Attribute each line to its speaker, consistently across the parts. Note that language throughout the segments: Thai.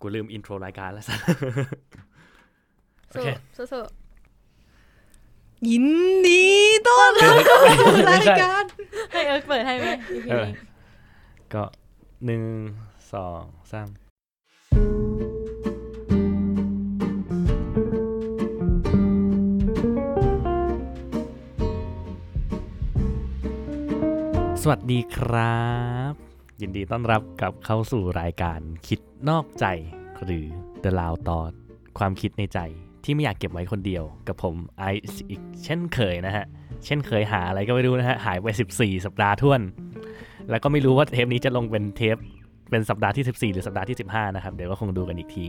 Speaker 1: กูลืมอินโทรรายการแล้ว สัส โอ
Speaker 2: สู้
Speaker 1: เค
Speaker 2: สู้สู้ยินดีต้อนรับเข้าสู่รายการ
Speaker 3: ให้เอิร์กเปิดให้ไหมอีพี
Speaker 1: เออ
Speaker 3: นี้
Speaker 1: ก็หนึ่งสองสามสวัสดีครับ ยินดีต้อนรับกลับเข้าสู่รายการคิดนอกใจ หรือ The Loud Thought ความคิดในใจที่ไม่อยากเก็บไว้คนเดียว กับผมไอซ์อีกเช่นเคยนะฮะ เช่นเคยหาอะไรก็ไม่รู้นะฮะ หายไป 14 สัปดาห์ท่วน แล้วก็ไม่รู้ว่าเทปนี้จะลงเป็นเทปเป็นสัปดาห์ที่ 14 หรือสัปดาห์ที่ 15 นะครับ เดี๋ยวก็คงดูกันอีกที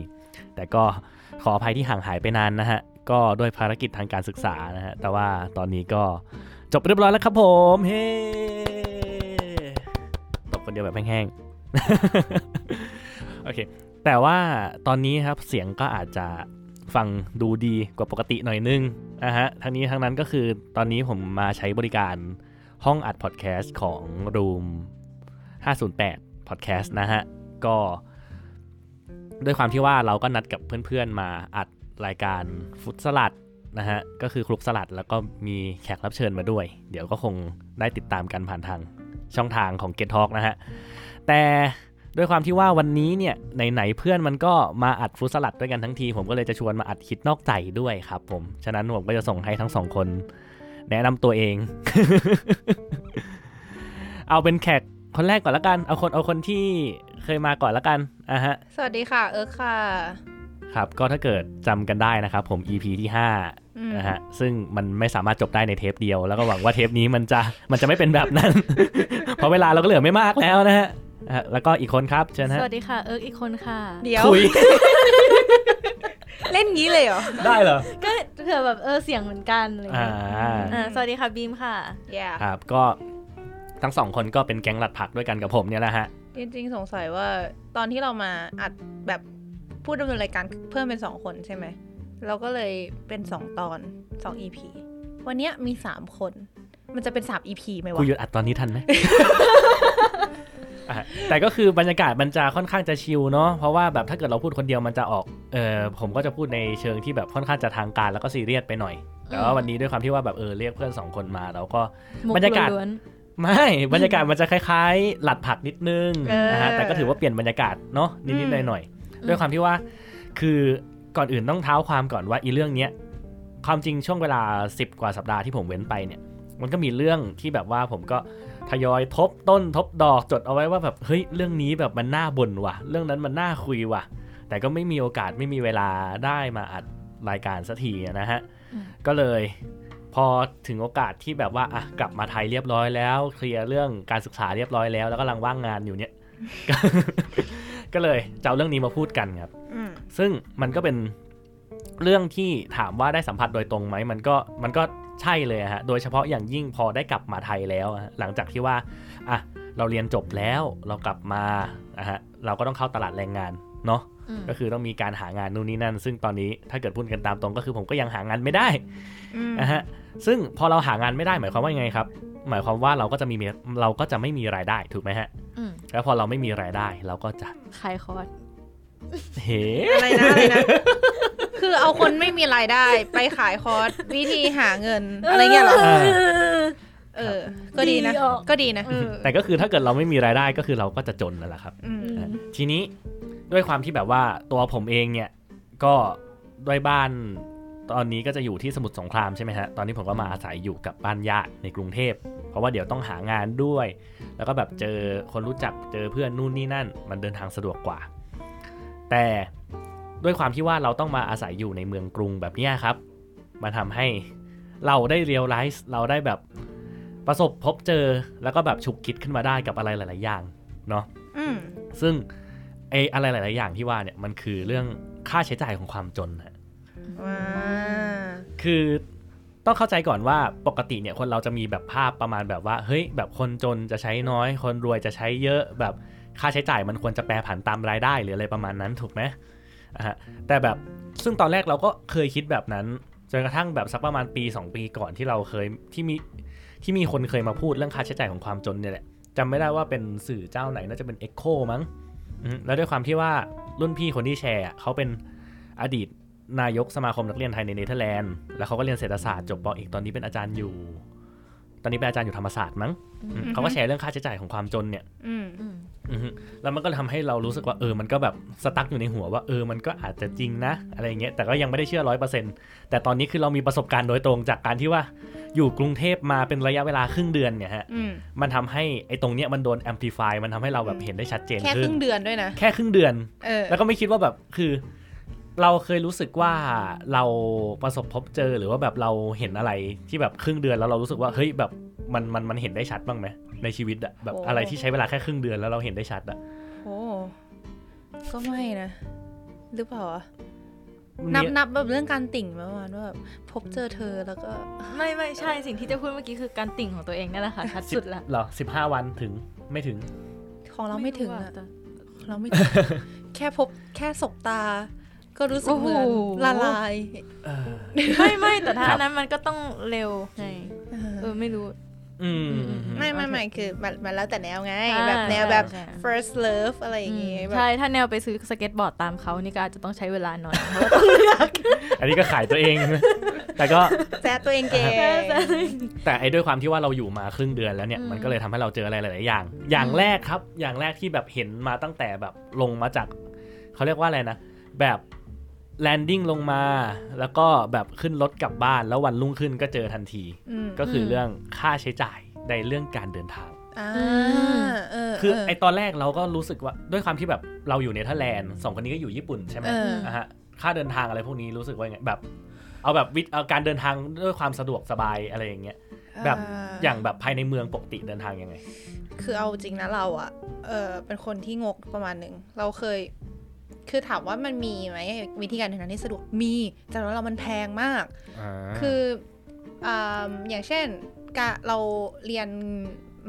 Speaker 1: แต่ก็ขออภัยที่ห่างหายไปนานนะฮะ ก็ด้วยภารกิจทางการศึกษานะฮะ แต่ว่าตอนนี้ก็จบเรียบร้อยแล้วครับผม เฮ้ตบคนเดียวแบบแห้งๆ โอเค แต่ว่าตอนนี้ครับเสียงก็อาจจะฟังดูดีกว่าปกติหน่อยนึงนะฮะทั้งนี้ทั้งนั้นก็คือตอนนี้ผมมาใช้บริการ ห้องอัดพอดแคสต์ของ Room 508 Podcast นะฮะ ก็ด้วยความที่ว่าเราก็นัดกับเพื่อนๆมาอัดรายการฟุตสลัดนะฮะ ก็คือคลุกสลัดแล้วก็มีแขกรับเชิญมาด้วย เดี๋ยวก็คงได้ติดตามกันผ่านทางช่องทางของ Get Talk นะฮะ แต่ด้วยความที่ว่าวันนี้เนี่ยไหนๆเพื่อนมันก็มาอัดฟุตสลัดด้วยกันทั้งที ผมก็เลยจะชวนมาอัดคิดนอกใจด้วยครับผม ฉะนั้นผมก็จะส่งให้ทั้งสองคน แนะนำตัวเอง เอาเป็นแขกคนแรกก่อนละกัน เอาคนเอาคนที่เคยมาก่อนละกันอ่ะฮะ
Speaker 2: สวัสดีค่ะ เอิร์กค่ะ
Speaker 1: ครับ ก็ถ้าเกิดจำกันได้นะครับผม EP ที่5
Speaker 2: อืม
Speaker 1: นะฮะ ซึ่งมันไม่สามารถจบได้ในเทปเดียว แล้วก็หวังว่าเทปนี้มันจะมันจะไม่เป็นแบบนั้น เพราะเวลาเราก็เหลือไม่มากแล้วนะฮะอ่ะแล้วก็อีกคนครับเชิญฮะ
Speaker 3: สวัสดีค่ะ เอิร์กอีกคนค่ะ
Speaker 2: เดี๋ยว
Speaker 1: คุย
Speaker 2: เล่นงี้เลยเหรอ
Speaker 1: ได้เหรอ
Speaker 3: ก็เผื่อแบบเออเสียงเหมือนกันอะไรอย่างเงี้ย
Speaker 1: อ่า
Speaker 3: อ่าสวัสดีค่ะบีมค่ะ
Speaker 2: yeah
Speaker 1: ครับก็ทั้งสองคนก็เป็นแก๊งหลัดผักด้วยกันกับผมเนี่ยแหละฮะ
Speaker 2: จริงๆ สงสัยว่าตอนที่เรามาอัดแบบพูดดำเนินรายการเพิ่มเป็นสองคนใช่ไหม เราก็เลยเป็นสองตอนสอง EP วันเนี้ยมีสามคน มันจะเป็นสาม EP ไหม
Speaker 1: กู
Speaker 2: วะ
Speaker 1: หยุดอัดตอนนี้ทันไหม อ่ะแต่ก็คือบรรยากาศมันจะค่อนข้างจะชิลเนาะ เพราะว่าแบบถ้าเกิดเราพูดคนเดียวมันจะออก เออผมก็จะพูดในเชิงที่แบบค่อนข้างจะทางการแล้วก็ซีเรียสไปหน่อย แต่ว่าวันนี้ด้วยความที่ว่าแบบเออเรียกเพื่อนสองคนมาแล้วก็
Speaker 3: มุก
Speaker 1: บรรยากาศ
Speaker 3: ล้วน
Speaker 1: ไม่ บรรยากาศมันจะคล้ายๆ หลัดผักนิดนึง
Speaker 2: เออ
Speaker 1: นะฮะแต่ก็ถือว่าเปลี่ยนบรรยากาศเนาะนิดๆ
Speaker 2: อืม
Speaker 1: หน่อยๆด้วยความที่ว่าคือก่อนอื่นต้องเท้าความก่อนว่าอีเรื่องเนี้ยความจริงช่วงเวลา 10 กว่าสัปดาห์ที่ผมเว้นไปเนี่ย มันก็มีเรื่องที่แบบว่าผมก็ทยอยทบต้นทบดอกจดเอาไว้ว่าแบบเฮ้ยเรื่องนี้แบบมันน่าบ่นว่ะ เรื่องนั้นมันน่าคุยว่ะ แต่ก็ไม่มีโอกาสไม่มีเวลาได้มาอัดรายการสักทีนะฮะ ก็เลยพอถึงโอกาสที่แบบว่าอ่ะกลับมาไทยเรียบร้อยแล้ว เคลียร์เรื่องการศึกษาเรียบร้อยแล้ว แล้วกำลังว่างงานอยู่เนี่ย ก็ ก็เลยจะเอาเรื่องนี้มาพูดกันครับ
Speaker 2: อืม
Speaker 1: ซึ่งมันก็เป็นเรื่องที่ถามว่าได้สัมผัสโดยตรงไหมมันก็มันก็ใช่เลยอะฮะโดยเฉพาะอย่างยิ่งพอได้กลับมาไทยแล้วอะฮะหลังจากที่ว่าอ่ะเราเรียนจบแล้วเรากลับมาอะฮะเราก็ต้องเข้าตลาดแรงงานเนาะ
Speaker 3: ๆอืม
Speaker 1: ก็คือต้องมีการหางานนู่นนี่นั่น ซึ่งตอนนี้ถ้าเกิดพูดกันตามตรงก็คือผมก็ยังหางานไม่ได้
Speaker 2: อืม
Speaker 1: นะฮะซึ่งพอเราหางานไม่ได้หมายความว่ายังไงครับ หมายความว่าเราก็จะมีเราก็จะไม่มีรายได้ถูกไหมฮะ
Speaker 3: อืม
Speaker 1: แล้วพอเราไม่มีรายได้เราก็จะ
Speaker 3: ขายคอร์ส
Speaker 1: เฮ้
Speaker 2: อะไรนะอะไรนะ คือเอาคนไม่มีรายได้ไปขายคอร์สวิธีหาเงิน อะไรเงี้ยเหรอ
Speaker 1: อ่า
Speaker 2: เออ ก็ดีนะ
Speaker 3: ออก
Speaker 2: ก็ดีนะ
Speaker 3: เออ
Speaker 1: แต่ก็คือถ้าเกิดเราไม่มีรายได้ก็คือเราก็จะจนนั่นแหละครับ
Speaker 2: อืม
Speaker 3: อืม
Speaker 1: ทีนี้ด้วยความที่แบบว่าตัวผมเองเนี่ยก็ด้วยบ้านตอนนี้ก็จะอยู่ที่สมุทรสงครามใช่ไหมฮะตอนนี้ผมก็มาอาศัยอยู่กับบ้านญาติในกรุงเทพ เพราะว่าเดี๋ยวต้องหางานด้วย แล้วก็แบบเจอคนรู้จักเจอเพื่อนนู่นนี่นั่น มันเดินทางสะดวกกว่า แต่ด้วยความที่ว่าเราต้องมาอาศัยอยู่ในเมืองกรุงแบบเนี้ยครับ มันทำให้เราได้เรียลไลซ์เราได้แบบประสบพบเจอแล้วก็แบบฉุกคิดขึ้นมาได้กับอะไรหลาย ๆ อย่างเนาะ
Speaker 2: อืม
Speaker 1: ซึ่งไออะไรหลาย ๆ อย่างที่ว่าเนี่ยมันคือเรื่องค่าใช้จ่ายของความจนฮะ
Speaker 2: ว้า
Speaker 1: คือต้องเข้าใจก่อนว่าปกติเนี่ยคนเราจะมีแบบภาพประมาณแบบว่าเฮ้ยแบบคนจนจะใช้น้อย คนรวยจะใช้เยอะแบบค่าใช้จ่ายมันควรจะแปรผันตามรายได้หรืออะไรประมาณนั้นถูกไหมอ่ะฮะแต่แบบซึ่งตอนแรกเราก็เคยคิดแบบนั้นจนกระทั่งแบบสักประมาณปี 2 ปีก่อนที่เราเคยที่มีที่มีคนเคยมาพูดเรื่องค่าใช้จ่ายของความจนเนี่ยแหละจำไม่ได้ว่าเป็นสื่อเจ้าไหนน่าจะเป็น Echo มั้ง อืมแล้วด้วยความที่ว่ารุ่นพี่คนที่แชร์อะเขาเป็นอดีตนายกสมาคมนักเรียนไทยในเนเธอร์แลนด์แล้วเขาก็เรียนเศรษฐศาสตร์จบปอเอกตอนนี้เป็นอาจารย์อยู่ ตอนนี้เป็นอาจารย์อยู่ธรรมศาสตร์มั้งอืมเขาก็แชร์เรื่องค่าใช้จ่ายของความจนเนี่ย
Speaker 2: อืม
Speaker 3: อืม
Speaker 1: อือฮึแล้วมันก็ทำให้เรารู้สึกว่าเออ มันก็แบบสตั๊กอยู่ในหัวว่าเออ มันก็อาจจะจริงนะ อะไรอย่างเงี้ย แต่ก็ยังไม่ได้เชื่อร้อยเปอร์เซ็นแต่ตอนนี้คือเรามีประสบการณ์โดยตรงจากการที่ว่าอยู่กรุงเทพมาเป็นระยะเวลาครึ่งเดือนเนี่ยฮะ
Speaker 2: อืม
Speaker 1: มันทำให้ไอ้ตรงเนี้ยมันโดนแอมพลิฟาย มันทำให้เราแบบเห็นได้ชัดเจน
Speaker 2: แค่
Speaker 1: ขึ้
Speaker 2: คน รึ่งเดือนด้วยนะ
Speaker 1: แค่ครึ่งเดือน
Speaker 2: เออ
Speaker 1: แล้วก็ไม่คิดว่าแบบคือ เราเคยรู้สึกว่าเราประสบพบเจอหรือว่าแบบเราเห็นอะไรที่แบบครึ่งเดือนแล้วเรารู้สึกว่าเฮ้ยแบบมันมันมันเห็นได้ชัดบ้างไหมในชีวิตอะแบบ
Speaker 2: โอ้
Speaker 1: อะไรที่ใช้เวลาแค่ครึ่งเดือนแล้วเราเห็นได้ชัดอะ
Speaker 2: โอ้ก็ไม่นะ หรือเปล่าอะ
Speaker 1: มี
Speaker 2: นับนับแบบเรื่องการติ่งประมาณว่าแบบพบเจอเธอแล้วก็
Speaker 3: ไม่ไม่ใช่สิ่งที่จะพูดเมื่อกี้คือการติ่งของตัวเองนั่นแหละค่ะชัดสุดละ
Speaker 1: เหรอสิบห้าวันถึงไม่ถึง
Speaker 2: ของเราไม่ถึง
Speaker 3: รู้
Speaker 2: อะ
Speaker 3: แต่
Speaker 2: ของเราไม่ถึง แค่พบแค่สบตา ก็รู้สึกเหมือน
Speaker 3: โอ้โห
Speaker 2: ละลาย
Speaker 3: ไม่ไม่แต่ถ้า
Speaker 1: ครับ
Speaker 3: อันนั้นมันก็ต้องเร็วไง
Speaker 2: เอ
Speaker 3: เอ
Speaker 2: อ
Speaker 3: อไม่รู้
Speaker 1: อืม
Speaker 2: ไม่ไม่ไม่คือมันมันแล้วแต่แนวไง
Speaker 3: อ่า
Speaker 2: แบบแนวแบบ
Speaker 3: ใช่ใช่
Speaker 2: first love อะไรอย่างงี้
Speaker 3: อืม
Speaker 2: แบบ
Speaker 3: ใช่ ถ้าแนวไปซื้อสเก็ตบอร์ดตามเขานี่ก็อาจจะต้องใช้เวลา หน่อย
Speaker 1: อันนี้ก็ขายตัวเอง แต่ก็
Speaker 2: แซะตัวเองเก่ง
Speaker 1: แต่ไอ้ด้วยความที่ว่าเราอยู่มาครึ่งเดือนแล้วเนี่ย
Speaker 3: อืม
Speaker 1: มันก็เลยทำให้เราเจออะไรหลาย ๆ อย่าง อย่างแรกครับ อย่างแรกที่แบบเห็นมาตั้งแต่แบบลงมาจาก เขาเรียกว่าอะไรนะ แบบแลนดิ้งลงมา แล้วก็แบบขึ้นรถกลับบ้านแล้ววันรุ่งขึ้นก็เจอทันที
Speaker 2: อืม
Speaker 1: ก็คือเรื่องค่าใช้จ่ายในเรื่องการเดินทาง
Speaker 2: อ่า
Speaker 3: อืม
Speaker 2: เออ
Speaker 1: คือ
Speaker 2: เ
Speaker 1: ไอตอนแรกเราก็รู้สึกว่าด้วยความที่แบบเราอยู่เนเธอร์แลนด์สองคนนี้ก็อยู่ญี่ปุ่นใช่ไหม
Speaker 2: เออ
Speaker 1: นะฮะค่าเดินทางอะไรพวกนี้รู้สึกว่ายังไงแบบ เอาแบบวิเอาการเดินทางด้วยความสะดวกสบายอะไรอย่างเงี้ยแบบอย่างแบบภายในเมืองปกติเดินทางยังไง
Speaker 2: คือเอาจริงนะเราอะเออเป็นคนที่งกประมาณหนึ่ง เราเคย คือถามว่ามันมีไหมวิธีการเดินทางที่สะดวกมีแต่ว่าเรามันแพงมาก คืออ่าอย่างเช่นกะเราเรียน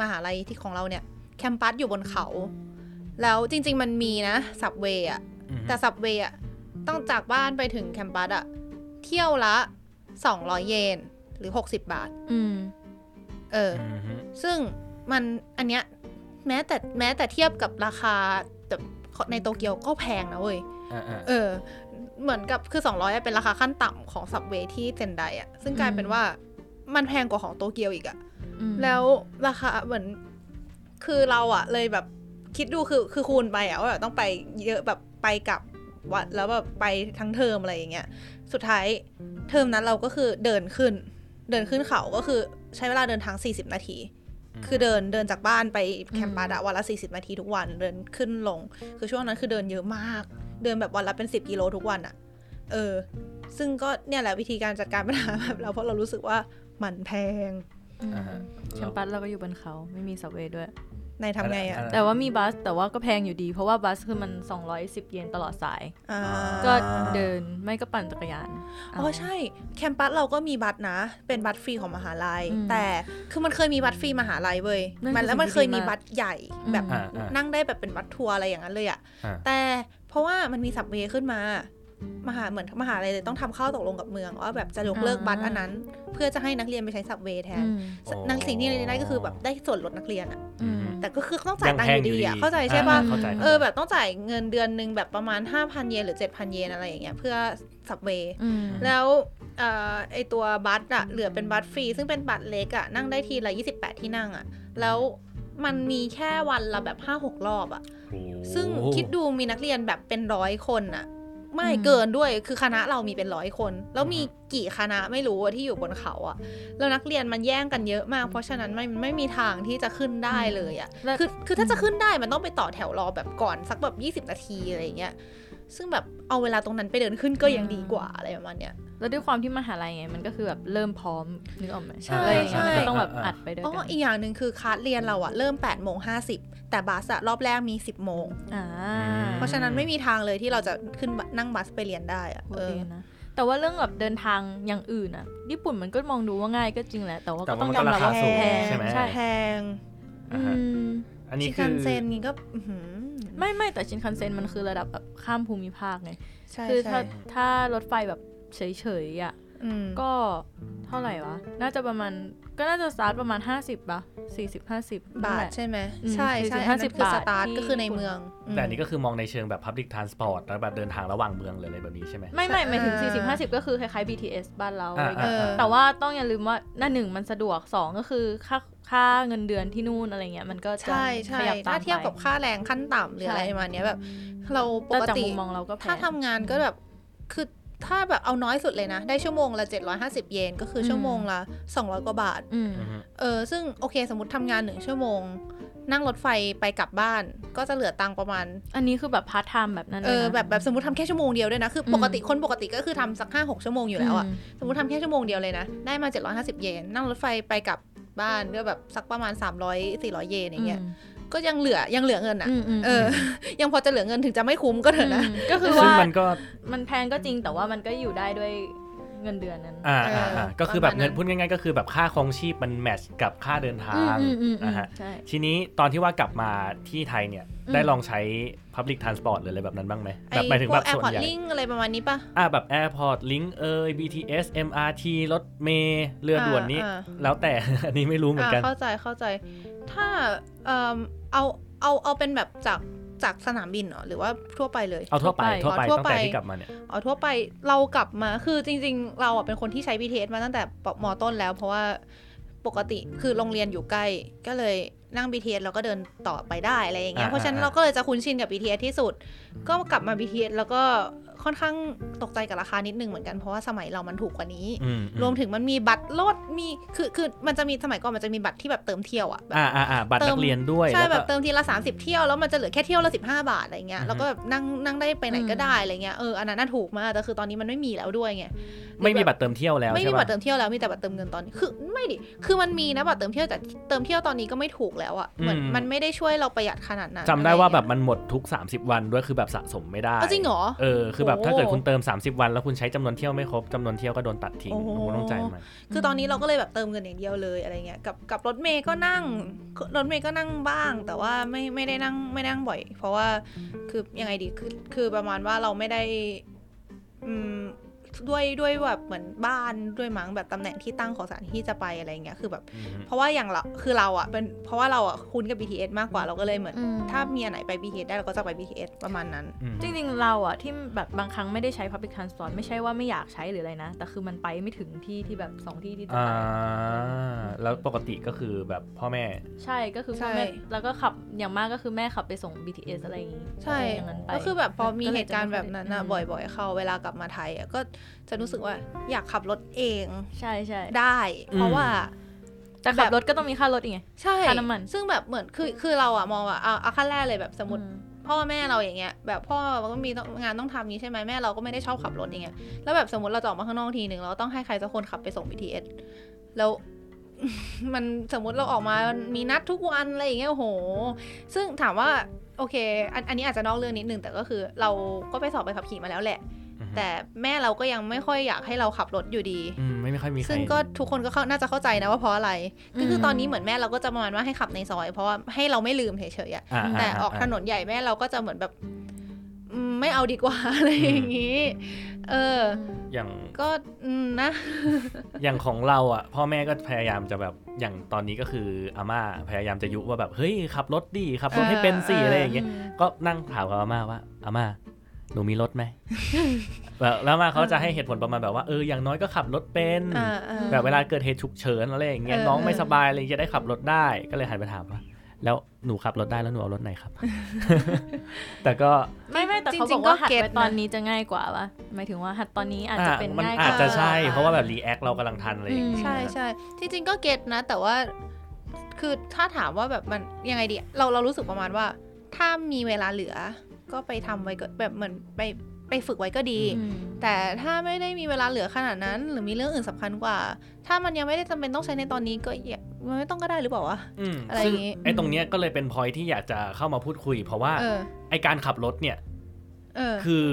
Speaker 2: มหาลัยที่ของเราเนี่ย แคมปัสอยู่บนเขา แล้วจริง ๆ มันมีนะสับเวย์อะแต่สับเวย์อะต้องจากบ้านไปถึงแคมปัสอะเที่ยวละ 200 เยนหรือ 60 บาท
Speaker 3: อืม
Speaker 2: เออ ซึ่งมันอันเนี้ยแม้แต่แม้แต่เทียบกับราคาแบบในโตเกียวก็แพงนะเว้ย เออ เหมือนกับคือ 200อะเป็นราคาขั้นต่ำของสับเวที่เซนไดอะซึ่งกลายเป็นว่ามันแพงกว่าของโตเกียวอีกอะ
Speaker 3: อืม
Speaker 2: แล้วราคาเหมือนคือเราอะเลยแบบคิดดูคือคือคูณไปอะว่าแบบต้องไปเยอะแบบไปกลับวัดแล้วแบบไปทั้งเทอมอะไรอย่างเงี้ย สุดท้ายเทอมนั้นเราก็คือเดินขึ้น เดินขึ้นเขาก็คือใช้เวลาเดินทาง 40 นาที คือเดินเดินจากบ้านไปแคมปัสอะวันละ40 นาทีทุกวันเดินขึ้นลง คือช่วงนั้นคือเดินเยอะมาก เดินแบบวันละเป็น 10 กิโลทุกวันอะเออ ซึ่งก็เนี่ยแหละวิธีการจัดการปัญหาแบบเราเพราะเรารู้สึกว่ามันแพง
Speaker 3: อืม
Speaker 1: อ่าฮะ
Speaker 3: แชมปัสเราก็อยู่บนเขาไม่มีสับเวย์ด้วย
Speaker 2: ในทำไงอะ
Speaker 3: แต่ว่ามีบัสแต่ว่าก็แพงอยู่ดี เพราะว่าบัสคือมัน 210 เยนตลอดสาย
Speaker 2: อ่า
Speaker 3: ก็เดินไม่ก็ปั่นจักรยาน
Speaker 2: อ๋อใช่แคมปัสเราก็มีบัตรนะ เป็นบัตรฟรีของมหาลัย
Speaker 3: อืม
Speaker 2: แต่คือมันเคยมีบัตรฟรีมหาลัยเว้ย
Speaker 3: นั่นคือ
Speaker 2: มันแล้วมันเคยมีบัตรใหญ่แบบ
Speaker 1: อ่าอ่านั่
Speaker 2: นั่งได้แบบเป็นบัตรทัวร์อะไรอย่างนั้นเลยอะ
Speaker 1: อ่า
Speaker 2: แต่เพราะว่ามันมีสับเวย์ขึ้นมา มหาเหมือนมหาลัยเลยต้องทำข้อตกลงกับเมืองว่าแบบจะยกเลิก
Speaker 3: อ่า
Speaker 2: บัตรอันนั้น เพื่อจะให้นักเรียนไปใช้สับเวย์แทน
Speaker 3: อืม
Speaker 2: นักสิ่งที่ได้ก็คือแบบได้ส่วนลดนักเรียนอะ
Speaker 3: อืม
Speaker 2: แต่ก็คือต้องจ่ายตังค์อยู่ดีอะเข้าใจใช่ปะ
Speaker 3: อ่า
Speaker 1: เข้าใจ
Speaker 2: เออแบบต้องจ่ายเงินเดือนหนึงแบบประมาณ 5,000 เยนหรือ 7,000 เยนอะไรอย่างเงี้ยเพื่อสับเวย์
Speaker 3: อืม
Speaker 2: แล้วเอ่อไอตัวบัตรอะเหลือเป็นบัตรฟรี ซึ่งเป็นบัตรเล็กอะนั่งได้ทีละ 28 ที่นั่งอะแล้วมันมีแค่วันละแบบ 5-6 รอบอะซึ่งคิดดูมีนักเรียนแบบเป็นร้อยคนอะไม่เกินด้วยคือคณะเรามีเป็นร้อยคน แล้วมีกี่คณะไม่รู้อะที่อยู่บนเขาอะแล้วนักเรียนมันแย่งกันเยอะมาก เพราะฉะนั้นไม่ไม่มีทางที่จะขึ้นได้เลยอะ
Speaker 3: แล้ว
Speaker 2: คือคือถ้าจะขึ้นได้มันต้องไปต่อแถวรอแบบก่อนสักแบบ 20 นาทีอะไรอย่างเงี้ย ซึ่งแบบเอาเวลาตรงนั้นไปเดินขึ้นก็ยังดีกว่าอะไรประมาณเนี้ย
Speaker 3: แล้วด้วยความที่มหาลัยไง มันก็คือแบบเริ่มพร้อมนึกออกไหม
Speaker 2: ใช่
Speaker 3: อะไรอย่างเงี้ย
Speaker 2: ใช่
Speaker 3: มันก็ต้องแบบอัดไปด้วย
Speaker 2: อ๋อ
Speaker 3: กัน
Speaker 2: อีกอย่างหนึ่งคือคลาสเรียนเราอะเริ่ม8ปดโมงห้แต่บัสอะรอบแรกมี 10บโมง
Speaker 3: อ่า
Speaker 2: เพราะฉะนั้นไม่มีทางเลยที่เราจะขึ้นบัสนั่งบัสไปเรียนได้อะ
Speaker 3: โอ
Speaker 2: เอ
Speaker 3: เค
Speaker 2: อ
Speaker 3: นะ แต่ว่าเรื่องแบบเดินทางอย่างอื่นอ่ะ ญี่ปุ่นมันก็มองดูว่าง่ายก็จริงแหละ แต่ว่า
Speaker 1: แต่ว่า
Speaker 3: ก็ต้อง
Speaker 1: มัน
Speaker 3: ยอมรับ
Speaker 1: ก็รา
Speaker 3: ว่า
Speaker 1: คาสูง
Speaker 3: แพง
Speaker 1: ใช่ไหม
Speaker 3: ใช่
Speaker 2: แพง
Speaker 3: อืม
Speaker 1: อันนี้
Speaker 2: ชิ
Speaker 1: คื
Speaker 2: คั
Speaker 1: อน
Speaker 2: เซนนี่ก็อื้อหือ
Speaker 3: ไม่ไม่แต่ชินคันเซ็นมันคือระดับแบบข้ามภูมิภาคไง
Speaker 2: ใช่
Speaker 3: คือ
Speaker 2: ใช่
Speaker 3: ถ้าถ้ารถไฟแบบเฉยๆอ่ะ
Speaker 2: อืม
Speaker 3: ก็เท่าไหร่วะ น่าจะประมาณ ก็น่าจะสตาร์ทประมาณ 50ป่ะ40 50
Speaker 2: บาทใช่ไหม
Speaker 3: อืม
Speaker 2: ใช่ใช่
Speaker 3: 40-50
Speaker 2: อันนั้นคือบ
Speaker 3: าท
Speaker 2: สตาร์ท
Speaker 3: ที่
Speaker 2: ก็คือในเมืองอืม
Speaker 1: แต่อันนี้ก็คือมองในเชิงแบบ Public Transport แล้วแบบเดินทางระหว่างเมืองเลยอะไรแบบนี้ใช่ไหม
Speaker 3: ไม่ไม่หมายถึง
Speaker 2: เออ
Speaker 3: 40 50 ก็คือคล้ายๆ BTS บ้านเรา
Speaker 1: อ่า
Speaker 3: อะไรเงี้ย
Speaker 2: เออ
Speaker 3: แต่ว่าต้องอย่าลืมว่าหน้าหนึ่งมันสะดวก 2 ก็คือค่าค่าเงินเดือนที่นู่นอะไรเงี้ยมันก็จะ
Speaker 2: ใช่ใช่
Speaker 3: ขยับตาม
Speaker 2: ถ้าเทียบ
Speaker 3: ไป
Speaker 2: กับค่าแรงขั้นต่ำหรืออะไร
Speaker 3: ใช่
Speaker 2: ประมาณเนี้ยแบบ เราป
Speaker 3: แต่
Speaker 2: ก
Speaker 3: จาก
Speaker 2: ติ
Speaker 3: มุมมองเราก็แพง
Speaker 2: ถ้าทำงานก็แบบคือถ้าแบบเอาน้อยสุดเลยนะ ได้ชั่วโมงละ 750 เยนก็คือ
Speaker 3: ม
Speaker 2: ชั่วโมงละ 200 กว่าบาท
Speaker 3: อืม
Speaker 1: อือฮึ
Speaker 2: เออซึ่งโอเคสมมติทำงานหนึ่งชั่วโมง นั่งรถไฟไปกลับบ้าน ก็จะเหลือตังค์ประมาณ
Speaker 3: อันนี้คือแบบพาร์ทไทม์แบบนั้น
Speaker 2: เอ
Speaker 3: เลย
Speaker 2: อ
Speaker 3: นะ
Speaker 2: แบบแบบสมมติทำแค่ชั่วโมงเดียวด้วยนะ คืออ
Speaker 3: ม
Speaker 2: ปกติคนปกติก็คือทำสัก 5 6 ชั่วโมงอยู่แล้วอะ
Speaker 3: ม
Speaker 2: สมมติทำแค่ชั่วโมงเดียวเลยนะ ได้มา 750 เยน นั่งรถไฟไปกลับบ้านก็แบบสักประมาณ 300 400 เยนอย่างเงี้ยก็ยังเหลือยังเหลือเงินอะ
Speaker 3: อืมม
Speaker 2: เออ ยังพอจะเหลือเงินถึงจะไม่คุ้มก็เถอะนะ
Speaker 3: มก็คือ
Speaker 1: ซึ่ง
Speaker 3: ว่า
Speaker 1: มันก็
Speaker 3: มันแพงก็จริงแต่ว่ามันก็อยู่ได้ด้วยเงินเดือนนั้น
Speaker 1: อ่าอ่าอ่าก็คือแบบเงิน
Speaker 2: ประมาณนั้น
Speaker 1: พูดง่ายๆ ก็คือแบบค่าครองชีพมันแมทช์กับค่าเดินทาง
Speaker 3: อืมอืมอืม
Speaker 1: นะฮะ
Speaker 3: ใช่
Speaker 1: ทีนี้ตอนที่ว่ากลับมาที่ไทยเนี่ย
Speaker 3: อืม
Speaker 1: ได้ลองใช้ Public Transport หรืออะไรแบบนั้นบ้างไหมแบบห
Speaker 2: ไอ้
Speaker 1: มายถึง
Speaker 2: พว
Speaker 1: แบ
Speaker 2: ก
Speaker 1: บ
Speaker 2: แอร์
Speaker 1: ส่วน
Speaker 2: พอร์ต
Speaker 1: ใหญ่
Speaker 2: ลิงอะไรประมาณนี้ปะ
Speaker 1: อ่าแบบ Airport Link เอ่ย BTS MRT รถเมล์เรือด่วนนี่
Speaker 2: อ่า
Speaker 1: แล้วแต่ อันนี้ไม่รู้เหมือนกัน
Speaker 2: เข้าใจเข้าใจ ถ้าเอ่อเอาเอาเอาเป็นแบบจากจากสนามบินเหรอหรือว่าทั่วไปเลย
Speaker 1: เอาทั่วไป
Speaker 3: ทั่
Speaker 1: ทั่ว
Speaker 3: ว
Speaker 1: ไป
Speaker 3: ไป
Speaker 1: ตั้งแต่
Speaker 2: ทั่วไป
Speaker 1: ที่กลับมาเนี่ย
Speaker 2: เอาทั่วไปเรากลับมาคือจริง ๆ เราอ่ะเป็นคนที่ใช้ BTS มาตั้งแต่ปมต้นแล้ว เพราะว่าปกติคือโรงเรียนอยู่ใกล้ ก็เลยนั่ง BTS เราก็เดินต่อไปได้อะไรอย่างเงี้ยเพราะฉะนั้นเราก็เลยจะคุ้นชินกับ BTS ที่สุด ก็กลับมา BTS แล้วก็ค่อนข้างตกใจกับราคานิดนึงเหมือนกันเพราะว่าสมัยเรามันถูกกว่านี้
Speaker 1: อือื
Speaker 2: รวมถึงมันมีบัตรลดมีคือคือมันจะมีสมัยก่อนมันจะมีบัตรที่แบบเติมเที่ยวอ่ะแบบ
Speaker 1: อ่าอ่าอ่าบัตร
Speaker 2: เติม
Speaker 1: นักเรียนด้วย
Speaker 2: ใช่
Speaker 1: ล้ว
Speaker 2: แบ
Speaker 1: ก็
Speaker 2: บเติมทีละ 30 เที่ยวแล้วมันจะเหลือแค่เที่ยวละ 15 บาทอะไรเงี้ย
Speaker 1: อือฮึ
Speaker 2: แล้วก็แบบนั่งนั่งได้ไปไหนก็
Speaker 3: อืม
Speaker 2: ได้อะไรเงี้ยเอออันนั้นน่าถูกมากแต่คือตอนนี้มันไม่มีแล้วด้วยไง
Speaker 1: ไม่มีบัตรเติมเที่ยวแล้ว
Speaker 2: ไม่
Speaker 1: ใช่
Speaker 2: มี
Speaker 1: ปะ
Speaker 2: บัตรเติมเที่ยวแล้วมีแต่บัตรเติมเงินตอนนี้คือไม่ดิคือมันมีนะบัตรเติมเที่ยวแต่เติมเที่ยวตอนนี้ก็ไม่ถูกแล้วอ่ะเหมือน
Speaker 1: อืม
Speaker 2: มันไม่ได้ช่วยเราประหยัดขนาดนั้น
Speaker 1: จำได้ว่า
Speaker 2: อะไรเงี้ย
Speaker 1: แบบมันหมดทุก 30 วันด้วยคือแบบสะสมไม่ได้
Speaker 2: เอาจริงเหรอ
Speaker 1: เออ คือแบบ
Speaker 2: โอ้
Speaker 1: ถ้าเกิดคุณเติม 30 วันแล้วคุณใช้จำนวนเที่ยวไม่ครบจำนวนเที่ยวก็โดนตัดทิ้ง
Speaker 2: โอ้โห
Speaker 1: โอ้โหต้องจ่ายใหม่
Speaker 2: คือตอนนี้เราก็เลยแบบเติมเงินอย่างเดียวเลยอะไรเงี้ยกับกับรถเมย์ก็นั่งรถเมย์ก็นั่งบ้าง แต่ว่าไม่ไม่ได้นั่งไม่ได้นั่งบ่อย เพราะว่าคือยังไงดีคือคือประมาณว่าเราไม่ได้อืมด้วยด้วยแบบเหมือนบ้านด้วยมั้งแบบตำแหน่งที่ตั้งของสถานที่จะไปอะไรเงี้ยคือแบบ
Speaker 1: อืม
Speaker 2: เพราะว่าอย่างเราคือเราอ่ะเป็นเพราะว่าเราอ่ะคุ้นกับ BTS มากกว่าเราก็เลยเหมือน
Speaker 3: อืม
Speaker 2: ถ้ามีอันไหนไป BTS ได้เราก็จะไป BTS ประมาณนั้น
Speaker 1: อืม
Speaker 3: จริงๆ เราอะที่แบบบางครั้งไม่ได้ใช้ Public Transport ไม่ใช่ว่าไม่อยากใช้หรืออะไรนะ แต่คือมันไปไม่ถึงที่ที่แบบสองที่ที่จะ
Speaker 1: อ่า
Speaker 3: ไป
Speaker 1: แล้วปกติก็คือแบบพ่อแม่
Speaker 3: ใช่ก็คือพ่อ
Speaker 2: ใช่
Speaker 3: แม่แล้วก็ขับอย่างมากก็คือแม่ขับไปส่ง BTS อะไรอย่างงี้
Speaker 2: ใช่
Speaker 3: อย่างนั้นไป
Speaker 2: ก็คือแบบพอมีเหตุการณ์แบบนั้นนะ
Speaker 3: อืม
Speaker 2: บ่อย ๆ เข้าเวลากลับมาไทยอ่ะก็จะรู้สึกว่าอยากขับรถเอง
Speaker 3: ใช่ใช่
Speaker 2: ได้
Speaker 1: อืม
Speaker 2: เพราะว่า
Speaker 3: แต่
Speaker 2: แบ
Speaker 3: ขับบ รถก็ต้องมีค่ารถอีกไง
Speaker 2: ใช่
Speaker 3: ค่าน้ำมัน
Speaker 2: ซึ่งแบบเหมือนคือคือเราอะมองว่าเอาเอาขั้นแรกเลยแบบสมมติ
Speaker 3: อื
Speaker 2: พ่อแม่เราอย่างเงี้ยแบบพ่อก็มีต้องงานต้องทำนี้ใช่ไหมแม่เราก็ไม่ได้ชอบขับรถอย่างเงี้ยแล้วแบบสมมติเราจะออกมาข้างนอกทีหนึ่งเราต้องให้ใครสักคนขับไปส่ง BTS แล้ว มันสมมติเราออกมามีนัดทุกวันอะไรอย่างเงี้ยโอ้โห ซึ่งถามว่าโอเคอันอันนี้อาจจะนอกเรื่องนิดนึงแต่ก็คือ เราก็ไปสอบไปขับขี่มาแล้วแหละ
Speaker 1: อืม
Speaker 2: แต่แม่เราก็ยังไม่ค่อยอยากให้เราขับรถอยู่ดี
Speaker 1: อืมไม่ไม่ค่อยมีใคร
Speaker 2: ซึ่งก็ทุกคนก็เข้าน่าจะเข้าใจนะว่าเพราะอะไร ก็คือ
Speaker 3: ม
Speaker 2: ตอนนี้เหมือนแม่เราก็จะประมาณว่าให้ขับในซอย เพราะว่าให้เราไม่ลืมเฉยๆอะ
Speaker 1: าา
Speaker 2: แต่ออกถนนใหญ่แม่เราก็จะเหมือนแบบอืมไม่เอาดีกว่า อะไรอย่างนี้ เออ
Speaker 1: อย่าง
Speaker 2: ก็อืมนะ
Speaker 1: อย่างของเราอ่ะ พ่อแม่ก็พยายามจะแบบอย่างตอนนี้ก็คืออาม่าพยายามจะยุว่าแบบเฮ้ยขับรถดีขับรถให้เป็นสิ
Speaker 2: เอออ
Speaker 1: อะไรอย่างเงี้ย ก็นั่งถามกับอาม่าว่าอาม่าหนูมีรถไหม แบบแล้วอามาเขาจะให้เหตุผลประมาณแบบว่าเอออย่างน้อยก็ขับรถเป็น
Speaker 2: อ่าอ่า
Speaker 3: ม
Speaker 1: แบบเวลาเกิดเหตุฉุกเฉินอะไรอย่างเงี้ย
Speaker 2: เออ
Speaker 1: น้องไม่สบายอะไรจะได้ขับรถได้ก็เลยหันไปถามว่าแล้วหนูขับรถได้แล้วหนูเอารถไหนครับ แต่ก็
Speaker 3: ไม่ไม่แต่เขา
Speaker 2: จริ
Speaker 3: บอง
Speaker 2: ๆ
Speaker 3: กว่า
Speaker 2: ก็
Speaker 3: หัด
Speaker 2: เก็ต
Speaker 3: ไปตอน
Speaker 2: นะ
Speaker 3: นี้จะง่ายกว่าวะหมายถึงว่าหัดตอนนี้อาจจะเป็น
Speaker 1: มัน
Speaker 3: ง่ายกว่า
Speaker 1: อาจจะใช่ เพราะว่าแบบรีแอคเรากำลังทันอะไรอย่างเงี้ย
Speaker 2: ใช่ใช่ที่จริงก็เก็ตนะ แต่ว่าคือถ้าถามว่าแบบมันยังไงดี เราเรารู้สึกประมาณว่า ถ้ามีเวลาเหลือ ก็ไปทำไว้ก็แบบเหมือนไปไปฝึกไว้ก็ดี
Speaker 3: อืม
Speaker 2: แต่ถ้าไม่ได้มีเวลาเหลือขนาดนั้น หรือมีเรื่องอื่นสำคัญกว่า ถ้ามันยังไม่ได้จำเป็นต้องใช้ในตอนนี้ก็อย่ามันไม่ต้องก็ได้หรือเปล่าวะ
Speaker 1: อืม
Speaker 2: อะไรอ
Speaker 1: ซึ่ง
Speaker 2: ย่างงี้
Speaker 1: ไอ้ตรงเนี้ยก็เลยเป็นพอยที่อยากจะเข้ามาพูดคุย เพราะว่า
Speaker 2: เออ
Speaker 1: ไอ้การขับรถเนี่ย
Speaker 2: เออ
Speaker 1: คือ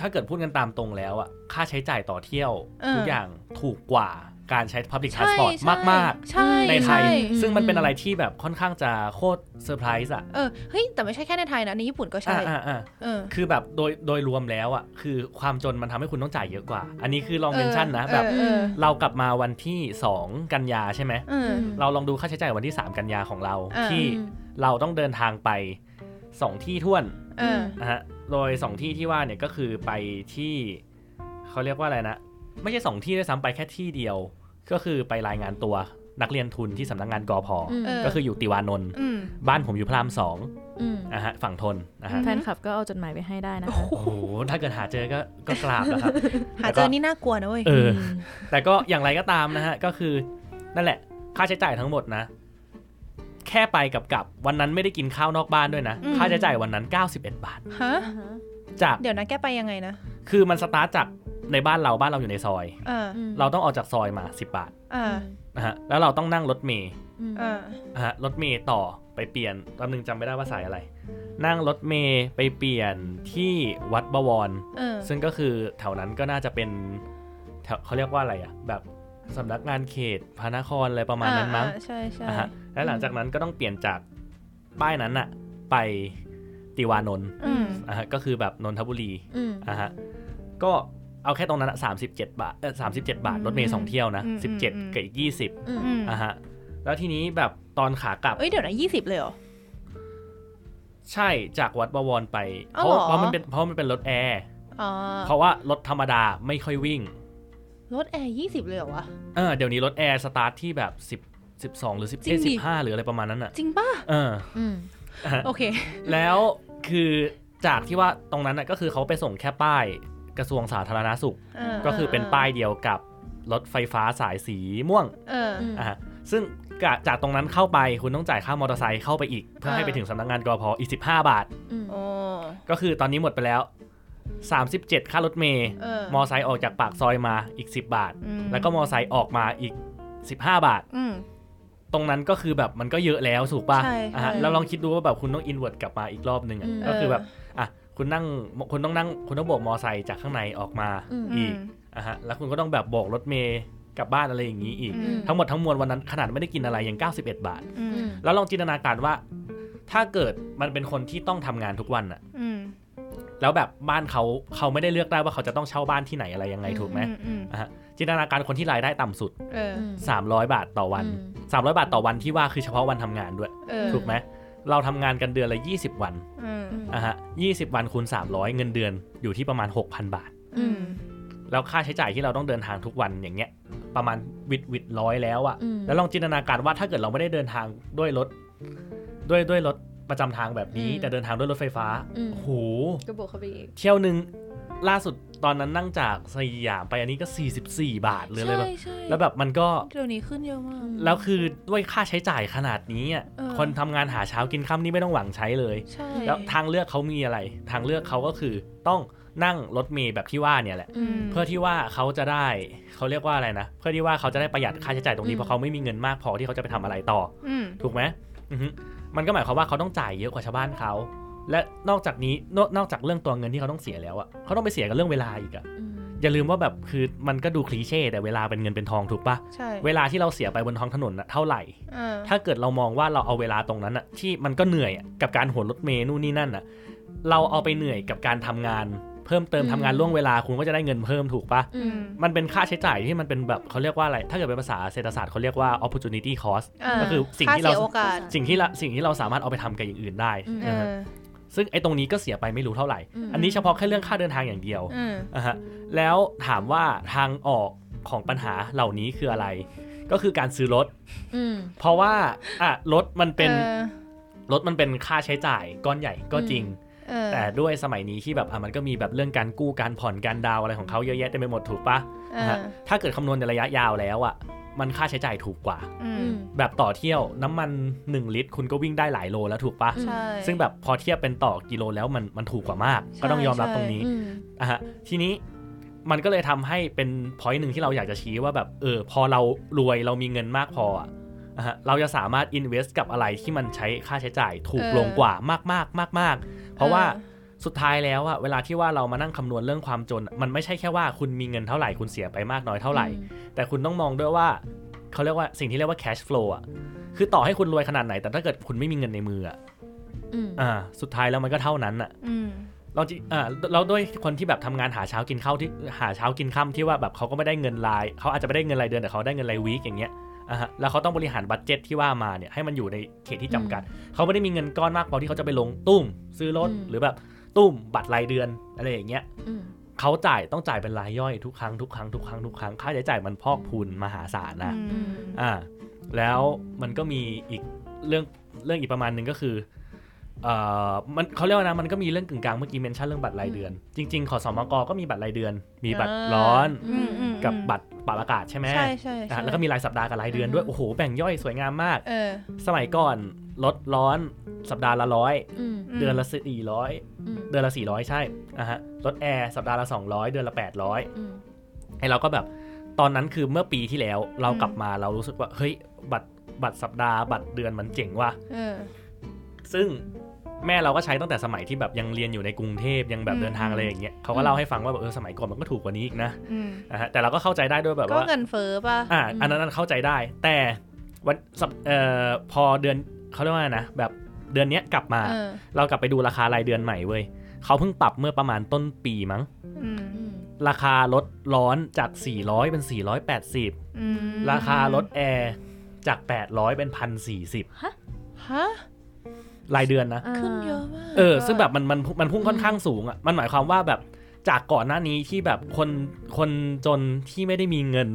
Speaker 1: ถ้าเกิดพูดกันตามตรงแล้วอะค่าใช้จ่ายต่อเที่ยว
Speaker 2: เออ
Speaker 1: ทุกอย่างถูกกว่า การใช้ Public
Speaker 2: ใช่
Speaker 1: Transport
Speaker 2: ใช่
Speaker 1: มาก
Speaker 2: ใช่
Speaker 1: ๆ ในไทย
Speaker 2: ช่
Speaker 1: ซึ่งมันเป็นอะไรที่แบบค่อนข้างจะโคตรเซอร์ไพรส์อะ
Speaker 2: เออเฮ้ยแต่ไม่ใช่แค่ในไทยนะในญี่ปุ่นก็ใช่
Speaker 1: อ่าอ่า
Speaker 2: เออ
Speaker 1: คือแบบโดยโดยรวมแล้วอ่ะคือความจนมันทำให้คุณต้องจ่ายเยอะกว่า อันนี้คือลองเมนชั่นนะ
Speaker 2: เออ
Speaker 1: แบบ
Speaker 2: เออ
Speaker 1: เรากลับมาวันที่ 2 กันยาใช่ไหม
Speaker 2: เออ
Speaker 1: เราลองดูค่าใช้จ่ายวันที่ 3 กันยาของเรา
Speaker 2: เออ
Speaker 1: ที่เราต้องเดินทางไป 2 ที่ท่วน
Speaker 2: เออ
Speaker 1: นะฮะโดย 2 ที่ที่ว่าเนี่ยก็คือไปที่เขาเรียกว่าอะไรนะ ไม่ใช่ 2 ที่ด้วยซ้ำไปแค่ที่เดียว ก็คือไปรายงานตัวนักเรียนทุนที่สำนักงานกอพอ
Speaker 3: อืม
Speaker 2: เออ
Speaker 1: ก็คืออยู่ติวานนท์
Speaker 2: อืม
Speaker 1: บ้านผมอยู่พระรามสอง
Speaker 3: ม
Speaker 1: นะฮะฝั่งทนนะฮะ
Speaker 3: แฟนคลับก็เอาจดหมายไปให้ได้นะ
Speaker 2: โอ้
Speaker 3: คะ
Speaker 2: โห
Speaker 1: โอ้โห ถ้าเกิดหาเจอก็ก็กราบแล้วครับ
Speaker 2: หาเจอนี่น่ากลัวนะเว้ย
Speaker 1: เออ
Speaker 3: ม
Speaker 1: แต่ก็อย่างไรก็ตามนะฮะ ก็คือนั่นแหละ ค่าใช้จ่ายทั้งหมดนะ แค่ไปกับกลับวันนั้นไม่ได้กินข้าวนอกบ้านด้วยนะ
Speaker 2: อืม
Speaker 1: ค่าใช้จ่ายวันนั้น 91 บาท
Speaker 2: ฮะ
Speaker 3: อ่าฮะ
Speaker 1: จาก
Speaker 2: เดี๋ยวนะแกไปยังไงนะ
Speaker 1: คือมันสตาร์ทจากในบ้านเราบ้านเราอยู่ในซอย
Speaker 2: เออ
Speaker 3: อืม
Speaker 1: เราต้องออกจากซอยมา 10 บาท
Speaker 2: เออ
Speaker 1: นะฮะแล้วเราต้องนั่งรถเมย์
Speaker 3: อืม
Speaker 2: เออ
Speaker 1: นะฮะรถเมย์ต่อไปเปลี่ยนตอนนึงจำไม่ได้ว่าสายอะไร นั่งรถเมย์ไปเปลี่ยนที่วัดบวร
Speaker 2: เออ
Speaker 1: ซึ่งก็คือแถวนั้นก็น่าจะเป็นแถวเขาเรียกว่าอะไรอะแบบสำนักงานเขตพระนครอะไรประมาณนั้นมั้ง
Speaker 2: อ่อ่ใช่ใช่
Speaker 1: อ่ะฮะและหลังจากนั้นก็ต้องเปลี่ยนจากป้ายนั้นอะไปติวานนท์
Speaker 2: อืม
Speaker 1: อ่ะฮะก็คือแบบนนทบุรี
Speaker 3: อืม
Speaker 1: อ่ะฮะก็เอาแค่ตรงนั้นอะสามสิบเจ็ดบาทเออสามสิบเจ็ดบาท รถเม
Speaker 3: อื
Speaker 1: ย์
Speaker 3: ม
Speaker 1: สองเที่ยวนะ
Speaker 2: อืม
Speaker 1: สิบเจ็ด
Speaker 2: อืม
Speaker 1: กับอีกยี่สิบ
Speaker 3: อืม
Speaker 2: อืม
Speaker 1: อ่ะฮะแล้วทีนี้แบบตอนขากลับ
Speaker 2: เอ้ยเดี๋ยวนะยี่สิบเลยเหรอ
Speaker 1: ใช่จากวัดบวรไป
Speaker 2: อ้า
Speaker 1: เพ
Speaker 2: ว
Speaker 1: ราะ
Speaker 2: เหรอ
Speaker 1: เพราะมันเป็นเพราะมันเป็นรถแอร์
Speaker 2: อ๋อ
Speaker 1: เพราะว่ารถธรรมดาไม่ค่อยวิ่ง
Speaker 2: รถแอร์ยี่สิบเลยเหรอวะ
Speaker 1: เออเดี๋ยวนี้รถแอร์สตาร์ทที่แบบ 10 12 หรือ
Speaker 2: จริงดิ
Speaker 1: 10 15 หรืออะไรประมาณนั้นอ่ะ
Speaker 2: จริงป่ะ
Speaker 1: เออ
Speaker 3: อืม
Speaker 1: ฮะ
Speaker 2: โอเค
Speaker 1: แล้วคือจากที่ว่าตรงนั้นน่ะก็คือเขาไปส่งแค่ป้ายกระทรวงสาธารณาสุข
Speaker 2: เออ
Speaker 1: ก็คือเป็นป้ายเดียวกับรถไฟฟ้าสายสีม่วง
Speaker 2: เออ
Speaker 3: อืม
Speaker 1: อ่ะฮะซึ่งกะจากตรงนั้นเข้าไปคุณต้องจ่ายค่ามอเตอร์ไซค์เข้าไปอีก เพื่อให้
Speaker 2: เออ
Speaker 1: ไปถึงสำนักงานกอพออีก 15 บาท
Speaker 3: อืม
Speaker 2: โอ้
Speaker 1: ก็คือตอนนี้หมดไปแล้ว 37 ค่ารถเมย์
Speaker 2: เออ
Speaker 1: มอไซค์ออกจากปากซอยมาอีก 10 บาท
Speaker 2: ม
Speaker 1: แล้วก็มอไซค์ออกมาอีก 15 บาท
Speaker 2: อืม
Speaker 1: ตรงนั้นก็คือแบบมันก็เยอะแล้วถูกป่ะ
Speaker 2: ใช่
Speaker 1: อ่ะฮะ
Speaker 2: ใช่
Speaker 1: แล้วลองคิดดูว่าแบบคุณต้องอินเวิร์ดกลับมาอีกรอบหนึ่งอะ
Speaker 3: อืม
Speaker 1: ก็คือ
Speaker 2: เออ
Speaker 1: แบบอ่ะคุณนั่งคุณต้องนั่งคุณต้องโบกมอไซค์จากข้างในออกมา
Speaker 3: อืม
Speaker 1: อีกอ่ะฮะแล้วคุณก็ต้องแบบโบกรถเมย์กลับบ้านอะไรอย่างนี้อีก
Speaker 2: อืม
Speaker 1: ทั้งหมดทั้งมวลวันนั้นขนาดไม่ได้กินอะไรยัง 91 บาท
Speaker 2: อืม
Speaker 1: แล้วลองจินตนาการว่า ถ้าเกิดมันเป็นคนที่ต้องทำงานทุกวันอะ
Speaker 2: อืม
Speaker 1: แล้วแบบบ้านเขาเขาไม่ได้เลือกได้ว่าเขาจะต้องเช่าบ้านที่ไหนอะไรยังไงถูกไหม
Speaker 2: อือืม
Speaker 1: อ่ะฮะจินตนาการคนที่รายได้ต่ำสุด
Speaker 2: เออ
Speaker 1: 300 บาทต่อวัน
Speaker 3: อืม
Speaker 1: 300 บาทต่อวันที่ว่าคือเฉพาะวันทำงานด้วย
Speaker 2: เออ
Speaker 1: ถูกไหมเราทำงานกันเดือนละ 20 วัน
Speaker 2: อืม
Speaker 1: อ่ะฮะยีวันคูณ300 เงินเดือนอยู่ที่ประมาณ 6,000 บาท
Speaker 2: อืม
Speaker 1: แล้วค่าใช้จ่ายที่เราต้องเดินทางทุกวันอย่างเงี้ย ประมาณวิดวิดร้อยแล้วอะ
Speaker 3: อืม
Speaker 1: แล้วลองจินตนาการว่าถ้าเกิดเราไม่ได้เดินทางด้วยรถ ด้วยด้วยรถประจำทางแบบนี้
Speaker 3: อืม
Speaker 1: แต่เดินทางด้วยรถไฟฟ้า
Speaker 3: อืม
Speaker 1: โอ้โห
Speaker 3: ก็บวกเข้าไปอีก
Speaker 1: เที่ยวหนึ่งล่าสุดตอนนั้นนั่งจากสยามไปอันนี้ก็ 44 บาทเลยเลยแบบ
Speaker 2: ใช่ใช่
Speaker 1: แล้วแบบมันก็
Speaker 2: เดี๋ยวนี้ขึ้นเยอะมาก
Speaker 1: แล้วคือด้วยค่าใช้จ่ายขนาดนี้อะ
Speaker 2: เออ
Speaker 1: คนทำงานหาเช้ากินค่ำนี่ไม่ต้องหวังใช้เลย
Speaker 2: ใช่
Speaker 1: แล้วทางเลือกเขามีอะไร ทางเลือกเขาก็คือต้องนั่งรถเมล์แบบที่ว่าเนี่ยแหละ
Speaker 2: อืม
Speaker 1: เพื่อที่ว่าเขาจะได้เขาเรียกว่าอะไรนะ เพื่อที่ว่าเขาจะได้ประหยัดค่าใช้จ่ายตรงนี้เพราะเขาไม่มีเงินมากพอที่เขาจะไปทำอะไรต่อ
Speaker 2: อืม
Speaker 1: ถูกไหมอือฮึมันก็หมายความว่าเขาต้องจ่ายเยอะกว่าชาวบ้านเขา และนอกจากนี้นอกนอกจากเรื่องตัวเงินที่เขาต้องเสียแล้วอะเขาต้องไปเสียกับเรื่องเวลาอีกอะ
Speaker 3: อืม
Speaker 1: อย่าลืมว่าแบบคือมันก็ดูคลีเช่แต่เวลาเป็นเงินเป็นทองถูกปะ
Speaker 2: ใช่
Speaker 1: เวลาที่เราเสียไปบนท้องถนนนะเท่าไหร่
Speaker 2: เออ
Speaker 1: ถ้าเกิดเรามองว่าเราเอาเวลาตรงนั้นอะที่มันก็เหนื่อยอะกับการโหนรถเมล์นู่นนี่นั่นอะเราเอาไปเหนื่อยกับการทำงาน เพิ่มเติมทำงานล่วงเวลาคุณก็จะได้เงินเพิ่มถูกปะ
Speaker 3: อื
Speaker 2: อื
Speaker 3: ม
Speaker 2: ม
Speaker 1: มันเป็นค่าใช้จ่ายที่มันเป็นแบบเขาเรียกว่าอะไร ถ้าเกิดเป็นภาษาเศรษฐศาสตร์เขาเรียกว่า opportunity cost
Speaker 2: เ
Speaker 1: ก็คือสิ่งที่เรา
Speaker 2: ค่สียโอกาส
Speaker 1: สิ่งที่ละสิ่งที่เราสามารถเอาไปทำกับอย่างอื่นได้
Speaker 2: เอ
Speaker 1: นะฮะ
Speaker 2: อ
Speaker 1: ซึ่งไอ้ตรงนี้ก็เสียไปไม่รู้เท่าไหร่
Speaker 3: ม
Speaker 1: อันนี้เฉพาะแค่เรื่องค่าเดินทางอย่างเดียว
Speaker 2: อืม
Speaker 1: อ่ะฮะแล้วถามว่าทางออกของปัญหาเหล่านี้คืออะไร ก็คือการซื้อรถ
Speaker 3: อืม
Speaker 1: เพราะว่าอ่ะรถมันเป็น
Speaker 2: ออ
Speaker 1: รถมันเป็นค่าใช้จ่ายก้อนใหญ่ก็จริง
Speaker 2: เออ
Speaker 1: แต่ด้วยสมัยนี้ที่แบบอ่ะมันก็มีแบบเรื่องการกู้การผ่อนการดาวอะไรของเขาเยอะแยะเต็มไปหมดถูกปะ
Speaker 2: เอ
Speaker 1: นะ
Speaker 2: อ
Speaker 1: ฮะถ้าเกิดคำนวณในระยะยาวแล้วอ่ะมันค่าใช้จ่ายถูกกว่า
Speaker 2: อื
Speaker 3: อื
Speaker 2: ม
Speaker 3: ม
Speaker 1: แบบต่อเที่ยวน้ำมัน 1 ลิตร คุณก็วิ่งได้หลายโลแล้วถูกปะ
Speaker 2: ใช่
Speaker 1: ซึ่งแบบพอเทียบเป็นต่อกิโลแล้วมันมันถูกกว่ามาก ก็ต้องยอมรับตรงนี้
Speaker 3: อืม
Speaker 1: อะฮะทีนี้มันก็เลยทำให้เป็นพอยต์หนึ่งที่เราอยากจะชี้ว่าแบบเออพอเรารวยเรามีเงินมากพออะอะฮะเราจะสามารถอินเวสต์กับอะไรที่มันใช้ค่าใช้จ่ายถูก
Speaker 2: เออ
Speaker 1: ลงกว่ามากมากมากมากๆเพราะว่า สุดท้ายแล้วอะเวลาที่ว่าเรามานั่งคำนวณเรื่องความจนอะมันไม่ใช่แค่ว่าคุณมีเงินเท่าไหร่คุณเสียไปมากน้อยเท่าไหร่ แต่คุณต้องมองด้วยว่าเขาเรียกว่าสิ่งที่เรียกว่า cash flow อะคือต่อให้คุณรวยขนาดไหน แต่ถ้าเกิดคุณไม่มีเงินในมืออะ
Speaker 3: อืม
Speaker 1: อ่าสุดท้ายแล้วมันก็เท่านั้นอะ
Speaker 2: อืม
Speaker 1: เราจิอ่าเราด้วยคนที่แบบทำงานหาเช้ากินข้าวที่หาเช้ากินค่ำที่ว่าแบบเขาก็ไม่ได้เงินราย เขาอาจจะไม่ได้เงินรายเดือนแต่เขาได้เงินรายวีคอย่างเงี้ยอ่ะฮะแล้วเขาต้องบริหารบัตเจ็ตที่ว่ามาเนี่ยให้มันอยู่ในเขตที่จำกัด เขาไม่ได้มีเงินก้อนมากพอที่เขาจะไปลงตุ้ม ซื้อรถหรือแบบตุ้มบัตรรายเดือนอะไรอย่างเงี้ย
Speaker 3: อืม
Speaker 1: เขาจ่ายต้องจ่ายเป็นรายย่อยทุกครั้งทุกครั้งทุกครั้งทุกครั้งค่าใช้จ่ายมันพอกพูนมหาศาลนะ
Speaker 2: อืม
Speaker 1: อ่าแล้วมันก็มีอีกเรื่องเรื่องอีกประมาณหนึ่งก็คือเอ่อมันเขาเรียกว่านะมันก็มีเรื่องกึ่งกลางเมื่อกี้เมนชั่นเรื่องบัตรรายเดือน จริง ๆ ขอสมกก็มีบัตรรายเดือน มีบัตรร้อน
Speaker 2: อืมอืม
Speaker 1: กับบัตรปรับอากาศใช่ไหม
Speaker 2: ใช่ใช่
Speaker 1: อ่ะ
Speaker 2: ใช่
Speaker 1: แล้วก็มีรายสัปดาห์กับรายเดือนด้วยโอ้โหแบ่งย่อยสวยงามมาก
Speaker 2: เออ
Speaker 1: สมัยก่อนลดร้อนสัปดาห์ละร้อย
Speaker 3: อืม
Speaker 1: เดือนละสี่ร้อย
Speaker 3: อืม
Speaker 1: เดือนละสี่ร้อยใช่อ่ะฮะลดแอร์สัปดาห์ละสองร้อยเดือนละแปดร้อย
Speaker 3: อืม
Speaker 1: ไอเราก็แบบตอนนั้นคือเมื่อปีที่แล้วเรา
Speaker 2: อืม
Speaker 1: กลับมาเรารู้สึกว่าเฮ้ยบัตรบัตรสัปดาห์บัตรเดือนมันเจ๋งว่ะ
Speaker 2: เออ
Speaker 1: ซึ่งแม่เราก็ใช้ตั้งแต่สมัยที่แบบยังเรียนอยู่ในกรุงเทพยังแบบ
Speaker 2: อืม
Speaker 1: เดินทางอะไรอย่างเงี้ยเขาก็เล่าให้ฟังว่าแบบเออสมัยก่อนมันก็ถูกกว่านี้อีกนะ
Speaker 2: อืม
Speaker 1: อ่าฮะแต่เราก็เข้าใจได้ด้วยแบบ
Speaker 2: ก็
Speaker 1: ว่า
Speaker 2: เงินเฟ้อป่ะ
Speaker 1: อ่าอันนั้นเข้าใจได้ แต่วันสัปเอ่อพอเดือนเขาเรียกว่าไงนะแบบเดือนเนี้ยกลับมา
Speaker 2: เออ
Speaker 1: เรากลับไปดูราคารายเดือนใหม่เว้ยเขาเพิ่งปรับเมื่อประมาณต้นปีมั้ง
Speaker 2: อืม
Speaker 3: อืม
Speaker 1: ราคาลดร้อนจาก 400 เป็น 480
Speaker 2: อืม
Speaker 1: ราคารถแอร์จาก 800 เป็น 1,040
Speaker 2: ฮะ
Speaker 1: รายเดือนนะ
Speaker 3: อ่า
Speaker 2: ขึ้นเยอะมาก
Speaker 1: เออ ซึ่งแบบมันมันมันพุ่งค่อนข้างสูงอ่ะ มันหมายความว่าแบบจากก่อนหน้านี้ที่แบบคนคนจนที่ไม่ได้มีเงิน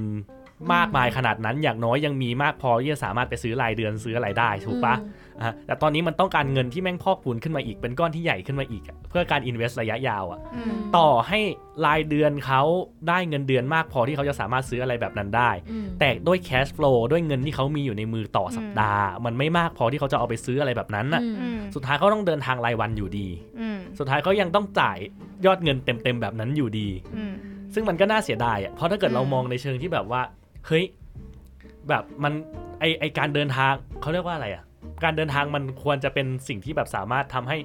Speaker 1: มากมายขนาดนั้น อย่างน้อยยังมีมากพอที่จะสามารถไปซื้อรายเดือนซื้ออะไรได้ถูกปะอ่ะแต่ตอนนี้มันต้องการเงินที่แม่งพอกพูนขึ้นมาอีกเป็นก้อนที่ใหญ่ขึ้นมาอีกอะเพื่อการอินเวสระยะยาวอ่ะ
Speaker 2: อืม
Speaker 1: ต่อให้รายเดือนเขาได้เงินเดือนมากพอที่เขาจะสามารถซื้ออะไรแบบนั้นได้
Speaker 3: อืม
Speaker 1: แต่ด้วยแคชฟลูด้วยเงินที่เขามีอยู่ในมือต่อสัปดาห์ มันไม่มากพอที่เขาจะเอาไปซื้ออะไรแบบนั้นน่ะ
Speaker 2: อืม
Speaker 1: สุดท้ายเขาต้องเดินทางรายวันอยู่ดี
Speaker 2: อืม
Speaker 1: สุดท้ายเขายังต้องจ่ายยอดเงินเต็มๆแบบนั้นอยู่ดี
Speaker 2: อืม
Speaker 1: ซึ่งมันก็น่าเสียดายอ่ะเพราะถ้าเกิด
Speaker 2: อืม
Speaker 1: เรามองในเชิงที่แบบว่า เฮ้ย แบบมันไอไอการเดินทางเขาเรียกว่าอะไรอ่ะ การเดินทางมันควรจะเป็นสิ่งที่แบบสามารถทำให้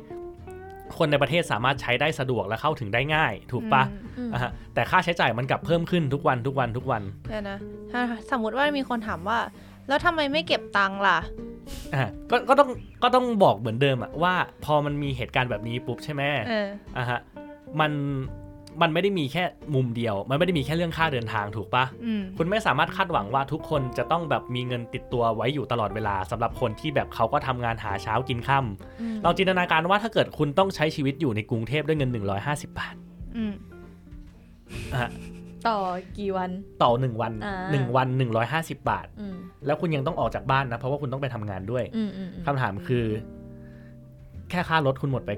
Speaker 1: คนในประเทศสามารถใช้ได้สะดวกและเข้าถึงได้ง่าย ถูกปะ
Speaker 3: อืม
Speaker 1: อ่ะฮะแต่ค่าใช้จ่ายมันกลับเพิ่มขึ้นทุกวันทุกวันทุกวัน
Speaker 2: เดี๋ยวนะถ้าสมมติว่ามีคนถามว่า แล้วทำไมไม่เก็บตังค์ล่ะ
Speaker 1: อ่ะก็ก็ต้องก็ต้องบอกเหมือนเดิมอ่ะว่า พอมันมีเหตุการณ์แบบนี้ปุ๊บใช่ไหม
Speaker 2: เออ
Speaker 1: อ่ะฮะมันมันไม่ได้มีแค่มุมเดียว มันไม่ได้มีแค่เรื่องค่าเดินทางถูกปะ
Speaker 2: อืม
Speaker 1: คุณไม่สามารถคาดหวังว่าทุกคนจะต้องแบบมีเงินติดตัวไว้อยู่ตลอดเวลาสำหรับคนที่แบบเขาก็ทำงานหาเช้ากินค่ำ
Speaker 3: อืม
Speaker 1: เราจินตนาการว่าถ้าเกิดคุณต้องใช้ชีวิตอยู่ในกรุงเทพด้วยเงิน 150 บาท
Speaker 2: อืม
Speaker 3: ต่อกี่วัน
Speaker 1: ต่อ 1 วัน
Speaker 3: อ่า
Speaker 1: 1 วัน 150 บาท
Speaker 3: อืม
Speaker 1: แล้วคุณยังต้องออกจากบ้านนะ เพราะว่าคุณต้องไปทำงานด้วย
Speaker 3: อืมอืมอืม
Speaker 1: คำถามคือ แค่ค่ารถคุณหมดไป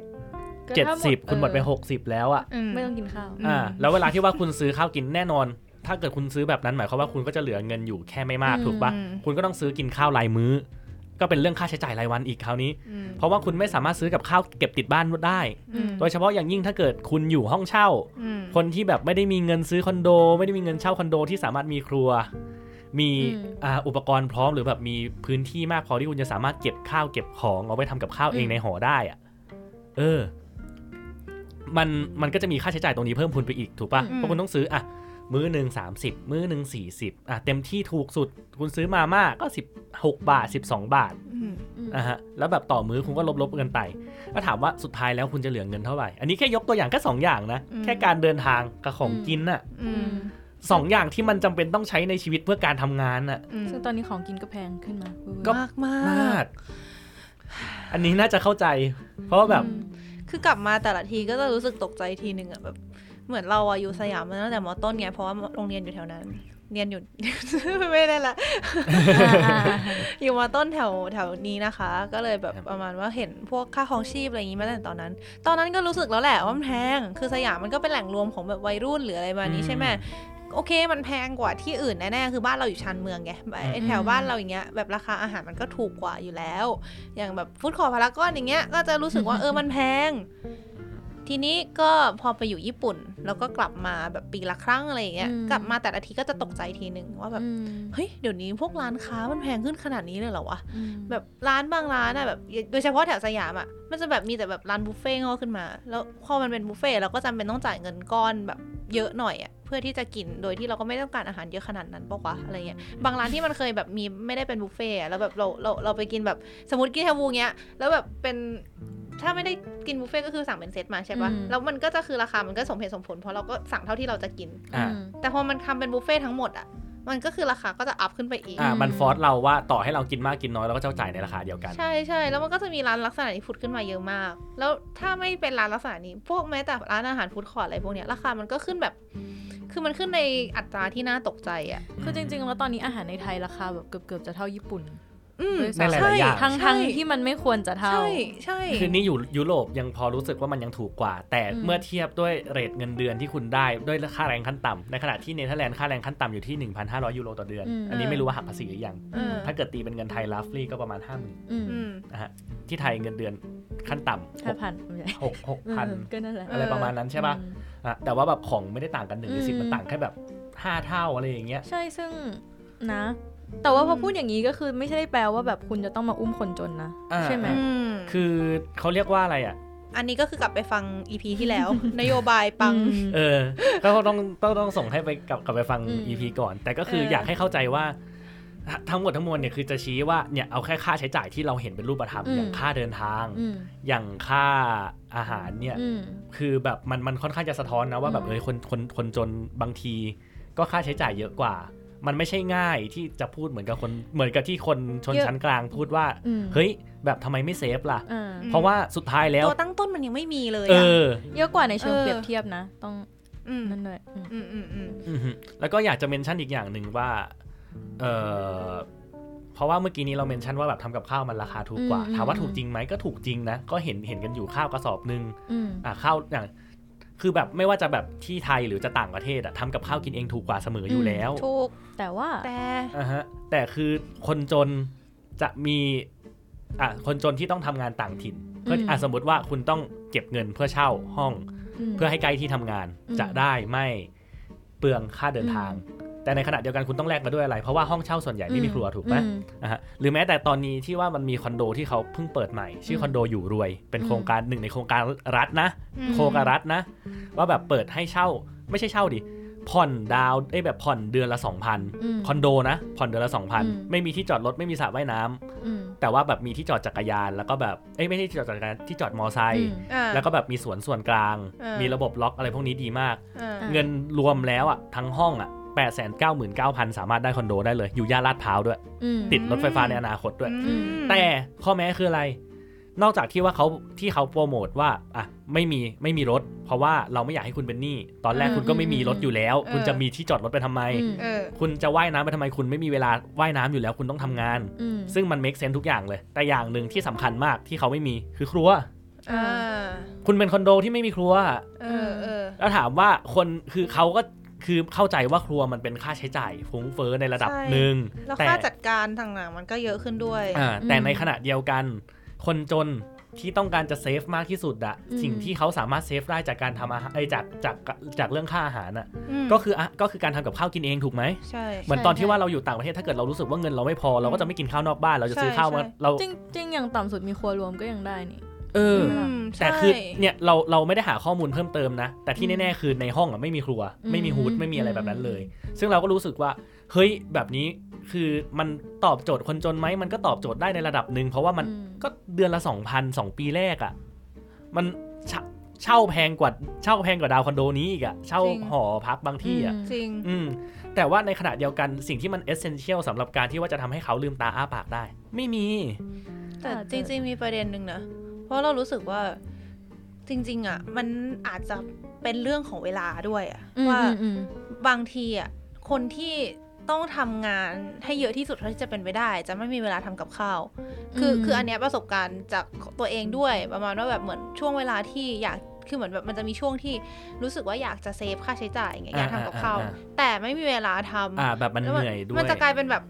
Speaker 3: ก็ถ้าหม
Speaker 1: 70 คุณหมดไป
Speaker 3: เออ
Speaker 1: 60 แล้วอะ
Speaker 2: อืม
Speaker 3: ไม่ต้องกินข้าว
Speaker 2: อืม
Speaker 1: อ่าแล้วเวลาที่ว่าคุณซื้อข้าวกินแน่นอน ถ้าเกิดคุณซื้อแบบนั้นหมายความว่าคุณก็จะเหลือเงินอยู่แค่ไม่มาก
Speaker 3: อืม
Speaker 1: ถูกปะ
Speaker 2: อืม
Speaker 1: คุณก็ต้องซื้อกินข้าวรายมื้อ ก็เป็นเรื่องค่าใช้จ่ายรายวันอีกคราวนี้
Speaker 2: อืม
Speaker 1: เพราะว่าคุณไม่สามารถซื้อกับข้าวเก็บติดบ้านได้
Speaker 2: อืม
Speaker 1: โดยเฉพาะอย่างยิ่งถ้าเกิดคุณอยู่ห้องเช่า
Speaker 2: อืม
Speaker 1: คนที่แบบไม่ได้มีเงินซื้อคอนโด ไม่ได้มีเงินเช่าคอนโดที่สามารถมีครัว มี
Speaker 3: อืม
Speaker 1: อ่าอุปกรณ์พร้อมหรือแบบมีพื้นที่มากพอที่คุณจะสามารถเก็บข้าวเก็บของเอาไว้ทำกับข้าวเอง
Speaker 3: อืม
Speaker 1: ในหอได้อะเออ มันมันก็จะมีค่าใช้จ่ายตรงนี้เพิ่มพูนไปอีกถูกปะ่ะ
Speaker 2: อืม
Speaker 1: เพราะคุณต้องซื้ออ่ะมื้อหนึ่งสามสิบมื้อหนึ่งสี่สิบอ่ะเต็มที่ถูกสุด คุณซื้อมาม่าก็สิบหกบาทสิบสองบาท
Speaker 2: อืม
Speaker 3: อืม
Speaker 1: นะฮะแล้วแบบต่อมื้อคุณก็ลบๆกันไปก็ถามว่าสุดท้ายแล้วคุณจะเหลือเงินเท่าไหร่อันนี้แค่ยกตัวอย่างแค่สองอย่างนะ
Speaker 2: อืม
Speaker 1: แค่การเดินทางกับของกินน่ะ
Speaker 2: อืม
Speaker 1: สองอย่างที่มันจำเป็นต้องใช้ในชีวิตเพื่อการทำงานน่ะ
Speaker 2: อืม
Speaker 3: ซึ่งตอนนี้ของกินก็แพงขึ้นมาเว้ย
Speaker 1: ก็
Speaker 2: มากมาม
Speaker 1: าก ก อันนี้น่าจะเข้าใจ เพราะว่าแบบ
Speaker 2: อืมคือกลับมาแต่ละทีก็จะรู้สึกตกใจทีหนึ่งอะแบบ เหมือนเราอะอยู่สยามมาตั้งแต่มอต้นไงเพราะว่าโรงเรียนอยู่แถวนั้น เรียนอยู่ ไม่ได้ละ อยู่มอต้นแถวแถวนี้นะคะ ก็เลยแบบ
Speaker 1: ครับ
Speaker 2: ประมาณว่าเห็นพวกค่าครองชีพอะไรอย่างนี้มาตั้งแต่ตอนนั้น ตอนนั้นก็รู้สึกแล้วแหละว่ามันแพงคือสยามมันก็เป็นแหล่งรวมของแบบวัยรุ่นหรืออะไรประมาณนี้ใช่ไหม โอเคมันแพงกว่าที่อื่นแน่ๆคือบ้านเราอยู่ชานเมืองไงแบบไอ้
Speaker 3: อืม
Speaker 2: แถวบ้านเราอย่างเงี้ยแบบราคาอาหารมันก็ถูกกว่าอยู่แล้ว อย่างแบบฟู้ดคอร์พารากอนอย่างเงี้ยก็จะรู้สึกว่าเออมันแพง ทีนี้ก็พอไปอยู่ญี่ปุ่น แล้วก็กลับมาแบบปีละครั้งอะไรอย่างเงี้ย
Speaker 3: อืม
Speaker 2: กลับมาแต่ละทีก็จะตกใจทีหนึ่งว่าแบบ
Speaker 3: อืม
Speaker 2: เฮ้ยเดี๋ยวนี้พวกร้านค้ามันแพงขึ้นขนาดนี้เลยเหรอวะ
Speaker 3: อืม
Speaker 2: แบบร้านบางร้านอะแบบโดยเฉพาะแถวสยามอะมันจะแบบมีแต่แบบร้านบุฟเฟ่ต์งอกขึ้นมา แล้วพอมันเป็นบุฟเฟ่ต์เราก็จำเป็นต้องจ่ายเงินก้อนแบบเยอะหน่อยอะเพื่อที่จะกินโดยที่เราก็ไม่ต้องการอาหารเยอะขนาดนั้นปะวะอะไรเงี้ยบางร้านที่มันเคยแบบมีไม่ได้เป็นบุฟเฟ่ต์อะแล้วแบบเราเราเราไปกินแบบสมมติกินแฮวูเงี้ยแล้วแบบเป็นถ้าไม่ได้กินบุฟเฟ่ต์ก็คือสั่งเป็นเซตมาใช่ปะแล้วมันก็จะคือราคามันก็สมเหตุสมผลเพราะเราก็สั่งเท่าที่เราจะกิน
Speaker 1: อ่า
Speaker 3: อืม
Speaker 2: แต่พอมันทำเป็นบุฟเฟ่ต์ทั้งหมดอะมันก็คือราคาก็จะอัพขึ้นไปอีก
Speaker 1: อ่ามันฟอร์สเราว่าต่อให้เรากินมากกินน้อยเราก็จะจ่ายในราคาเดียวกัน
Speaker 2: ใช่ใช่แล้วมันก็จะมีร้านลักษณะนี้ผุดขึ้นมาเยอะมาก แล้วถ้าไม่เป็นร้านลักษณะนี้ พวกแม้แต่ร้านอาหารฟู้ดคอร์ทอะไรพวกเนี้ยราคามันก็ขึ้นแบบ คือมันขึ้นในอัตราที่น่าตกใจอ่ะ
Speaker 3: คือจริงๆ แล้วตอนนี้อาหารในไทยราคาแบบเกือบๆจะเท่าญี่ปุ่น
Speaker 2: อืม
Speaker 3: ด้วย
Speaker 1: ในหลายๆ
Speaker 3: ซ้ำ
Speaker 1: อย่าง
Speaker 3: ทั้ง
Speaker 2: ใช่
Speaker 3: ทั้งที่มันไม่ควรจะเท่า
Speaker 2: ใช่ใช่
Speaker 1: คือนี่อยู่ยุโรปยังพอรู้สึกว่ามันยังถูกกว่า แต่
Speaker 3: อืม
Speaker 1: เมื่อเทียบด้วยเรทเงินเดือนที่คุณได้ด้วยค่าแรงขั้นต่ำในขณะที่เนเธอร์แลนด์ค่าแรงขั้นต่ำอยู่ที่ 1,500 ยูโรต่อเดือน
Speaker 3: อืม
Speaker 1: อันนี้ไม่รู้ว่าหักภาษีหรือยัง
Speaker 2: เออ
Speaker 1: ถ้าเกิดตีเป็นเงินไทยลัฟลี่ก็ประมาณ 5 0,000
Speaker 3: อืม
Speaker 2: อืม
Speaker 1: นะฮะที่ไทยเงินเดือนขั้นต่
Speaker 3: ห้าพันไม่ใช่
Speaker 1: ำหกหกพัน
Speaker 3: เออก็นั่นแหละ
Speaker 1: อะไรประมาณนั้นใช่ป่ะ
Speaker 3: อืม
Speaker 1: อ่ะแต่ว่าแบบของไม่ได้ต่างกันหนึ่งหรือสิบ
Speaker 3: อืม
Speaker 1: มันต่างแค่แบบห้าเท่าอะไรอย่างเงี้ย
Speaker 3: ใช่ซึ่งนะ แต่ว่าพออ
Speaker 2: ม
Speaker 3: พูดอย่างนี้ก็คือไม่ใช่แปลว่าแบบคุณจะต้องมาอุ้มคนจนนะ
Speaker 1: อ่า
Speaker 3: ใช่ไหม
Speaker 2: อืม
Speaker 1: คือเขาเรียกว่าอะไรอ่ะ
Speaker 2: อันนี้ก็คือกลับไปฟังอีพีที่แล้ว นโยบายปัง
Speaker 1: เออก็ต้องต้องต้องส่งให้ไปกลับกลับไปฟัง
Speaker 3: อืม
Speaker 1: อีพีก่อน แต่ก็คือ
Speaker 2: เออ
Speaker 1: อ
Speaker 2: อ
Speaker 1: ยากให้เข้าใจว่า ทั้งหมดทั้งมวลเนี่ยคือจะชี้ว่าเนี่ยเอาแค่ค่าใช้จ่ายที่เราเห็นเป็นรูปธรรม อย่างค่าเดินทาง
Speaker 3: อืม
Speaker 1: อย่างค่าอาหารเนี่ย
Speaker 3: อืม
Speaker 1: คือแบบมันมันค่อนข้างจะสะท้อนนะว่าแบบ
Speaker 3: อืม
Speaker 1: เออคนคนคนจนบางที ก็ค่าใช้จ่ายเยอะกว่า มันไม่ใช่ง่ายที่จะพูดเหมือนกับคนเหมือนกับที่คนชนชั้นกลางพูดว่า
Speaker 3: อืม
Speaker 1: เฮ้ย แบบทำไมไม่เซฟล่ะ
Speaker 3: อ่า
Speaker 1: เพราะว่าสุดท้ายแล้ว
Speaker 2: ตัวตั้งต้นมันยังไม่มีเลย
Speaker 1: เอ
Speaker 2: อะ
Speaker 1: อ
Speaker 3: เยอะกว่าในเชิง
Speaker 2: เออ
Speaker 3: เปรียบเทียบนะ ต้อง
Speaker 2: อืม
Speaker 3: นั่นด้วยอืม
Speaker 2: อืมอืมอืม
Speaker 1: อือฮึแล้วก็อยากจะเมนชั่นอีกอย่างหนึ่งว่า เออเพราะว่าเมื่อกี้นี้เราเมนชั่นว่าแบบทำกับข้าวมันราคาถูกกว่า ถามว่าถูกจริงไหมก็ถูกจริงนะ ก็เห็นเห็นกันอยู่ข้าวกระสอบหนึ่ง
Speaker 3: อืม
Speaker 1: อ่ะข้าวอย่าง คือแบบไม่ว่าจะแบบที่ไทยหรือจะต่างประเทศอะทำกับข้าวกินเองถูกกว่าเสมออยู่แล้ว
Speaker 2: ถูก
Speaker 3: แต่ว่า
Speaker 2: แต่
Speaker 1: อ่ะฮะ แต่คือคนจนจะมีอ่ะคนจนที่ต้องทำงานต่างถิ่นเพื่อ
Speaker 3: อืม
Speaker 1: อ่ะสมมติว่าคุณต้องเก็บเงินเพื่อเช่าห้อง
Speaker 3: ม
Speaker 1: เพื่อให้ใกล้ที่ทำงาน
Speaker 3: อืม
Speaker 1: จะได้ไม่เปลืองค่าเดินทาง แต่ในขณะเดียวกันคุณต้องแลกมาด้วยอะไร เพราะว่าห้องเช่าส่วนใหญ่ไม่มีครัวถูกไหม
Speaker 3: อืม
Speaker 1: นะฮะหรือแม้แต่ตอนนี้ที่ว่ามันมีคอนโดที่เขาเพิ่งเปิดใหม่ ชื่อคอนโดอยู่รวย เป็น
Speaker 3: อืม
Speaker 1: โครงการหนึ่งในโครงการรัฐนะ
Speaker 2: อืม
Speaker 1: โครงการรัฐนะ ว่าแบบเปิดให้เช่า ไม่ใช่เช่าดิผ่อนดาวน์เอ้ยแบบผ่อนเดือนละ
Speaker 3: ม
Speaker 1: 2,000คอนโดนะ ผ่อนเดือนละ 2,000 ไม่มีที่จอดรถไม่มีสระว่ายน้ำ
Speaker 3: อืม
Speaker 1: แต่ว่าแบบมีที่จอดจักรยานแล้วก็แบบเอ้ยไม่ใช่ที่จอดจักรยานที่จอดมอไซ
Speaker 3: อื
Speaker 1: ค์
Speaker 3: ม
Speaker 2: อ่า
Speaker 1: แล้วก็แบบมีสวนส่วนกลาง
Speaker 2: เออ
Speaker 1: มีระบบล็อกอะไรพวกนี้ดีมาก
Speaker 2: อ่า
Speaker 3: อ่ะ
Speaker 1: เงินรวมแล้วอ่ะทั้งห้องอ่ะ8 9 9 0 0 0 สามารถได้คอนโดได้เลย อยู่ย่านลาดพร้าวด้วย
Speaker 3: อืม
Speaker 1: ติดรถไฟฟ้าในอนาคตด้วย
Speaker 2: อืม
Speaker 1: แต่ข้อแม้คืออะไร นอกจากที่ว่าเขาที่เขาโปรโมทว่าอ่ะไม่มีไม่มีรถ เพราะว่าเราไม่อยากให้คุณเป็นหนี้ ตอนแรก
Speaker 3: เออ
Speaker 1: คุณก็ไม่มีรถอยู่แล้ว
Speaker 2: เออ
Speaker 1: คุณจะมีที่จอดรถไปทำไม
Speaker 3: อืม
Speaker 2: เออ
Speaker 1: คุณจะว่ายน้ำไปทำไมคุณไม่มีเวลาว่ายน้ำอยู่แล้ว คุณต้องทำงาน
Speaker 3: อืม
Speaker 1: ซึ่งมันเมคเซนทุกอย่างเลย แต่อย่างหนึ่งที่สำคัญมากที่เขาไม่มีคือครัว
Speaker 2: อ่า
Speaker 1: คุณเป็นคอนโดที่ไม่มีครัว
Speaker 2: เออเออ
Speaker 1: แล้วถามว่าคนคือเขาก็คือเข้าใจว่าครัวมันเป็นค่าใช้จ่ายฟุ้งเฟ้อในระดับ
Speaker 2: ใช่
Speaker 1: หนึ่ง
Speaker 2: แล้ว
Speaker 1: แต่
Speaker 2: ค่าจัดการต่างๆมันก็เยอะขึ้นด้วย
Speaker 1: อ่าแต่
Speaker 3: อืม
Speaker 1: ในขณะเดียวกัน คนจนที่ต้องการจะเซฟมากที่สุดอะ
Speaker 3: อืม
Speaker 1: สิ่งที่เขาสามารถเซฟได้จากการทำอาหารไอ้ยจากจากจากเรื่องค่าอาหารอะ
Speaker 2: อืม
Speaker 1: ก็คืออะก็คือการทำกับข้าวกินเองถูกไหม
Speaker 2: ใช่
Speaker 1: เหมือนตอนที่
Speaker 3: ใช่
Speaker 1: ว่าเราอยู่ต่างประเทศถ้าเกิดเรารู้สึกว่าเงินเราไม่พอเราก็จะไม่กินข้าวนอกบ้านเราจะซื้อ
Speaker 2: ใช่
Speaker 1: ข้าวมา
Speaker 2: ใช่
Speaker 1: เรา
Speaker 3: จริงจริงอย่างต่ำสุดมีครัวรวมก็ยังได้นี่
Speaker 1: เออ
Speaker 2: อืม
Speaker 1: แต่
Speaker 2: ใช่
Speaker 1: คือเนี่ยเราเราไม่ได้หาข้อมูลเพิ่มเติมนะ แต่ที่แน่ๆคือในห้องอะไม่มีครัว
Speaker 3: อืม
Speaker 1: ไม่มีฮูดไม่มีอะไรแบบนั้นเลย ซึ่งเราก็รู้สึกว่า เฮ้ยแบบนี้คือมันตอบโจทย์คนจนไหมมันก็ตอบโจทย์ได้ในระดับหนึ่งเพราะว่ามัน
Speaker 3: อืม
Speaker 1: ก็เดือนละสองพันสองปีแรกอะ่ะมันเชเช่าแพงกว่าเช่าแพงกว่าดาวคอนโดนี้อีกอะ่ะเช่า
Speaker 2: จริง
Speaker 1: หอพักบางที่อ่ะ
Speaker 3: ม
Speaker 2: จริง
Speaker 1: อืมแต่ว่าในขณะเดียวกันสิ่งที่มันเอเซนเชียลสำหรับการที่ว่าจะทำให้เขาลืมตาอ้าปากได้ ไม่มี
Speaker 2: แต่จริง ๆ มีประเด็นหนึ่งนะ เพราะเรารู้สึกว่าจริง ๆ อ่ะ มันอาจจะเป็นเรื่องของเวลาด้วยอ่ะ
Speaker 3: อืม
Speaker 2: ว่า
Speaker 3: อืม
Speaker 2: บางทีอ่ะคนที่ต้องทำงานให้เยอะที่สุดเท่าที่จะเป็นไปได้ จะไม่มีเวลาทำกับข้าว คือ
Speaker 3: อืม
Speaker 2: คืออันเนี้ยประสบการณ์จากตัวเองด้วยประมาณว่าแบบเหมือนช่วงเวลาที่อยากคือเหมือนแบบมันจะมีช่วงที่รู้สึกว่าอยากจะเซฟค่าใช้จ่ายอย่างเงี้ยอยากทำกับข้าว
Speaker 1: อ่าอ่าอ่
Speaker 2: แต่ไม่มีเวลาทำ
Speaker 1: อ่า แบบมัน
Speaker 2: แล้ว
Speaker 1: เหนื่อยด้วย
Speaker 2: มันจะกลายเป็นแบบ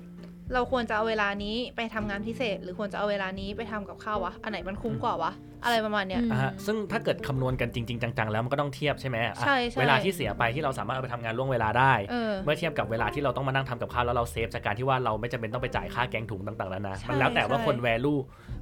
Speaker 2: เราควรจะเอาเวลานี้ไปทำงานพิเศษ หรือควรจะเอาเวลานี้ไปทำกับข้าววะ อันไหนมันคุ้มกว่าวะ
Speaker 1: ใช่
Speaker 2: อะไรประมาณเนี้ย
Speaker 3: อืม
Speaker 1: อ่ะฮะซึ่งถ้าเกิดคำนวณกันจริง ๆ จังๆ แล้วมันก็ต้องเทียบใช่ไหมอ่ะ
Speaker 2: ใช่ใช่
Speaker 1: เวลาที่เสียไปที่เราสามารถเอาไปทำงานล่วงเวลาได้
Speaker 2: เออ
Speaker 1: เมื่อเทียบกับเวลาที่เราต้องมานั่งทำกับข้าวแล้วเราเซฟจากการที่ว่าเราไม่จำเป็นต้องไปจ่ายค่าแกงถุงต่างๆแล้วนะ
Speaker 2: ใช่
Speaker 1: มันแล้วแต่ว่า
Speaker 2: ใช่
Speaker 1: คนแวลู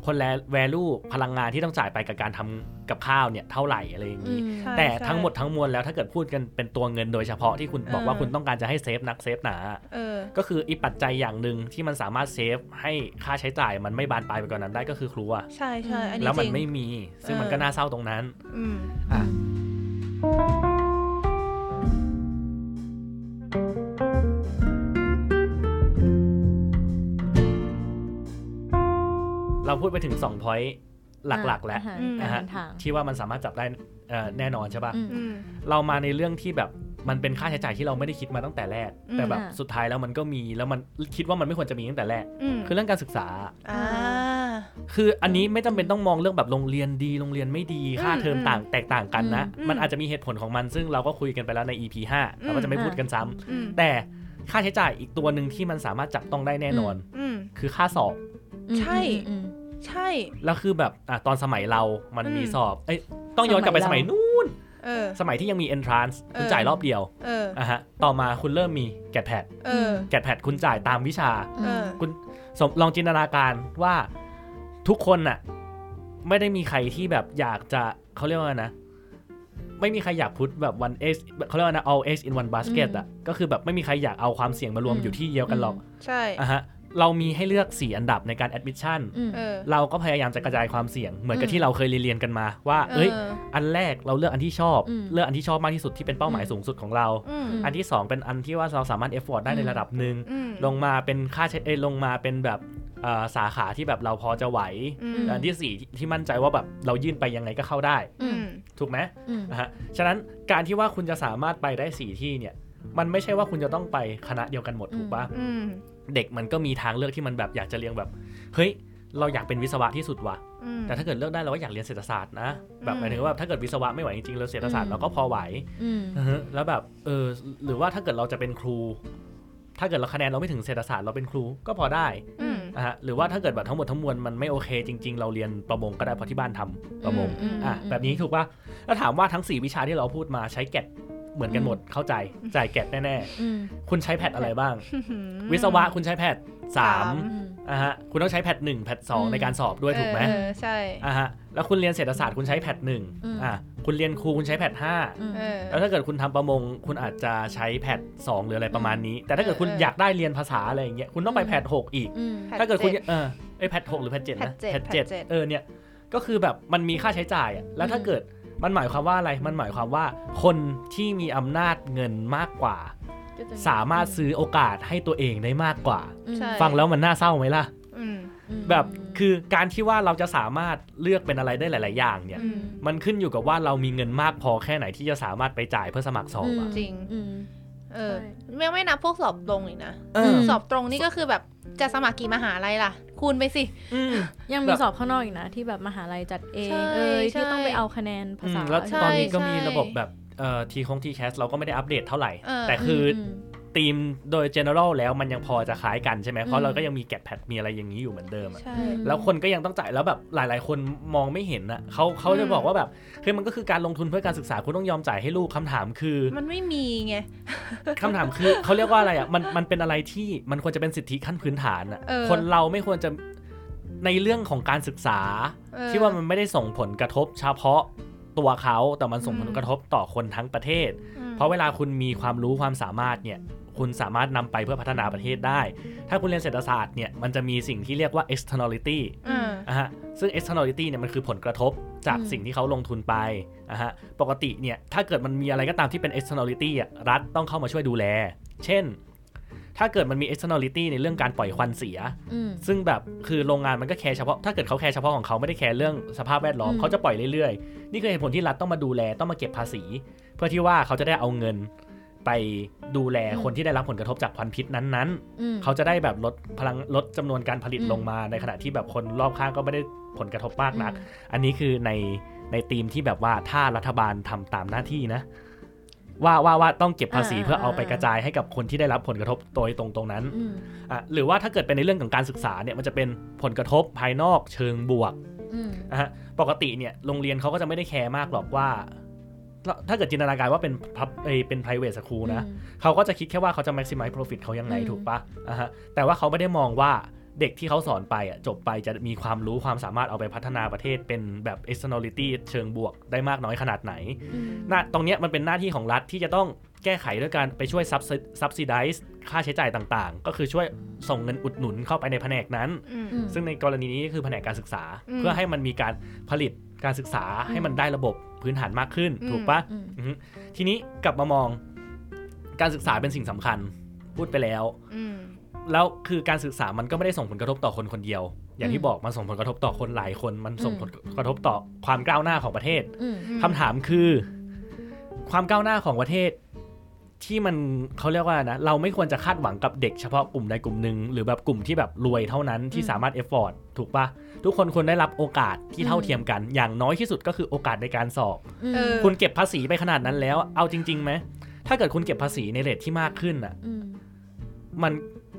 Speaker 1: คนแลแวลูพลังงานที่ต้องจ่ายไปกับการทำกับข้าวเนี่ยเท่าไหร่อะไรอย่างนี้
Speaker 2: ใช่
Speaker 1: แต่
Speaker 2: ใช่
Speaker 1: ทั้งหมดทั้งมวลแล้วถ้าเกิดพูดกันเป็นตัวเงินโดยเฉพาะที่คุณบอกว่า
Speaker 2: เออ
Speaker 1: คุณต้องการจะให้เซฟนักเซฟหนา
Speaker 2: เออ
Speaker 1: ก็คืออีกปัจจัยอย่างหนึ่งที่มันสามารถเซฟให้ค่าใช้จ่ายมันไม่บานปลายไปกว่านนั้นได้ก็คือครัว
Speaker 2: ใช่ใช่อันนี้
Speaker 1: แล้วมัน
Speaker 2: จริง
Speaker 1: ไม่มีซึ่งมัน
Speaker 2: เออ
Speaker 1: ก็น่าเศร้าตรงนั้น
Speaker 2: อืม
Speaker 1: อ่ะ เราพูดไปถึง2 point หลักๆ แล้ว
Speaker 3: อาาร
Speaker 2: อืม
Speaker 3: อาหาร
Speaker 1: นะฮะ
Speaker 3: ทาง
Speaker 1: ที่ว่ามันสามารถจับได้เอ่อแน่นอนใช่ป่ะ
Speaker 3: อืม
Speaker 2: อืม
Speaker 1: เรามาในเรื่องที่แบบมันเป็นค่าใช้จ่ายที่เราไม่ได้คิดมาตั้งแต่แรก
Speaker 2: อืม
Speaker 1: แต่แบบ
Speaker 3: อ่ะ
Speaker 1: สุดท้ายแล้วมันก็มีแล้วมันคิดว่ามันไม่ควรจะมีตั้งแต่แรก
Speaker 2: อืม
Speaker 1: คือเรื่องการศึกษา
Speaker 2: อ่า
Speaker 1: คืออันนี้ไม่จำเป็นต้องมองเรื่องแบบโรงเรียนดีโรงเรียนไม่ดีค่าเทอม
Speaker 2: อืม
Speaker 1: ต่างแตกต่างกันนะ
Speaker 2: อืม
Speaker 1: มันอาจจะมีเหตุผลของมัน ซึ่งเราก็คุยกันไปแล้วใน EP 5เราก็จะไม่
Speaker 3: อืม
Speaker 1: พูดกันซ้ำ
Speaker 2: อืม
Speaker 1: แต่ค่าใช้จ่ายอีกตัวหนึ่งที่มันสามารถจับต้องได้แน่นอน
Speaker 2: อืม
Speaker 1: คือค่าสอบ
Speaker 3: อืม
Speaker 2: ใช่
Speaker 3: อืม
Speaker 2: ใช่
Speaker 1: แล้วคือแบบอ่ะตอนสมัยเรามันมี
Speaker 2: อืม
Speaker 1: สอบเอ้ยต้องย้อนกลับไป
Speaker 3: ส
Speaker 1: ส
Speaker 3: มั
Speaker 1: มัย
Speaker 3: ยเรา
Speaker 1: นู้น
Speaker 2: เออ
Speaker 1: สมัยที่ยังมี entrance คุณ
Speaker 2: เออ
Speaker 1: จ่ายรอบเดียว
Speaker 2: เออ
Speaker 1: อ่ะฮะต่อมาคุณเริ่มมีแกดแพด
Speaker 2: เออ
Speaker 1: แกดแพดคุณจ่ายตามวิชา
Speaker 3: อืม
Speaker 2: เออ
Speaker 1: คุณสมลองจินตนาการว่าทุกคนน่ะ ไม่ได้มีใครที่แบบอยากจะเขาเรียกว่าไงนะ ไม่มีใครอยากพุทแบบ one x เขาเรียกว่านะ all x in one basket อ่ะก็คือแบบไม่มีใครอยากเอาความเสี่ยงมารวม
Speaker 3: อืม
Speaker 1: อยู่ที่เดียวกันหรอก
Speaker 2: ใช่
Speaker 1: อ่ะฮะเรามีให้เลือก 4 อันดับในการ admission
Speaker 3: อืม
Speaker 2: เออ
Speaker 1: เราก็พยายามจะกระจายความเสี่ยงเหมือนกับ
Speaker 3: อืม
Speaker 1: ที่เราเคยเรียนๆกันมาว่า
Speaker 2: เออ
Speaker 1: เอ้ย อันแรกเราเลือกอันที่ชอบ
Speaker 3: อืม
Speaker 1: เลือกอันที่ชอบมากที่สุดที่เป็นเป้าหมายสูงสุดของเรา
Speaker 2: อืม
Speaker 1: อันที่สองเป็นอันที่ว่าเราสามารถ afford ได้ในระดับหนึ่ง
Speaker 2: อืม
Speaker 1: ลงมาเป็นค่าใช้เอ้ยลงมาเป็นแบบเอ่อสาขาที่แบบเราพอจะไหว
Speaker 2: อืม
Speaker 1: แต่อันที่สี่ที่ที่มั่นใจว่าแบบเรายื่นไปยังไงก็เข้าได้
Speaker 2: อืม
Speaker 1: ถูกไหม
Speaker 3: อืม
Speaker 1: นะฮะฉะนั้นการที่ว่าคุณจะสามารถไปได้สี่ที่เนี่ย มันไม่ใช่ว่าคุณจะต้องไปคณะเดียวกันหมด
Speaker 3: อืม
Speaker 1: ถูกปะ
Speaker 2: อืม
Speaker 1: เด็กมันก็มีทางเลือกที่มันแบบอยากจะเรียนแบบเฮ้ยเราอยากเป็นวิศวะที่สุดว่ะ
Speaker 2: อืม
Speaker 1: แต่ถ้าเกิดเลือกได้เราก็อยากเรียนเศรษฐศาสตร์นะแบบ
Speaker 2: อืม
Speaker 1: หมายถึงว่าถ้าเกิดวิศวะไม่ไหวจริงๆเราเศรษฐศาสตร์เราก็พอไหว
Speaker 3: อืม
Speaker 1: อือฮึแล้วแบบเออหรือว่าถ้าเกิดเราจะเป็นครู ถ้าเกิดเราคะแนนเราไม่ถึงเศรษฐศาสตร์เราเป็นครูก็พอได้
Speaker 2: อืม
Speaker 1: นะฮะหรือว่าถ้าเกิดแบบทั้งหมดทั้งมวลมันไม่โอเคจริง ๆ เราเรียนประมงก็ได้เพราะที่บ้านทำประมง
Speaker 3: อืม
Speaker 1: อ่ะ
Speaker 3: อืม
Speaker 1: แบบนี้ถูกป่ะแล้วถามว่าทั้ง 4 วิชาที่เราพูดมาใช้แกดเหมือนกันหมดเข้าใจจ่ายแกดแน่
Speaker 3: อืม
Speaker 1: ๆ คุณใช้แพทอะไรบ้าง
Speaker 2: อืม
Speaker 1: วิศวะคุณใช้แพทสาม
Speaker 2: สาม
Speaker 3: อืม
Speaker 1: อ่ะฮะคุณต้องใช้แพทหนึ่งแพทสอง
Speaker 3: อืม
Speaker 1: ในการสอบด้วยถูกไหม
Speaker 2: เออใช่
Speaker 1: อ่ะฮะแล้วคุณเรียนเศรษฐศาสตร์คุณใช้แพทหนึ่ง
Speaker 3: อืม
Speaker 1: อ่ะคุณเรียนครูคุณใช้แพทห้า
Speaker 3: อืม
Speaker 2: เออ
Speaker 1: แล้วถ้าเกิดคุณทำประมง คุณอาจจะใช้แพทสองหรืออะไรประมาณนี้ แต่ถ้าเกิดคุณ
Speaker 2: เออ
Speaker 1: อ
Speaker 2: อ
Speaker 1: ยากได้เรียนภาษาอะไรอย่างเงี้ยคุณต้องไป
Speaker 3: อืม
Speaker 1: แพทหกอีก
Speaker 3: อืม
Speaker 2: Pad
Speaker 1: ถ้าเกิดคุณ
Speaker 2: เจ็ด
Speaker 1: เออไอยแพทหกหรือแพทเจ็ดนะ
Speaker 2: Pad เจ็ด
Speaker 1: Pad
Speaker 2: Pad
Speaker 1: เจ็ด
Speaker 2: เจ็ด
Speaker 1: เออเนี่ยก็คือแบบมันมีค่าใช้จ่ายอะแล้วถ้าเกิดมันหมายความว่าอะไรมันหมายความว่าคนที่มีอำนาจเงินมากกว่า สามารถซื้อโอกาสให้ตัวเองได้มากกว่า
Speaker 2: ใช่
Speaker 1: ฟังแล้วมันน่าเศร้าไหมล่ะ
Speaker 2: อืม
Speaker 1: แบบคือการที่ว่าเราจะสามารถเลือกเป็นอะไรได้หลาย ๆ อย่างเนี่ย
Speaker 2: อืม
Speaker 1: มันขึ้นอยู่กับว่าเรามีเงินมากพอแค่ไหนที่จะสามารถไปจ่ายเพื่อสมัครสอบอะ
Speaker 2: จริง
Speaker 3: อืม
Speaker 2: เออ
Speaker 3: ใช่
Speaker 2: ไม่ไม่นับพวกสอบตรงอีกนะ
Speaker 1: เออ
Speaker 2: สอบตรงนี่ก็คือแบบจะสมัครกี่มหาลัยล่ะ คูณไปสิ
Speaker 1: อืม
Speaker 3: ยัง
Speaker 1: แบ
Speaker 3: มี
Speaker 1: บ
Speaker 3: สอบข้างนอกอีกนะที่แบบมหาลัยจัดเอง
Speaker 2: ใช่
Speaker 3: เอ้ย
Speaker 2: ใช่
Speaker 3: ที่ต้องไปเอาคะแนนภาษา
Speaker 1: อืมแล้ว
Speaker 2: ใช่
Speaker 1: ตอนนี้ก็มี
Speaker 2: ใช่
Speaker 1: ระบบแบบเอ่อทีคงทีแคสเราก็ไม่ได้อัปเดตเท่าไหร่
Speaker 2: เออ
Speaker 1: แต่คืออธีมโดย general แล้วมันยังพอจะคล้ายกันใช่ไหมเพ
Speaker 3: อื
Speaker 1: ราะ
Speaker 3: ม
Speaker 1: เราก็ยังมีแกดแพดมีอะไรอย่างนี้อยู่เหมือนเดิมอะ
Speaker 2: ใช่
Speaker 1: แล้วคนก็ยังต้องจ่ายแล้วแบบหลาย ๆ คนมองไม่เห็นนะเขาเขาจะบอกว่าแบบเฮ้ยมันก็คือการลงทุนเพื่อการศึกษาคุณต้องยอมจ่ายให้ลูกคำถามคือ
Speaker 2: มันไม่มีไง
Speaker 1: คำถามคือเขาเรียกว่าอะไรอ่ะมันมันเป็นอะไรที่มันควรจะเป็นสิทธิขั้นพื้นฐานอ่ะ
Speaker 2: เออ
Speaker 1: คนเราไม่ควรจะในเรื่องของการศึกษา
Speaker 2: เออ
Speaker 1: ที่ว่ามันไม่ได้ส่งผลกระทบเฉพาะตัวเขาแต่มันส่ง
Speaker 2: อืม
Speaker 1: ผลกระทบต่อคนทั้งประเทศ
Speaker 2: อืม
Speaker 1: เพราะเวลาคุณมีความรู้ความสามารถเนี่ยคุณสามารถนำไปเพื่อพัฒนาประเทศได้ ถ้าคุณเรียนเศรษฐศาสตร์เนี่ยมันจะมีสิ่งที่เรียกว่า externality
Speaker 2: อ่า
Speaker 1: นะฮะซึ่ง externality เนี่ยมันคือผลกระทบจาก
Speaker 3: อืม
Speaker 1: สิ่งที่เขาลงทุนไปนะฮะปกติเนี่ยถ้าเกิดมันมีอะไรก็ตามที่เป็น externality อ่ะรัฐต้องเข้ามาช่วยดูแล เช่น ถ้าเกิดมันมี externality ในเรื่องการปล่อยควันเสีย
Speaker 3: อืม
Speaker 1: ซึ่งแบบคือโรงงานมันก็แคร์เฉพาะถ้าเกิดเขาแคร์เฉพาะของเขาไม่ได้แคร์เรื่องสภาพแวดล้อม
Speaker 3: อืม
Speaker 1: เขาจะปล่อยเรื่อยๆ นี่คือเหตุผลที่รัฐต้องมาดูแลต้องมาเก็บภาษี เพื่อที่ว่าเขาจะได้เอาเงินไปดูแลคนที่ได้รับผลกระทบจากควันพิษนั้น
Speaker 3: อืม
Speaker 1: ๆ เขาจะได้แบบลดพลังลดจำนวนการผลิต
Speaker 3: อืม
Speaker 1: ลงมาในขณะที่แบบคนรอบข้างก็ไม่ได้ผลกระทบมากนัก อันนี้คือในในธีมที่แบบว่าถ้ารัฐบาลทำตามหน้าที่นะ ว่าว่าว่าต้องเก็บภาษีเพื่อเอาไปกระจายให้กับคนที่ได้รับผลกระทบโดยตรงตรงนั้น
Speaker 3: อืม
Speaker 1: อ่ะหรือว่าถ้าเกิดเป็นในเรื่องของการศึกษาเนี่ยมันจะเป็นผลกระทบภายนอกเชิงบวก
Speaker 3: อืม
Speaker 1: นะฮะปกติเนี่ยโรงเรียนเขาก็จะไม่ได้แคร์มากหรอกว่า ถ้าเกิดจินตนาการว่าเป็นพับเอยเป็น private school นะ
Speaker 3: อืม
Speaker 1: เขาก็จะคิดแค่ว่าเขาจะ maximize profit เขายังไง
Speaker 3: อืม
Speaker 1: ถูกปะอ่ะฮะแต่ว่าเขาไม่ได้มองว่าเด็กที่เขาสอนไปอ่ะจบไปจะมีความรู้ความสามารถเอาไปพัฒนาประเทศเป็นแบบ externality เชิงบวกได้มากน้อยขนาดไหน
Speaker 3: อืม
Speaker 1: หน้าตรงเนี้ยมันเป็นหน้าที่ของรัฐที่จะต้องแก้ไขด้วยการไปช่วย subsid- subsidize ค่าใช้จ่ายต่างๆ ก็คือช่วยส่งเงินอุดหนุนเข้าไปในแผนกนั้น
Speaker 2: อืม
Speaker 1: ซึ่งในกรณีนี้ก็คือแผนกการศึกษา
Speaker 2: อืม
Speaker 1: เพื่อให้มันมีการผลิตการศึกษาให้มันได้ระบบพื้นฐานมากขึ้น
Speaker 2: อืม
Speaker 1: ถูกปะ
Speaker 3: อืม
Speaker 1: อือฮึทีนี้กลับมามองการศึกษาเป็นสิ่งสำคัญ พูดไปแล้ว
Speaker 2: อืม
Speaker 1: แล้วคือการศึกษามันก็ไม่ได้ส่งผลกระทบต่อคนคนเดียว อย่างที่บอกมันส่งผลกระทบต่อคนหลายคน มันส่งผลกระทบต่อความก้าวหน้าของประเทศ
Speaker 3: อืม
Speaker 1: คำถามคือ ความก้าวหน้าของประเทศ ที่มันเขาเรียกว่านะเราไม่ควรจะคาดหวังกับเด็กเฉพาะกลุ่มใดกลุ่มหนึ่งหรือแบบกลุ่มที่แบบรวยเท่านั้นที่
Speaker 3: อืม
Speaker 1: สามารถเอฟฟอร์ดถูกปะทุกคนควรได้รับโอกาสที่เท่า
Speaker 3: อืม
Speaker 1: เทียมกัน อย่างน้อยที่สุดก็คือโอกาสในการสอบ
Speaker 2: เออ
Speaker 1: คุณเก็บภาษีไปขนาดนั้นแล้ว เอาจริงๆไหมถ้าเกิดคุณเก็บภาษีในเรทที่มากขึ้นอ่ะ
Speaker 3: ม
Speaker 1: มัน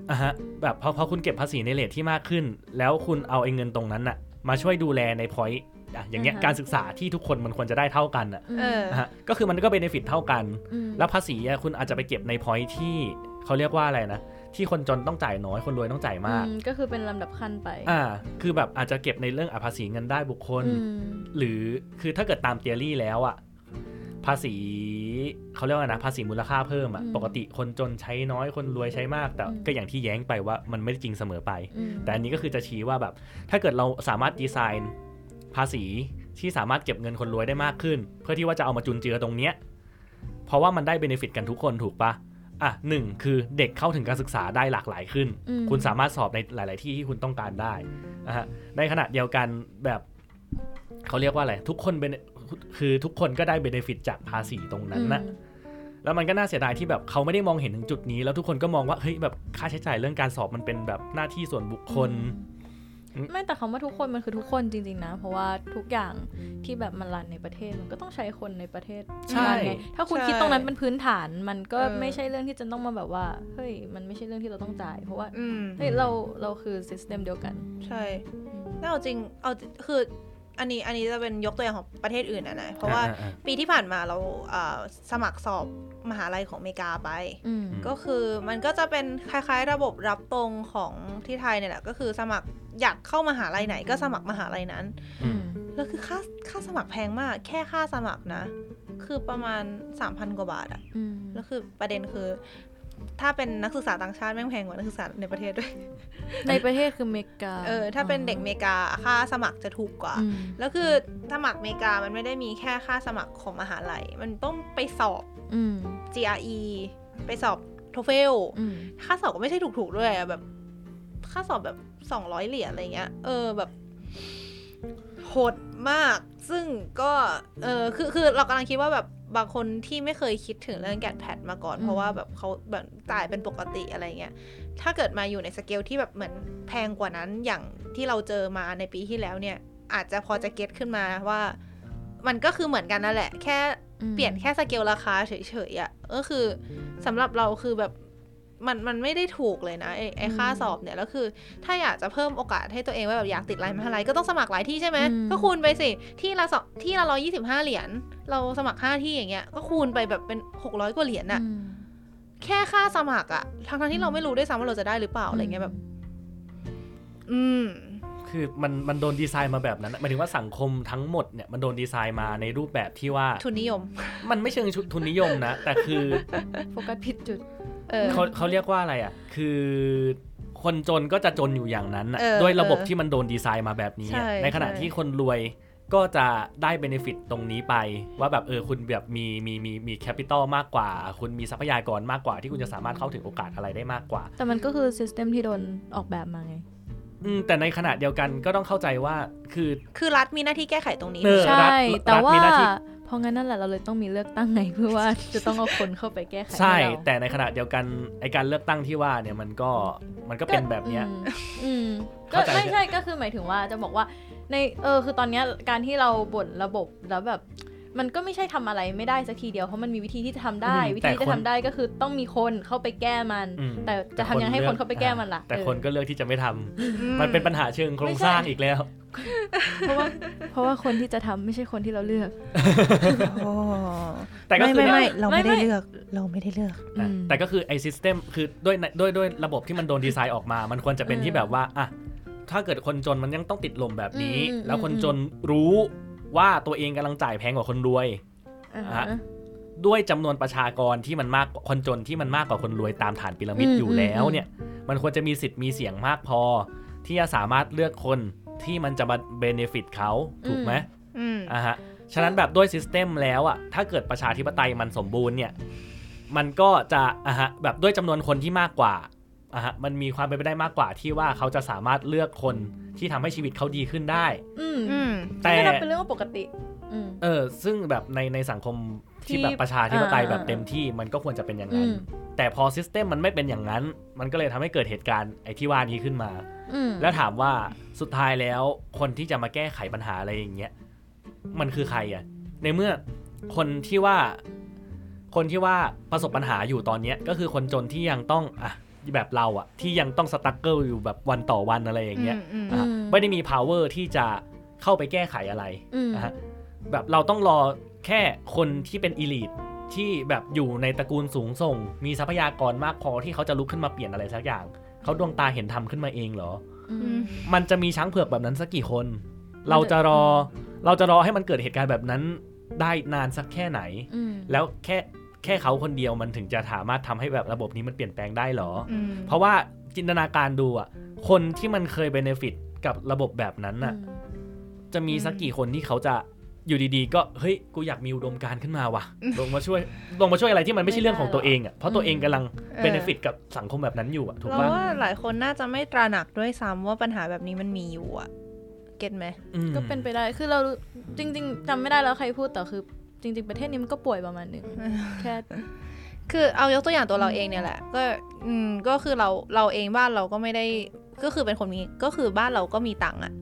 Speaker 1: อ่ะฮะแบบพอพอคุณเก็บภาษีในเรทที่มากขึ้น แล้วคุณเอาไอ้เงินตรงนั้นอ่ะ มาช่วยดูแลในพอยต์อ่ะอย่างเงี้ยการศึกษาที่ทุกคนมันควรจะได้เท่ากันอ่ะ
Speaker 2: เออ
Speaker 1: นะฮะก็คือมันก็เบนฟิตเท่ากัน
Speaker 3: ม
Speaker 1: แล้วภาษีอะคุณอาจจะไปเก็บในพอยที่เขาเรียกว่าอะไรนะ ที่คนจนต้องจ่ายน้อยคนรวยต้องจ่ายมาก
Speaker 3: อืก็คือเป็นลำดับขั้นไป
Speaker 1: อ่า คือแบบอาจจะเก็บในเรื่องอะภาษีเงินได้บุคคล
Speaker 3: อืม
Speaker 1: หรือคือถ้าเกิดตามเตียรี่แล้วอะภาษีเขาเรียกว่านะภาษีมูลค่าเพิ่มอะ
Speaker 3: อืม
Speaker 1: ปกติคนจนใช้น้อยคนรวยใช้มาก แต่
Speaker 3: อืม
Speaker 1: ก็อย่างที่แย้งไปว่ามันไม่ได้จริงเสมอไป
Speaker 3: อืม
Speaker 1: แต่อันนี้ก็คือจะชี้ว่าแบบ ถ้าเกิดเราสามารถดีไซน์ภาษีที่สามารถเก็บเงินคนรวยได้มากขึ้น เพื่อที่ว่าจะเอามาจุนเจือตรงเนี้ยเพราะว่ามันได้เบเนฟิตกันทุกคนถูกปะอ่ะหนึ่งคือเด็กเข้าถึงการศึกษาได้หลากหลายขึ้น
Speaker 3: อื
Speaker 1: คุณสามารถสอบในหลาย ๆ ที่ที่คุณต้องการได้นะฮะในขณะเดียวกันแบบเขาเรียกว่าอะไรทุกคนเป็นคือทุกคนก็ได้เบเนฟิตจากภาษีตรงนั้นนะ แล้วมันก็น่าเสียดายที่แบบเขาไม่ได้มองเห็นถึงจุดนี้ แล้วทุกคนก็มองว่าเฮ้ยแบบค่าใช้จ่ายเรื่องการสอบมันเป็นแบบหน้าที่ส่วนบุคคล
Speaker 3: อืมไม่แต่คำว่าทุกคนมันคือทุกคนจริง ๆ นะ เพราะว่าทุกอย่างที่แบบมันรันในประเทศมันก็ต้องใช้คนในประเทศ
Speaker 1: ใช่
Speaker 3: รันไงถ้าคุณ
Speaker 2: ใช่
Speaker 3: คิดตรงนั้นเป็นพื้นฐานมันก็
Speaker 2: เออ
Speaker 3: ไม่ใช่เรื่องที่จะต้องมาแบบว่าเฮ้ยมันไม่ใช่เรื่องที่เราต้องจ่าย เพราะว่า
Speaker 2: อืม
Speaker 3: เฮ้ยเราเราคือซิสเต็มเดียวกัน
Speaker 2: ใช่
Speaker 3: อืม
Speaker 2: แล้วเอาจริง เอาจริงคือ อันนี้ อันนี้จะเป็นยกตัวอย่างของประเทศอื่นนะนะ เพราะว่า
Speaker 1: อ่อ่
Speaker 2: ปีที่ผ่านมาเราเอ่อสมัครสอบมหาลัยของอเมริกาไป
Speaker 3: อืม
Speaker 1: ม
Speaker 2: ก็คือมันก็จะเป็นคล้ายๆ ระบบรับตรงของที่ไทยเนี่ยแหละ ก็คือสมัครอยากเข้ามหาลัยไหนก็สมัครมหาลัยนั้น
Speaker 1: อืม
Speaker 2: แล้วคือค่าค่าสมัครแพงมาก แค่ค่าสมัครนะ คือประมาณ 3,000 กว่าบาทอะ
Speaker 3: อืม
Speaker 2: แล้วคือประเด็นคือ ถ้าเป็นนักศึกษาต่างชาติแม่งแพงกว่านักศึกษาในประเทศด้วย
Speaker 3: ในประเทศคือเมกา
Speaker 2: เออ ถ้าเป็นเด็กเมกาค่าสมัครจะถูกกว่า
Speaker 3: อืม
Speaker 2: แล้วคือสมัครอเมริกามันไม่ได้มีแค่ค่าสมัครของมหาลัย มันต้องไปสอบ
Speaker 3: อืม
Speaker 2: GRE ไปสอบ t o e f l
Speaker 3: อืม
Speaker 2: ค่าสอบก็ไม่ใช่ถูกๆด้วยอะแบบ ค่าสอบแบบ 200 เหรียญอะไรเงี้ย เออแบบ โหดมาก ซึ่งก็ เออคือคือเรากำลังคิดว่าแบบบางคนที่ไม่เคยคิดถึงเรื่องแกดแพดมาก่อน เพราะว่าแบบเขาแบบจ่ายเป็นปกติอะไรเงี้ย ถ้าเกิดมาอยู่ในสเกลที่แบบเหมือนแพงกว่านั้นอย่างที่เราเจอมาในปีที่แล้วเนี่ย อาจจะพอจะเก็ตขึ้นมาว่า มันก็คือเหมือนกันนั่นแหละ แค่
Speaker 3: อืม
Speaker 2: เปลี่ยนแค่สเกลราคาเฉยๆอะ่ะก็คือสำหรับเราคือแบบมันมันไม่ได้ถูกเลยนะไอไอค่าสอบเนี่ยแล้วคือ ถ้าอยากจะเพิ่มโอกาสให้ตัวเองว่าแบบอยากติดรายมหาลัยก็ต้องสมัครหลายที่ใช่ไหมก็คูณไปสิที่ละสองที่ละร้อยี่สิบห้าเหรียญเราสมัครห้าที่อย่างเงี้ยก็คูณไปแบบเป็นหกร้อยกว่าเหรียญน่ะ
Speaker 3: อืม
Speaker 2: แค่ค่าสมัครอะ่ะทั้งทั้งๆที่เราไม่รู้ด้วยซ้ำว่าเราจะได้หรือเปล่าอะไรเงี้ยแบบ อืม
Speaker 1: คือมันมันโดนดีไซน์มาแบบนั้นอะหมายถึงว่าสังคมทั้งหมดเนี่ยมันโดนดีไซน์มาในรูปแบบที่ว่า
Speaker 2: ทุนนิยม
Speaker 1: มันไม่เชิงชุดทุนนิยมนะ แต่คือ
Speaker 3: โฟกัสผิดจุด
Speaker 2: เออ
Speaker 1: เขาเขาเรียกว่าอะไรอ่ะ คือคนจนก็จะจนอยู่อย่างนั้นอะ
Speaker 2: เออ
Speaker 1: ด้วยระบบ
Speaker 2: เออ
Speaker 1: ที่มันโดนดีไซน์มาแบบนี้อะ
Speaker 2: ใช่
Speaker 1: ในขณะ
Speaker 2: ใช่
Speaker 1: ที่คนรวยก็จะได้เบนฟิตตรงนี้ไป ว่าแบบเออคุณแบบมีมีมีมีแคปิตอลมากกว่า คุณมีทรัพยากรมากกว่าที่คุณจะสามารถเข้าถึงโอกาสอะไรได้มากกว่า
Speaker 3: แต่มันก็คือซิสเต็มที่โดนออกแบบมาไง
Speaker 1: อืมแต่ในขณะเดียวกันก็ต้องเข้าใจว่าคือ
Speaker 2: คือรัฐมีหน้าที่แก้ไขตรงนี้
Speaker 1: เออ
Speaker 3: ใช่
Speaker 1: รัฐ
Speaker 3: แต่
Speaker 1: รัฐ
Speaker 3: ว่า
Speaker 1: มีหน้าที่
Speaker 3: เพราะงั้นนั่นแหละเราเลยต้องมีเลือกตั้งไงเพื่อว่า จะต้องเอาคนเข้าไปแก้ไข
Speaker 1: ใช่
Speaker 3: ห้เรา
Speaker 1: แต่ในขณะเดียวกันไอการเลือกตั้งที่ว่าเนี่ยมันก็มันก็เป็นแบบเนี้ย
Speaker 3: อืมอืมก็
Speaker 1: เข้าใจ
Speaker 3: ไม่ใช่ก็คือหมายถึงว่าจะบอกว่าในเออคือตอนเนี้ยการที่เราบ่นระบบแล้วแบบ มันก็ไม่ใช่ทำอะไรไม่ได้สักทีเดียวเพราะมันมีวิธีที่จะทำได้ วิธีที่จะทำได้ก็คือต้องมีคนเข้าไปแก้มัน
Speaker 1: อืม
Speaker 3: แต่จะทำยังไงให้คนเข้าไปแก้มันล่ะ
Speaker 1: แต่
Speaker 3: เออ
Speaker 1: คนก็เลือกที่จะไม่ทำมันเป็นปัญหาเชิงโครงสร้างอีกแล้ว
Speaker 3: เพราะว่าเพราะว่าคนที่จะทำไม่ใช่คนที่เราเลือก
Speaker 2: โอ้
Speaker 1: แต่ก็
Speaker 2: ไม่
Speaker 1: คือ
Speaker 2: ไม่ไม่
Speaker 3: ไม่
Speaker 2: เราไม่ได้
Speaker 3: ไม่
Speaker 2: เลือกเราไม่ได้เลือก
Speaker 3: อื
Speaker 1: อ่ะ
Speaker 3: ม
Speaker 1: แต่ก็คือไอ้ซิสเต็มคือด้วยด้วยด้วยระบบที่มันโดนดีไซน์ออกมา มันควรจะเป็นที่แบบว่าอ่ะถ้าเกิดคนจนมันยังต้องติดลมแบบนี้
Speaker 3: อืมอืม
Speaker 1: แล้วคน
Speaker 3: อืม
Speaker 1: จนรู้ว่าตัวเองกำลังจ่ายแพงกว่าคนรวย
Speaker 3: อ่า
Speaker 1: ฮะ
Speaker 3: ฮะ
Speaker 1: ด้วยจำนวนประชากรที่มันมากกว่าคนจนที่มันมากกว่าคนรวยตามฐานพีระมิด
Speaker 3: อืม
Speaker 1: อยู่แล้ว
Speaker 3: อืม
Speaker 1: เนี่ย มันควรจะมีสิทธิ์มีเสียงมากพอ ที่จะสามารถเลือกคนที่มันจะมาเบเนฟิตเขาถูกไหม
Speaker 2: อืม
Speaker 1: อ่ะฮะฉะนั้นแบบด้วยซิสเต็มแล้วอ่ะถ้าเกิดประชาธิปไตยมันสมบูรณ์เนี่ย มันก็จะอ่ะฮะแบบด้วยจำนวนคนที่มากกว่าอ่ะฮะมันมีความเป็นไปได้มากกว่าที่ว่าเขาจะสามารถเลือกคนที่ทำให้ชีวิตเขาดีขึ้นได้
Speaker 3: อืม
Speaker 2: อืม
Speaker 1: แต่
Speaker 3: ก็นับเป็นเรื่องปกติ อืม
Speaker 1: เออซึ่งแบบในในสังคมที่
Speaker 3: ที่
Speaker 1: แบบประชาธิปไตย
Speaker 3: อ่า
Speaker 1: แบบเต็มที่มันก็ควรจะเป็นอย่างนั้น
Speaker 3: อืม
Speaker 1: แต่พอซิสเต็มมันไม่เป็นอย่างนั้น มันก็เลยทำให้เกิดเหตุการณ์ไอ้ที่ว่านี้ขึ้นมา
Speaker 3: อืม
Speaker 1: แล้วถามว่าสุดท้ายแล้วคนที่จะมาแก้ไขปัญหาอะไรอย่างเงี้ยมันคือใครอ่ะในเมื่อคนที่ว่า คนที่ว่าประสบปัญหาอยู่ตอนเนี้ยก็คือคนจนที่ยังต้องอ่ะแบบเราอ่ะที่ยังต้องสตั๊กเกิลอยู่แบบวันต่อวันอะไรอย่างเงี้ย
Speaker 2: อืมอืม
Speaker 1: อ่ะไม่ได้มี power ที่จะเข้าไปแก้ไขอะไร
Speaker 3: อืม
Speaker 1: นะฮะแบบเราต้องรอแค่คนที่เป็นอีลิทที่แบบอยู่ในตระกูลสูงส่ง มีทรัพยากรมากพอที่เขาจะลุกขึ้นมาเปลี่ยนอะไรสักอย่าง เขาดวงตาเห็นทำขึ้นมาเองเหรอ
Speaker 3: อืม
Speaker 1: มันจะมีช้างเผือกแบบนั้นสักกี่คน เราจะรอเราจะรอให้มันเกิดเหตุการณ์แบบนั้นได้นานสักแค่ไหน
Speaker 3: อืม
Speaker 1: แล้วแค่แค่เขาคนเดียวมันถึงจะสามารถทำให้แบบระบบนี้มันเปลี่ยนแปลงได้เหรอ
Speaker 2: อืม
Speaker 1: เพราะว่าจินตนาการดูอะคนที่มันเคยเบเนฟิตกับระบบแบบนั้นน่ะ จะมีสักกี่คนที่เขาจะอยู่ดีๆ ก็เฮ้ยกูอยากมีอุดมการณ์ขึ้นมาว่ะ ลงมาช่วยลงมาช่วยอะไรที่มันไม่ใช่เรื่องของตัวเองอ่ะเพราะตัวเองกำลังเบนฟิตกับสังคมแบบนั้นอยู่อ่ะถูก
Speaker 2: เรา
Speaker 1: ป่ะ
Speaker 2: ว่าหลายคนน่าจะไม่ตระหนักด้วยซ้ำว่าปัญหาแบบนี้มันมีอยู่อะเก็ตไหม
Speaker 1: อืม
Speaker 3: ก็เป็นไปได้ คือเรารู้จริง ๆจำไม่ได้แล้วใครพูดแต่คือ จริง ๆ ประเทศนี้มันก็ป่วยประมาณ หนึ่งแค่
Speaker 2: คือเอายกตัวอย่างตัวเราเองเนี่ยแหละก็อืมก็คือเราเราเองบ้านเราก็ไม่ได้ก็คือเป็นคนมีก็คือบ้านเราก็มีตังค์อะ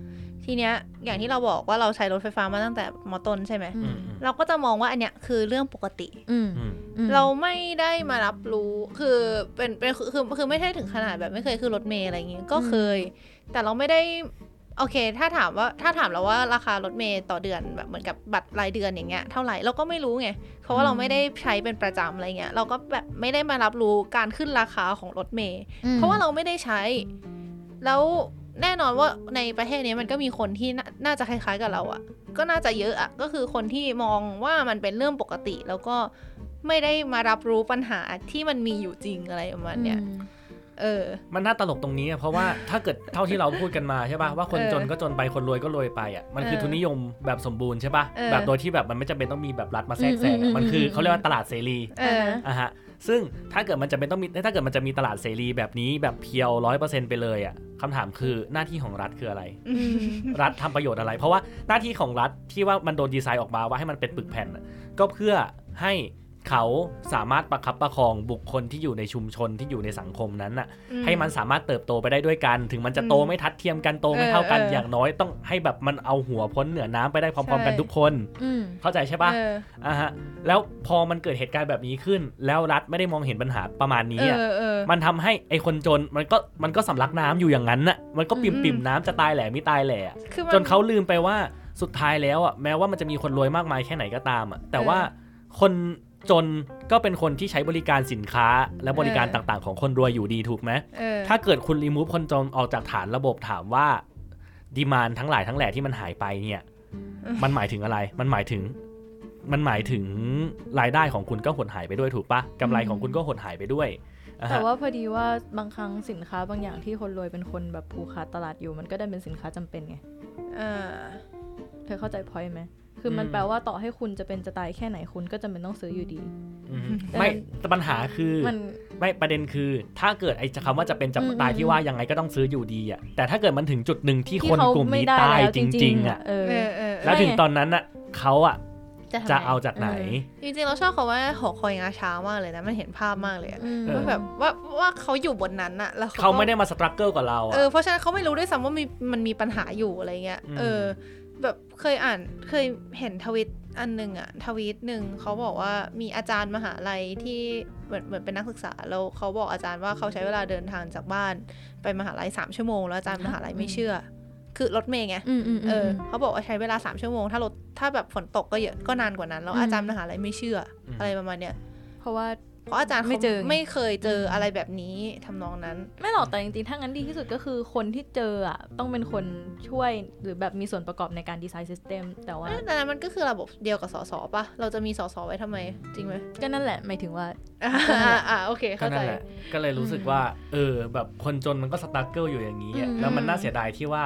Speaker 2: ทีเนี้ยอย่างที่เราบอกว่าเราใช้รถไฟฟ้ามาตั้งแต่มต้นใช่ไหม
Speaker 1: อืม
Speaker 2: เราก็จะมองว่าอันเนี้ยคือเรื่องปกติ
Speaker 3: อืม
Speaker 1: อืม
Speaker 3: อืม
Speaker 2: เราไม่ได้มารับรู้คือเป็นเป็นคือคือคือไม่ได้ถึงขนาดแบบไม่เคยคือรถเมย์อะไรอย่างงี้ก็เคย แต่เราไม่ได้โอเค ถ้าถามว่าถ้าถามเราว่าราคารถเมย์ต่อเดือนแบบเหมือนกับบัตรรายเดือนอย่างเงี้ยเท่าไหร่เราก็ไม่รู้ไงเพราะว่าเราไม่ได้ใช้เป็นประจำอะไรเงี้ยเราก็แบบไม่ได้มารับรู้การขึ้นราคาของรถเมย์
Speaker 3: อืม
Speaker 2: เพราะว่าเราไม่ได้ใช้ แล้วแน่นอนว่าในประเทศนี้มันก็มีคนที่น่าน่าจะคล้ายๆกับเราอะ่ะ ก็น่าจะเยอะอะ่ะ ก็คือคนที่มองว่ามันเป็นเรื่องปกติ แล้วก็ไม่ได้มารับรู้ปัญหาที่มันมีอยู่จริงอะไรประมาณเนี้ย
Speaker 3: อืม
Speaker 2: เออ
Speaker 1: มันน่าตลกตรงนี้อะเพราะว่าถ้าเกิด เท่าที่เราพูดกันมาใช่ป่ะว่าคนจนก็จนไปคนรวยก็รวยไปอ่ะมันคือ
Speaker 2: เออ
Speaker 1: ทุนนิยมแบบสมบูรณ์ใช่ป่ะ
Speaker 2: เออ
Speaker 1: แบบโดยที่แบบมันไม่จำเป็นต้องมีแบบรัฐมาแทรกแซง
Speaker 3: อืมอื
Speaker 1: อะ
Speaker 3: ม
Speaker 1: มันคืออ
Speaker 3: ม
Speaker 1: เขาเรียกว่าตลาดเสรี
Speaker 2: เออ
Speaker 1: อ่ะฮะซึ่งถ้าเกิดมันจะเป็นต้องมีถ้าเกิดมันจะมีตลาดเสรีแบบนี้แบบเพียวร้อยเปอร์เซ็นไปเลยอ่ะคำถามคือหน้าที่ของรัฐคืออะไร
Speaker 2: อืม
Speaker 1: รัฐทำประโยชน์อะไร เพราะว่าหน้าที่ของรัฐที่ว่ามันโดนดีไซน์ออกมาว่าให้มันเป็นปึกแผ่นน่ะก็เพื่อให้เขาสามารถประคับประคองบุคคลที่อยู่ในชุมชนที่อยู่ในสังคมนั้นน่ะ ให้มันสามารถเติบโตไปได้ด้วยกัน ถึงมันจะโต
Speaker 2: อืม
Speaker 1: ไม่ทัดเทียมกันโตไม่เท่ากัน
Speaker 2: เออเออ
Speaker 1: อ
Speaker 2: อย่าง
Speaker 1: น้อยต้องให้แบบมันเอาหัวพ้นเหนือน้ำไปได้พร้อม ๆ กัน
Speaker 2: ใช่
Speaker 1: ทุกคน
Speaker 3: อืม
Speaker 1: เข้าใจใช่ปะ
Speaker 2: เออ
Speaker 1: อ่ะฮะแล้วพอมันเกิดเหตุการณ์แบบนี้ขึ้น แล้วรัฐไม่ได้มองเห็นปัญหาประมาณนี้อะ
Speaker 2: เออเออ
Speaker 1: มันทำให้ไอคนจนมันก็มันก็สำลักน้ำอยู่อย่างนั้นน่ะมันก็ปิ่ม
Speaker 2: อืม
Speaker 1: ปิ่มน้ำจะตายแหล่ไม่ตายแหล่อะ
Speaker 2: คือมัน
Speaker 1: จนเขาลืมไปว่าสุดท้ายแล้วอ่ะแม้ว่ามันจะมีคนรวยมากมายแค่ไหนก็ตามอ่ะแต่
Speaker 2: เออ
Speaker 1: ว่าคนจนก็เป็นคนที่ใช้บริการสินค้าและบริการ
Speaker 2: เออ
Speaker 1: ต่างๆ ของคนรวยอยู่ดีถูกไหม
Speaker 2: เออ
Speaker 1: ถ้าเกิดคุณรีมูฟคนจนออกจากฐานระบบถามว่าดีมานทั้งหลายทั้งแหล่ที่มันหายไปเนี่ย มันหมายถึงอะไร มันหมายถึง มันหมายถึงรายได้ของคุณก็หดหายไปด้วยถูกปะกำไรของคุณก็หดหายไปด้วยอ่ะ
Speaker 3: แต่
Speaker 1: ฮะ
Speaker 3: ว่าพอดีว่าบางครั้งสินค้าบางอย่างที่คนรวยเป็นคนแบบผูกขาดตลาดอยู่มันก็ได้เป็นสินค้าจำเป็นไง
Speaker 2: เออ
Speaker 3: เธอเข้าใจพอยไหม คือมันแปลว่าต่อให้คุณจะเป็นจะตายแค่ไหนคุณก็จำเป็นต้องซื้ออยู่ดี
Speaker 1: อืมไม่แต่ปัญหาคือ
Speaker 3: มัน
Speaker 1: ไม่ประเด็นคือ ถ้าเกิดไอ้คำว่าจะเป็นจะ
Speaker 3: อืม
Speaker 1: ตาย
Speaker 3: อืม
Speaker 1: ที่ว่ายังไงก็ต้องซื้ออยู่ดีอ่ะแต่ถ้าเกิดมันถึงจุดหนึ่งที่
Speaker 3: ที่
Speaker 1: คน
Speaker 3: เขา
Speaker 1: กลุ่ม
Speaker 3: ไม่
Speaker 1: นี้
Speaker 3: ได้
Speaker 1: ตาย
Speaker 3: แล้ว
Speaker 1: จ
Speaker 3: จ
Speaker 1: ริ
Speaker 3: ริ
Speaker 1: ง
Speaker 3: ง
Speaker 1: ๆ
Speaker 3: ๆ
Speaker 1: อ่ะ
Speaker 3: อ่ะเออ
Speaker 2: เออเออ
Speaker 1: แล้วถึงตอนนั้นอ่ะเขาอ่ะ
Speaker 2: ทำไง
Speaker 1: จะเอาจากไหน
Speaker 3: เอ
Speaker 2: จริงๆเราชอบคำว่าหอคอยงาช้ามากเลยนะมันเห็นภาพมากเลยอะ
Speaker 3: อืม
Speaker 1: เออ
Speaker 2: ว่าแบบว่าว่าเขาอยู่บนนั้นอะแล้ว
Speaker 1: เขา
Speaker 2: ก็
Speaker 1: ไม่ได้มาสตรัคเกิลกับเราอ่ะ
Speaker 2: เออเพราะฉะนั้นเขาไม่รู้ด้วยซ้ำว่ามีมันมีปัญหาอยู่อะไรเงี้ย
Speaker 1: อืม
Speaker 2: เออ แบบเคยอ่านเคยเห็นทวิตอันหนึ่งอะทวีตหนึ่งเขาบอกว่ามีอาจารย์มหาลัยที่เหมือนเหมือนเป็นนักศึกษาแล้วเขาบอกอาจารย์ว่าเขาใช้เวลาเดินทางจากบ้านไปมหาลัยสามชั่วโมงแล้วอาจารย์มหาลัยไม่เชื่อ คือรถเมย์ไง
Speaker 3: อืมอืม
Speaker 2: เออ
Speaker 3: ม
Speaker 2: เขาบอกว่าใช้เวลาสามชั่วโมง ถ้ารถถ้าแบบฝนตกก็เยอะก็นานกว่านั้น แล้ว
Speaker 3: อืม
Speaker 2: อาจารย์มหาลัยไม่เชื่ออ
Speaker 1: ม
Speaker 2: อะไรประมาณเนี้ย
Speaker 3: เพราะว่า
Speaker 2: เพราะอาจารย์ขา
Speaker 3: ไม่เจอ
Speaker 2: ไม่เคยเจออะไรแบบนี้ทำนองนั้น
Speaker 3: ไม่หรอกแต่จริงๆ ถ้างั้นดีที่สุดก็คือคนที่เจออ่ะต้องเป็นคนช่วยหรือแบบมีส่วนประกอบในการดีไซน์ซิสเต็มแต่ว่า
Speaker 2: เอ้ยแต่นั้นมันก็คือระบบเดียวกับสสปะเราจะมีสสไว้ทำไม จริงไหม
Speaker 3: ก็นั่นแหละหมายถึงว่า
Speaker 2: อ่า อ่าโอเค
Speaker 1: ก็
Speaker 2: เข้าใจ
Speaker 1: นั่นแหละก็เลยรู้สึกว่า เออ แบบคนจนมันก็สตรั๊กเกิลอยู่อย่างนี้อะ
Speaker 3: อืม
Speaker 1: แล้วมันน่าเสียดายที่ว่า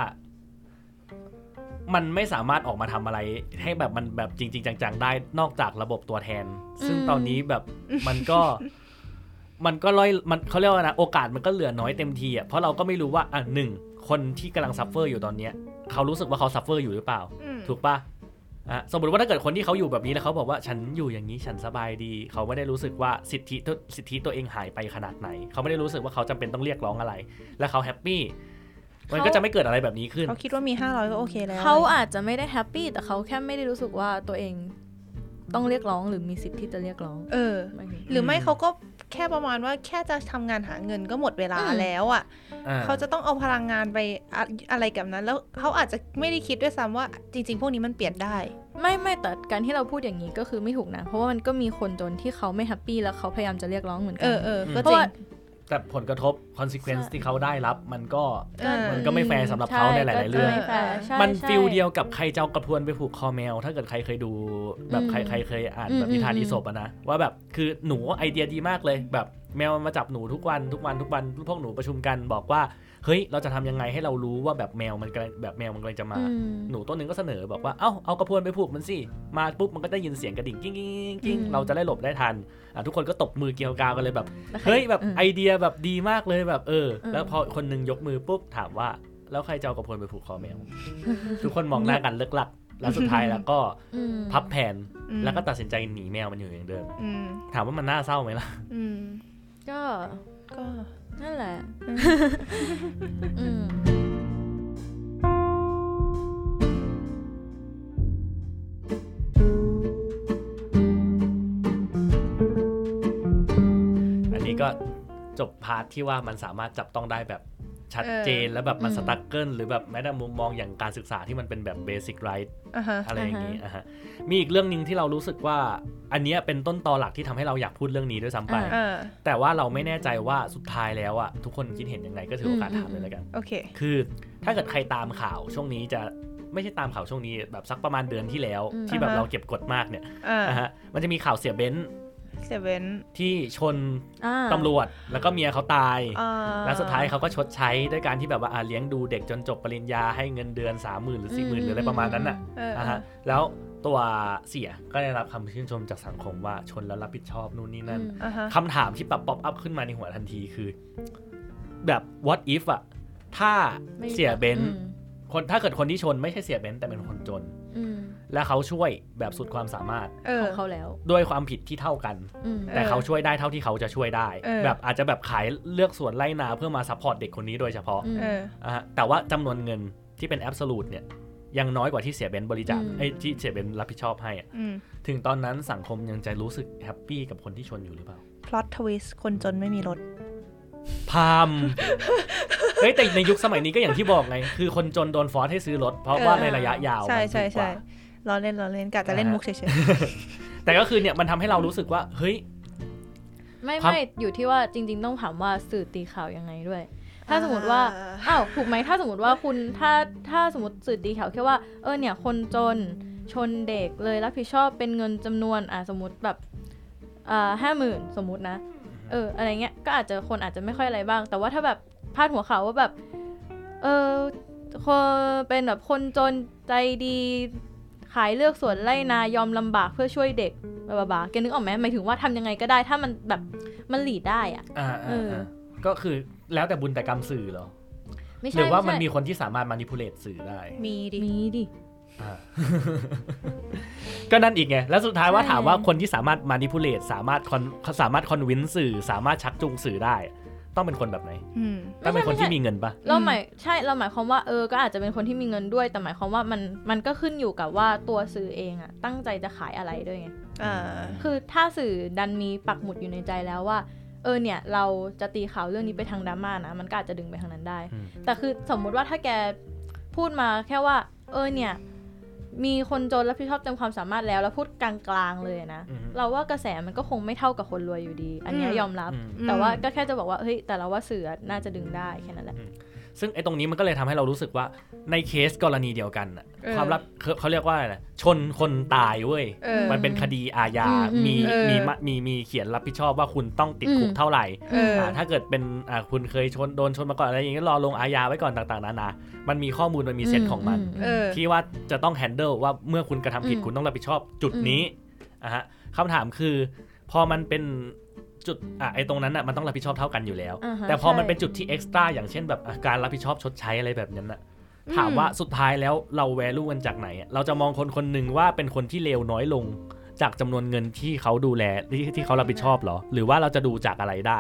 Speaker 1: มันไม่สามารถออกมาทำอะไร ให้แบบมันแบบจริง ๆ จังๆได้นอกจากระบบตัวแทน ซึ่งตอนนี้แบบมันก็ มันก็ร้อยมันเขาเรียกว่านะโอกาสมันก็เหลือน้อยเต็มทีอ่ะเพราะเราก็ไม่รู้ว่าอ่ะหนึ่งคนที่กำลังซัฟเฟอร์อยู่ตอนเนี้ยเขารู้สึกว่าเขาซัฟเฟอร์อยู่หรือเปล่า
Speaker 2: อืม
Speaker 1: ถูกปะอ่ะสมมติว่าถ้าเกิดคนที่เขาอยู่แบบนี้แล้วเขาบอกว่าฉันอยู่อย่างนี้ฉันสบายดี เขาไม่ได้รู้สึกว่าสิทธิตัวสิทธิตัวเองหายไปขนาดไหน เขาไม่ได้รู้สึกว่าเขาจำเป็นต้องเรียกร้องอะไร และเขาแฮปปี้มันก็จะไม่เกิดอะไรแบบนี้ขึ้น
Speaker 2: เขาคิดว่ามี 500 ก็โอเคแล้ว
Speaker 3: เขาอาจจะไม่ได้แฮปปี้แต่เขาแค่ไม่ได้รู้สึกว่าตัวเองต้องเรียกร้องหรือมีสิทธิ์ที่จะเรียกร้อง
Speaker 2: เออ
Speaker 3: ไม่มี
Speaker 2: หรือไม่
Speaker 1: อืม
Speaker 2: เขาก็แค่ประมาณว่าแค่จะทำงานหาเงินก็หมดเวลา
Speaker 3: อืม
Speaker 2: แล้วอ่ะ
Speaker 1: อ่
Speaker 2: เขาจะต้องเอาพลังงานไปอะอะไรกับนั้น แล้วเขาอาจจะไม่ได้คิดด้วยซ้ำว่าจริง ๆ พวกนี้มันเปลี่ยนได้
Speaker 3: ไม่ไม่แต่การที่เราพูดอย่างนี้ก็คือไม่ถูกนะ เพราะว่ามันก็มีคนจนที่เขาไม่แฮปปี้แล้วเขาพยายามจะเรียกร้องเหมือน
Speaker 2: เอ
Speaker 3: กั
Speaker 2: อเออก็
Speaker 3: เพราะ
Speaker 2: จริ
Speaker 3: ว่าง
Speaker 1: แต่ผลกระทบ consequence ที่เขาได้รับ มันก็
Speaker 2: เออ
Speaker 1: มันก็ไม่แฟร์สำหรับเขาในหลายๆเรื่อง
Speaker 3: ใช่ก็ไม่แฟร์ใช่
Speaker 1: มัน
Speaker 3: ใช่
Speaker 1: ฟิลเดียวกับใครเจ้ากระพวนไปผูกคอแมว ถ้าเกิดใครเคยดูแบบ
Speaker 3: อืม
Speaker 1: ใครใครเคยอ่าน
Speaker 3: อืม
Speaker 1: แบบนิทาน
Speaker 3: อืม
Speaker 1: อีสปอะนะว่าแบบคือหนูไอเดียดีมากเลย แบบแมวมันมาจับหนูทุกวันทุกวันทุกวันพวกหนูประชุมกันบอกว่าเฮ้ยเราจะทำยังไงให้เรารู้ว่าแบบแมวมันกำลังแบบแมวมันกำลังจะมา
Speaker 3: อืม
Speaker 1: หนูต้นหนึ่งก็เสนอบอกว่าเอ้าเอากระพวนไปผูกมันสิมาปุ๊บมันก็ได้ยินเสียงกระดิ่งกิ้งกิ้งกิ้งกิ้ง
Speaker 3: อืม
Speaker 1: เราจะได้หลบได้ทันอ่ะทุกคนก็ตบมือเกรียวกราวกันเลยแบบ
Speaker 3: นะคะ
Speaker 1: เฮ้ยแบบ
Speaker 3: อืม
Speaker 1: ไอเดียแบบดีมากเลยแบบเออ
Speaker 3: อืม
Speaker 1: แล้วพอคนหนึงยกมือปุ๊บถามว่า แล้วใครจะเอากระพวนไปผูกคอแมว ทุกคนมองหน้ากันเลิกลัก แล้วสุดท้ายแล้วก็
Speaker 3: อืม
Speaker 1: พับแผน
Speaker 2: อืม
Speaker 1: แล้วก็ตัดสินใจหนีแมวมันอยู่อย่างเดิม
Speaker 2: อืม
Speaker 1: ถามว่ามันน่าเศร้าไหมล่ะ
Speaker 2: อืม
Speaker 3: ก็
Speaker 2: ก็
Speaker 3: นั่นแหละ
Speaker 2: อืม
Speaker 3: อืม
Speaker 1: อันนี้ก็จบพาร์ทที่ว่ามันสามารถจับต้องได้แบบชัดเจน
Speaker 2: เออ
Speaker 1: แล้วแบบมันสตั๊กเกิลหรือแบบแม้แต่มุมมองอย่างการศึกษาที่มันเป็นแบบเบสิกไร
Speaker 2: อ่ะฮะ
Speaker 1: อะไรอย่างนี้อ่ะฮะมีอีกเรื่องหนึ่งที่เรารู้สึกว่า อันเนี้ยเป็นต้นตอหลักที่ทำให้เราอยากพูดเรื่องนี้ด้วยซ้ำไป
Speaker 2: เออ
Speaker 1: แต่ว่าเราไม่แน่ใจว่าสุดท้ายแล้วอะทุกคนคิดเห็นยังไงก็ถือโอกาสถามเลยแล้วกัน
Speaker 2: โอเค
Speaker 1: คือถ้าเกิดใครตามข่าวช่วงนี้จะไม่ใช่ตามข่าวช่วงนี้แบบสักประมาณเดือนที่แล้ว ที่แบบ
Speaker 2: อ่าฮะ
Speaker 1: เราเก็บกดมากเนี่ย
Speaker 2: อ่า
Speaker 1: นะฮะมันจะมีข่าวเสียเบนซ์
Speaker 2: เซเว่น
Speaker 1: ที่ชน
Speaker 3: อ่า
Speaker 1: ตำรวจแล้วก็เมียเขาตาย
Speaker 2: อ่า
Speaker 1: แล้วสุดท้ายเขาก็ชดใช้ด้วยการที่แบบว่าอ่ะเลี้ยงดูเด็กจนจบปริญญาให้เงินเดือน3 0,000หรือ40,000หรืออะไรประมาณนั้นน่ะ
Speaker 2: เออ
Speaker 1: อ่าฮะแล้วตัวเสียก็ได้รับคำชื่นชมจากสังคมว่าชนแล้วรับผิดชอบนู่นนี่นั่น
Speaker 3: อืม
Speaker 2: อ่าฮะ
Speaker 1: คำถามที่แบบป๊อปอัพขึ้นมาในหัวทันทีคือ แบบ what if อะถ้า
Speaker 3: ไม่
Speaker 1: เสียเบนซ์
Speaker 3: อืม
Speaker 1: คนถ้าเกิดคนที่ชนไม่ใช่เสียเบนซ์แต่เป็นคนจน
Speaker 3: อืม
Speaker 1: และเขาช่วยแบบสุดความสามารถ
Speaker 2: เอ
Speaker 3: ข
Speaker 2: อ
Speaker 3: องเขาแล้ว
Speaker 1: ด้วยความผิดที่เท่ากัน
Speaker 3: อืม
Speaker 1: แต่
Speaker 2: เออ
Speaker 1: เขาช่วยได้เท่าที่เขาจะช่วยได้
Speaker 2: เออ
Speaker 1: แบบอาจจะแบบขายเลือกสวนไร่นาเพื่อมาซัพพอร์ตเด็กคนนี้โดยเฉพาะ
Speaker 2: เออ
Speaker 1: อ่ะฮะแต่ว่าจำนวนเงินที่เป็นแอบส u t e เนี่ยยังน้อยกว่าที่เสียเบนซ์บริจาค
Speaker 3: อืม
Speaker 1: ไอ้ยที่เสียเบนซ์รับผิดชอบให้อะ
Speaker 2: อืม
Speaker 1: ถึงตอนนั้นสังคมยังจะรู้สึกแฮปปี้กับคนที่ชนอยู่หรือเปล่า
Speaker 2: พล็อตทวิสคนจนไม่มีรถ
Speaker 1: พามเฮ้ยแต่ในยุคสมัยนี้ก็อย่างที่บอกไง คือคนจนโดนฟอร์สให้ซื้อรถ เพราะว่าในระยะยาว
Speaker 2: ใช่ใช่
Speaker 1: มันถูกก
Speaker 2: ใช่
Speaker 1: ว่า
Speaker 2: ล้อเล่นล้อเล่นกะจะเล่น
Speaker 1: อ่าฮะ
Speaker 2: มุกเฉย
Speaker 1: แต่ก็คือเนี่ยมันทำให้เรารู้สึกว่า เฮ้ย
Speaker 3: ไม่
Speaker 1: ความ
Speaker 3: ไม่อยู่ที่ว่าจริง ๆ ต้องถามว่าสื่อตีข่าวยังไงด้วย
Speaker 2: ๆ
Speaker 3: ถ้าสมมติว่า
Speaker 2: อ่
Speaker 3: อ้าวถูกไหมถ้าสมมติว่าคุณถ้าถ้าสมมติสื่อตีข่าวแค่ว่าเออเนี่ยคนจนชนเด็กเลยรับผิดชอบเป็นเงินจำนวนอ่ะสมมติแบบอ่าห้าหมื่นสมมตินะ เอออะไรเงี้ยก็อาจจะคนอาจจะไม่ค่อยอะไรบ้าง แต่ว่าถ้าแบบพาดหัวข่าวว่าแบบเออคนเป็นแบบคนจนใจดีขายเลือกสวนไร่นายอมลำบากเพื่อช่วยเด็กบาบาๆแกนึกออกไหมหมายถึงว่าทำยังไงก็ได้ถ้ามันแบบมันหลีดได้อะ
Speaker 1: อ่า
Speaker 3: เอ
Speaker 1: อ่า
Speaker 3: อ
Speaker 1: อ่าก็คือแล้วแต่บุญแต่กรรมสื่อเหรอ
Speaker 3: ไม่ใช่
Speaker 1: หรือว่ามัน
Speaker 3: ไใช่
Speaker 1: มีคนที่สามารถมานิพูเลตสื่อได้
Speaker 2: มีดิ
Speaker 3: มีดิ
Speaker 1: อ่า ก็นั่นอีกไง แล้วสุดท้ายว่า
Speaker 3: ใช่
Speaker 1: ถามว่าคนที่สามารถมานิพูเลตสามารถคอนสามารถคอนวินสื่อ สามารถชักจูงสื่อได้ ต้องเป็นคนแบบไหน
Speaker 2: อืม
Speaker 1: ต้องเป็นคนที่มีเงินปะ
Speaker 3: เราหมายใช่เราหมายความว่าเออก็อาจจะเป็นคนที่มีเงินด้วย แต่หมายความว่ามันมันก็ขึ้นอยู่กับว่าตัวสื่อเองอะตั้งใจจะขายอะไรด้วยไง
Speaker 2: อ่า
Speaker 3: คือถ้าสื่อดันมีปักหมุดอยู่ในใจแล้วว่า เออเนี่ยเราจะตีข่าวเรื่องนี้ไปทางดราม่านะ มันก็อาจจะดึงไปทางนั้นได้
Speaker 1: อืม
Speaker 3: แต่คือสมมุติว่าถ้าแก พูดมาแค่ว่า เออเนี่ย มีคนจนรับผิดชอบเต็มความสามารถแล้ว แล้วพูดกลางๆเลยนะ
Speaker 1: อืม
Speaker 3: เราว่ากระแสมันก็คงไม่เท่ากับคนรวยอยู่ดี อันเนี้ย
Speaker 2: อืม
Speaker 3: ยอมรับ
Speaker 1: อืม
Speaker 3: แต่ว่าก็แค่จะบอกว่าเฮ้ยแต่เราว่าเสือน่าจะดึงได้แค่นั้นแหละ
Speaker 1: ซึ่งไอ้ตรงนี้มันก็เลยทำให้เรารู้สึกว่าในเคสกรณีเดียวกันน่ะ
Speaker 2: เออ
Speaker 1: ความรับเขาเขาเรียกว่าอะไรนะชนคนตายเว้ย
Speaker 2: เออ
Speaker 1: มันเป็นคดีอาญา
Speaker 3: อืมอืม
Speaker 1: มี
Speaker 2: เออ
Speaker 1: มีมะมีมีเขียนรับผิดชอบว่าคุณต้องติดคุก
Speaker 3: อืม
Speaker 1: เท่าไหร่
Speaker 2: เอออ่
Speaker 1: าถ้าเกิดเป็นอ่าคุณเคยชนโดนชนมาก่อนอะไรอย่างเงี้ยรอลงอาญาไว้ก่อนต่างๆนานา มันมีข้อมูลมันมีเซตของมัน
Speaker 3: ม
Speaker 2: เออ
Speaker 1: ที่ว่าจะต้องแฮนเดิลว่าเมื่อคุณกระทำผิด
Speaker 3: อืม
Speaker 1: คุณต้องรับผิดชอบจุดนี้อ่ะฮะคำถามคือ พอมันเป็นจุดอ่ะไอ้ตรงนั้นอ่ะมันต้องรับผิดชอบเท่ากันอยู่แล้ว
Speaker 3: อ่าฮะ
Speaker 1: แต่พอมัน
Speaker 3: ใช่
Speaker 1: เป็นจุดที่เอ็กซ์ตร้าอย่างเช่นแบบอ่ะการรับผิดชอบชดใช้อะไรแบบนั้นอ่ะ
Speaker 2: อืม
Speaker 1: ถามว่าสุดท้ายแล้วเราแวลูกันจากไหนอะเราจะมองคนคนหนึ่งว่าเป็นคนที่เลวน้อยลง จากจำนวนเงินที่เขาดูแลที่ที่เขารับผิดชอบเหรอ หรือว่าเราจะดูจากอะไรได้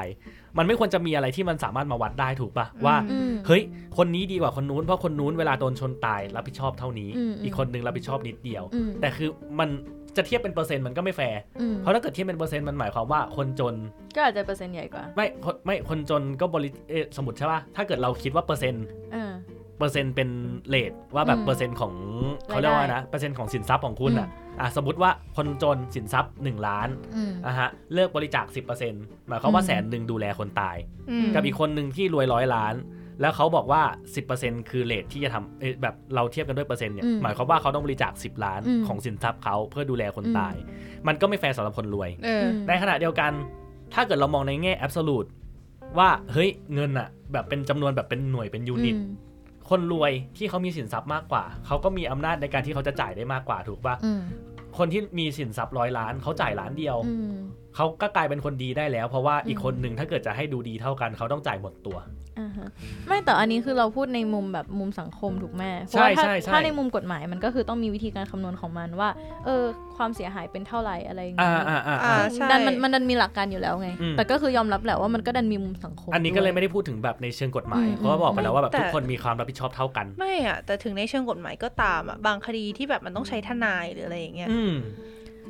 Speaker 1: มันไม่ควรจะมีอะไรที่มันสามารถมาวัดได้ถูกปะว่า
Speaker 3: อืม
Speaker 1: เฮ้ย คนนี้ดีกว่าคนนู้น เพราะคนนู้นเวลาโดนชนตายรับผิดชอบเท่านี้
Speaker 3: อืมอืม
Speaker 1: อีกคนนึงรับผิดชอบนิดเดียว
Speaker 3: อืม
Speaker 1: แต่คือมันจะเทียบเป็นเปอร์เซ็นต์มันก็ไม่แฟร์
Speaker 3: อืม
Speaker 1: เพราะถ้าเกิดเทียบเป็นเปอร์เซ็นต์มันหมายความว่าคนจน
Speaker 3: ก็อาจจะเปอร์เซ็นต์ใหญ่กว่า
Speaker 1: ไม่คนไม่คนจนก็บริเอ่อสมมติใช่ป่ะ ถ้าเกิดเราคิดว่าเปอร์เซ็นต์
Speaker 3: เออ
Speaker 1: เปอร์เซ็นต์เป็นเลทว่าแบบ
Speaker 3: อืม
Speaker 1: เปอร์เซ็นต์ของเขาเรียกว่านะเปอร์เซ็นต์ของสินทรัพย์ของคุณอ่ะอ่ะสมมติว่าคนจนสินทรัพย์ 1 ล้าน
Speaker 3: อืม
Speaker 1: อ่ะฮะเลิกบริจาค10%หมายความว่า
Speaker 3: อืม
Speaker 1: แสนหนึ่งดูแลคนตาย
Speaker 2: อืม
Speaker 1: กับอีกคนหนึ่งที่รวยร้อยล้าน แล้วเขาบอกว่า 10%คือเลทที่จะทำเอ่อแบบเราเทียบกันด้วยเปอร์เซ็นต์เนี่ย
Speaker 3: อืม
Speaker 1: หมายความว่าเขาต้องบริจาค 10 ล้าน
Speaker 3: อืม
Speaker 1: ของสินทรัพย์เขาเพื่อดูแลคน
Speaker 3: อืม
Speaker 1: ตาย มันก็ไม่แฟร์สำหรับคนรวย
Speaker 2: เออ
Speaker 1: ในขณะเดียวกัน ถ้าเกิดเรามองในแง่แอบสูตว่าเฮ้ยเงินอะแบบเป็นจำนวนแบบเป็นหน่วยเป็นยูนิต
Speaker 3: อืม
Speaker 1: คนรวยที่เขามีสินทรัพย์มากกว่า เขาก็มีอำนาจในการที่เขาจะจ่ายได้มากกว่าถูกปะ
Speaker 3: อืม
Speaker 1: คนที่มีสินทรัพย์ร้อยล้านเขาจ่ายล้านเดียว
Speaker 3: อืม
Speaker 1: เขาก็กลายเป็นคนดีได้แล้ว เพราะว่าอีก
Speaker 3: อืม
Speaker 1: คนหนึ่งถ้าเกิดจะให้ดูดีเท่ากันเขาต้องจ่ายหมดตัว
Speaker 3: อ่าฮะไม่แต่อันนี้คือเราพูดในมุมแบบมุมสังคมถูกไหมเพราะ
Speaker 1: ใช่
Speaker 3: ว่าถ้า
Speaker 1: ใช่ใช่
Speaker 3: ถ้าในมุมกฎหมายมันก็คือต้องมีวิธีการคำนวณของมันว่า เออ ความเสียหายเป็นเท่าไหร่อะไรอย่างเงี้
Speaker 1: อ่าย อ่าอ่า
Speaker 2: อ่า
Speaker 1: อ่า
Speaker 2: ใช่
Speaker 3: ดันมันมันดันมีหลักการอยู่แล้วไง
Speaker 1: อืม
Speaker 3: แต่ก็คือยอมรับแหละว่ามันก็ดันมีมุมสังคม
Speaker 1: อันนี้ก็เลย
Speaker 3: ด้ว
Speaker 1: ไม่ได้พูดถึงแบบในเชิงกฎหมาย
Speaker 3: อืม
Speaker 1: เพราะว่าบอกไปแล้วว่าแบบ
Speaker 2: แต่
Speaker 1: ทุกคนมีความรับผิดชอบเท่ากัน
Speaker 2: ไม่อะแต่ถึงในเชิงกฎหมายก็ตามอะบางคดีที่แบบมันต้องใช้ทนายหรืออะไรอย่างเงี้ย
Speaker 1: อืม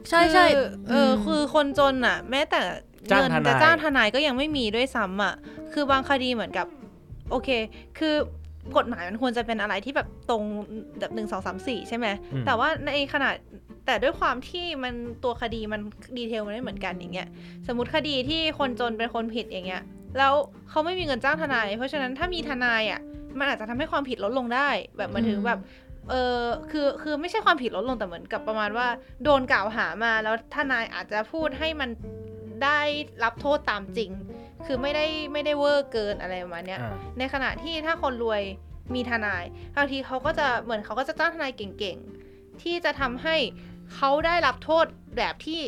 Speaker 3: ใช่ใช่
Speaker 2: คือเอออ คือคนจนอะแม้แต่
Speaker 1: จ้าง
Speaker 2: เงิน
Speaker 1: ทนาย
Speaker 2: จะจ้างทนายก็ยังไม่มีด้วยซ้ำอะคือบางคดีเหมือนกับ โอเค คือกฎหมายมันควรจะเป็นอะไรที่แบบตรงแบบหนึ่งสองสามสี่ใช่ไหม
Speaker 1: อืม
Speaker 2: แต่ว่าในขณะแต่ด้วยความที่มันตัวคดีมันดีเทลมันไม่เหมือนกันอย่างเงี้ยสมมติคดีที่คนจนเป็นคนผิดอย่างเงี้ยแล้วเขาไม่มีเงินจ้างทนาย เพราะฉะนั้นถ้ามีทนายอ่ะมันอาจจะทำให้ความผิดลดลงได้ แบบหมันถึงแบบเออคือคือไม่ใช่ความผิดลดลงแต่เหมือนกับประมาณว่า โดนกล่าวหามาแล้วทนายอาจจะพูดให้มันได้รับโทษตามจริง คือไม่ได้ไม่ได้เวอร์เกินอะไรประมาณเนี้ย
Speaker 1: อ่า
Speaker 2: ในขณะที่ถ้าคนรวยมีทนายบางทีเขาก็จะเหมือนเขาก็จะจ้างทนายเก่งๆ ที่จะทำให้เขาได้รับโทษแบบที่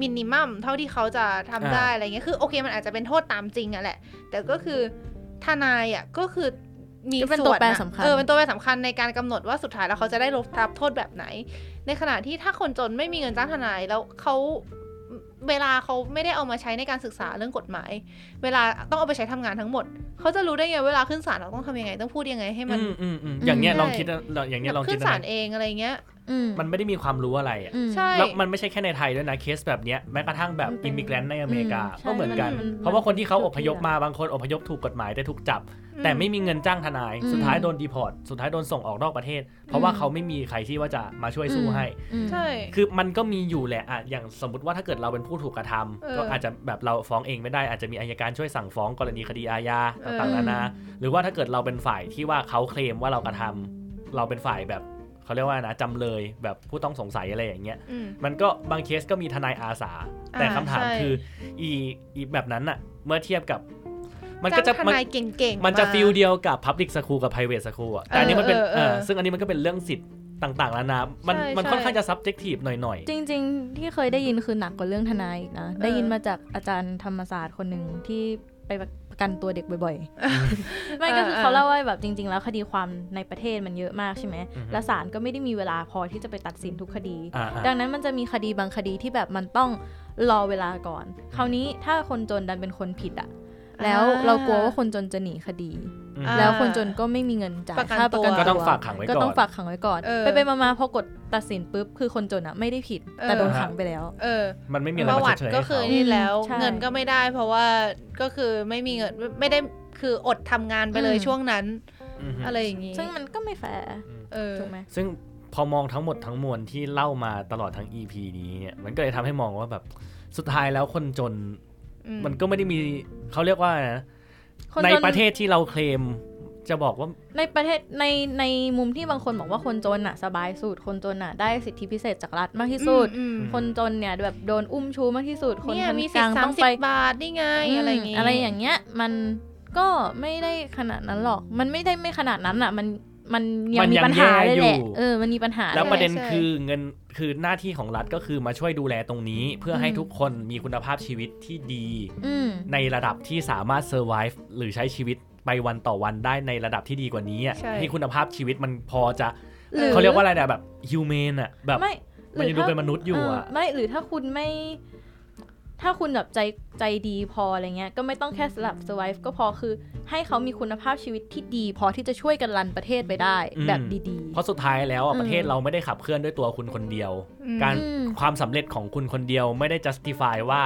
Speaker 2: มินิมัมเท่าที่เขาจะทำได้อะไรเงี้ยคือโอเคมันอาจจะเป็นโทษตามจริงอะแหละ แต่ก็คือทนายอ่ะก็คือมี
Speaker 3: ก็เป็น
Speaker 2: ส่
Speaker 3: ตัว วน
Speaker 2: อะ
Speaker 3: แปรสำคัญ
Speaker 2: เออเป็นตัวแปรสำคัญในการกำหนดว่าสุดท้ายแล้วเขาจะได้รับโทษแบบไหน ในขณะที่ถ้าคนจนไม่มีเงินจ้างทนายแล้วเขาเวลาเขาไม่ได้เอามาใช้ในการศึกษาเรื่องกฎหมาย เวลาต้องเอาไปใช้ทำงานทั้งหมด เขาจะรู้ได้ไงเวลาขึ้นศาลเราต้องทำยังไงต้องพูดยังไงให้
Speaker 1: อื
Speaker 2: มัน
Speaker 1: มอืมอืมอย่างเงี้ยลองคิดนะอย่างเงี้ยลองคิ
Speaker 2: ขึ้
Speaker 1: ด
Speaker 2: น
Speaker 1: นะ
Speaker 2: ศาลเองอะไรเงี้ย
Speaker 3: อื
Speaker 1: มันไม่ได้มีความรู้อะไรอ่ะ
Speaker 3: อืม
Speaker 2: ใช่
Speaker 1: แล้วมันไม่ใช่แค่ในไทยด้วยนะเคสแบบเนี้ยแม้กระทั่งแบบ
Speaker 3: มันเป็น
Speaker 1: อิมิเกรนในอเมริกา
Speaker 3: ใช่
Speaker 1: ก็เหมือนกัน
Speaker 3: มันมัน
Speaker 1: เพราะว่าคนที่เขา
Speaker 3: มัน
Speaker 1: อพยพ
Speaker 3: ทุกที่
Speaker 1: มาบางคนอพยพถูกกฎหมายแต่ถูกจับ
Speaker 2: อืม
Speaker 1: แต่ไม่มีเงินจ้างทนาย
Speaker 3: อืม
Speaker 1: สุดท้ายโดนดีพอร์ตสุดท้ายโดนส่งออกนอกประเทศ เพราะว่าเขาไม่มีใครที่ว่าจะมาช่วยสู้
Speaker 3: อืม
Speaker 1: ให้
Speaker 3: อืม
Speaker 2: ใช่
Speaker 1: คือมันก็มีอยู่แหละอะอย่างสมมติว่าถ้าเกิดเราเป็นผู้ถูกกระทำ
Speaker 2: เออ
Speaker 1: ก็อาจจะแบบเราฟ้องเองไม่ได้อาจจะมีอายการช่วยสั่งฟ้องกรณีคดีอาญา
Speaker 2: เออ
Speaker 1: ต่างๆนานาหรือว่าถ้าเกิดเราเป็นฝ่ายที่ว่าเขาเคลมว่าเรากระทำเราเป็นฝ่ายแบบเขาเรียกว่านะจำเลยแบบผู้ต้องสงสัยอะไรอย่างเงี้ย
Speaker 2: อืม
Speaker 1: มันก็บางเคสก็มีทนายอาสา แต่
Speaker 2: อ่า
Speaker 1: คำถาม
Speaker 2: ใช่
Speaker 1: คืออีอีแบบนั้นอะเมื่อเทียบกับ มันก็จะ
Speaker 2: จ้างท
Speaker 1: มัน
Speaker 2: นายเก่งๆ
Speaker 1: มันจะ
Speaker 2: า
Speaker 1: ฟิลเดียวกับ Public School กับ Private School อะแต่อันนี้มันเป็น
Speaker 2: เออเออเออ
Speaker 1: เออซึ่งอันนี้มันก็เป็นเรื่องสิทธิ์ต่างๆแล้วนะมัน
Speaker 2: ใช่
Speaker 1: มันค่อน
Speaker 2: ใช่
Speaker 1: ข้างจะ subjective หน่อยๆ
Speaker 3: จริงๆ ที่เคยได้ยินคือหนักกว่าเรื่องทนายอีกนะ ได้ยินมาจากอาจารย์ธรรมศาสตร์คนหนึ่งที่ไปประกันตัวเด็กบ่อย ๆ ไม่ก็คือเขาเล่าว่าแบบจริง ๆ แล้วคดีความในประเทศมันเยอะมากใช่ไหม
Speaker 1: อือฮึ
Speaker 3: และศาลก็ไม่ได้มีเวลาพอที่จะไปตัดสินทุกคดี
Speaker 1: อ่าๆ
Speaker 3: ดังนั้นมันจะมีคดีบางคดีที่แบบมันต้องรอเวลาก่อน คราวนี้ถ้าคนจนดันเป็นคนผิดอะแล้วเรากลัวว่าคนจนจะหนีคดี
Speaker 1: อืม
Speaker 2: อ่า
Speaker 3: แล้วคนจนก็ไม่มีเงินจ่าย
Speaker 2: ประกัน
Speaker 3: ค่าประกัน
Speaker 2: ตัว
Speaker 3: ตั
Speaker 1: ก็ต้องฝากขังไว้ก่อน
Speaker 3: ก็ต้องฝากขังไว้ก่อน
Speaker 2: เออ
Speaker 3: ไปไปๆมาๆพอกดตัดสินปุ๊บ คือคนจนอ่ะไม่ได้ผิด แต่
Speaker 2: เออ
Speaker 3: โดนขังไปแล้ว
Speaker 2: เออ
Speaker 1: มันไม่มีอะไร
Speaker 2: ประวั
Speaker 1: มาชด
Speaker 2: ติ
Speaker 1: เชยให้
Speaker 2: ก็คือ
Speaker 1: เขา
Speaker 2: นี่แล้ว
Speaker 3: ใช่
Speaker 2: เงินก็ไม่ได้ เพราะว่าก็คือไม่มีเงินไม่ได้คืออดทำงานไปเลย
Speaker 3: อืม
Speaker 2: ช่วงนั้น
Speaker 1: อือฮึ
Speaker 2: อะไรอย่างงี้
Speaker 3: ซึ่งมันก็ไม่แฟร์
Speaker 2: เออ
Speaker 3: ถูกไหม
Speaker 1: ซึ่งพอมองทั้งหมดทั้งมวลที่เล่ามาตลอดทั้ง EP นี้เนี่ยมันก็เลยทำให้มองว่าแบบสุดท้ายแล้วคนจน
Speaker 2: อืม
Speaker 1: มันก็ไม่ได้มีเขาเรียกว่านะ
Speaker 3: คน
Speaker 1: ใน
Speaker 3: จ
Speaker 1: ประเทศที่เราเคลมจะบอกว่า
Speaker 3: ในประเทศในในมุมที่บางคนบอกว่าคนจนอ่ะสบายสุด คนจนอ่ะได้สิทธิพิเศษจากรัฐมากที่สุด
Speaker 2: อืม
Speaker 3: คนจนเนี่ยแบบโดนอุ้มชูมากที่สุด คน
Speaker 2: เนี่ย
Speaker 3: ชั้น
Speaker 2: มี
Speaker 3: ก
Speaker 2: สิท
Speaker 3: ลาง
Speaker 2: ธิ์สา
Speaker 3: ต้
Speaker 2: ม
Speaker 3: อง
Speaker 2: สิ
Speaker 3: ไป
Speaker 2: บบาทนี่ไงอะไรอย่าง
Speaker 3: ม
Speaker 2: งี้
Speaker 3: อะไรอย่างเงี้ยมันก็ไม่ได้ขนาดนั้นหรอก มันไม่ได้ไม่ขนาดนั้นอ่ะ มันมันยั
Speaker 1: มั
Speaker 3: ง
Speaker 1: น
Speaker 3: มี
Speaker 1: ยัง
Speaker 3: ปัญหา
Speaker 1: แย่
Speaker 3: เลยแห
Speaker 1: อ
Speaker 3: ละ
Speaker 1: ยู่
Speaker 3: เออมันมีปัญหา
Speaker 1: แล้ว
Speaker 3: เลย
Speaker 1: ประเด็นคือเงินคือหน้าที่ของรัฐก็คือมาช่วยดูแลตรงนี้ เพื่อให้ทุกคนมีคุณภาพชีวิตที่ดี
Speaker 3: อืม
Speaker 1: ในระดับที่สามารถ survive หรือใช้ชีวิตไปวันต่อวันได้ในระดับที่ดีกว่านี้อะ
Speaker 2: ใช่
Speaker 1: ที่คุณภาพชีวิตมันพอจะ
Speaker 3: หรือ
Speaker 1: เขาเรียกว่าอะไรนะแบบ human อะแบบ
Speaker 3: ไม่
Speaker 1: มันยังดูเป็นมนุษย์อยู่อะ
Speaker 3: เไม่หรือถ้าคุณไม่ ถ้าคุณแบบใจใจดีพออะไรเงี้ย ก็ไม่ต้องแค่สลับ survive ก็พอคือ ให้เขามีคุณภาพชีวิตที่ดี พอที่จะช่วยกันรันประเทศไปได้
Speaker 1: อืม
Speaker 3: แบบดี
Speaker 1: เพราะสุดท้ายแล้วอะ
Speaker 3: อืม
Speaker 1: ประเทศเราไม่ได้ขับเคลื่อนด้วยตัวคุณคนเดียว
Speaker 2: อืม
Speaker 1: การ
Speaker 3: อืม
Speaker 1: ความสำเร็จของคุณคนเดียวไม่ได้ justify ว่า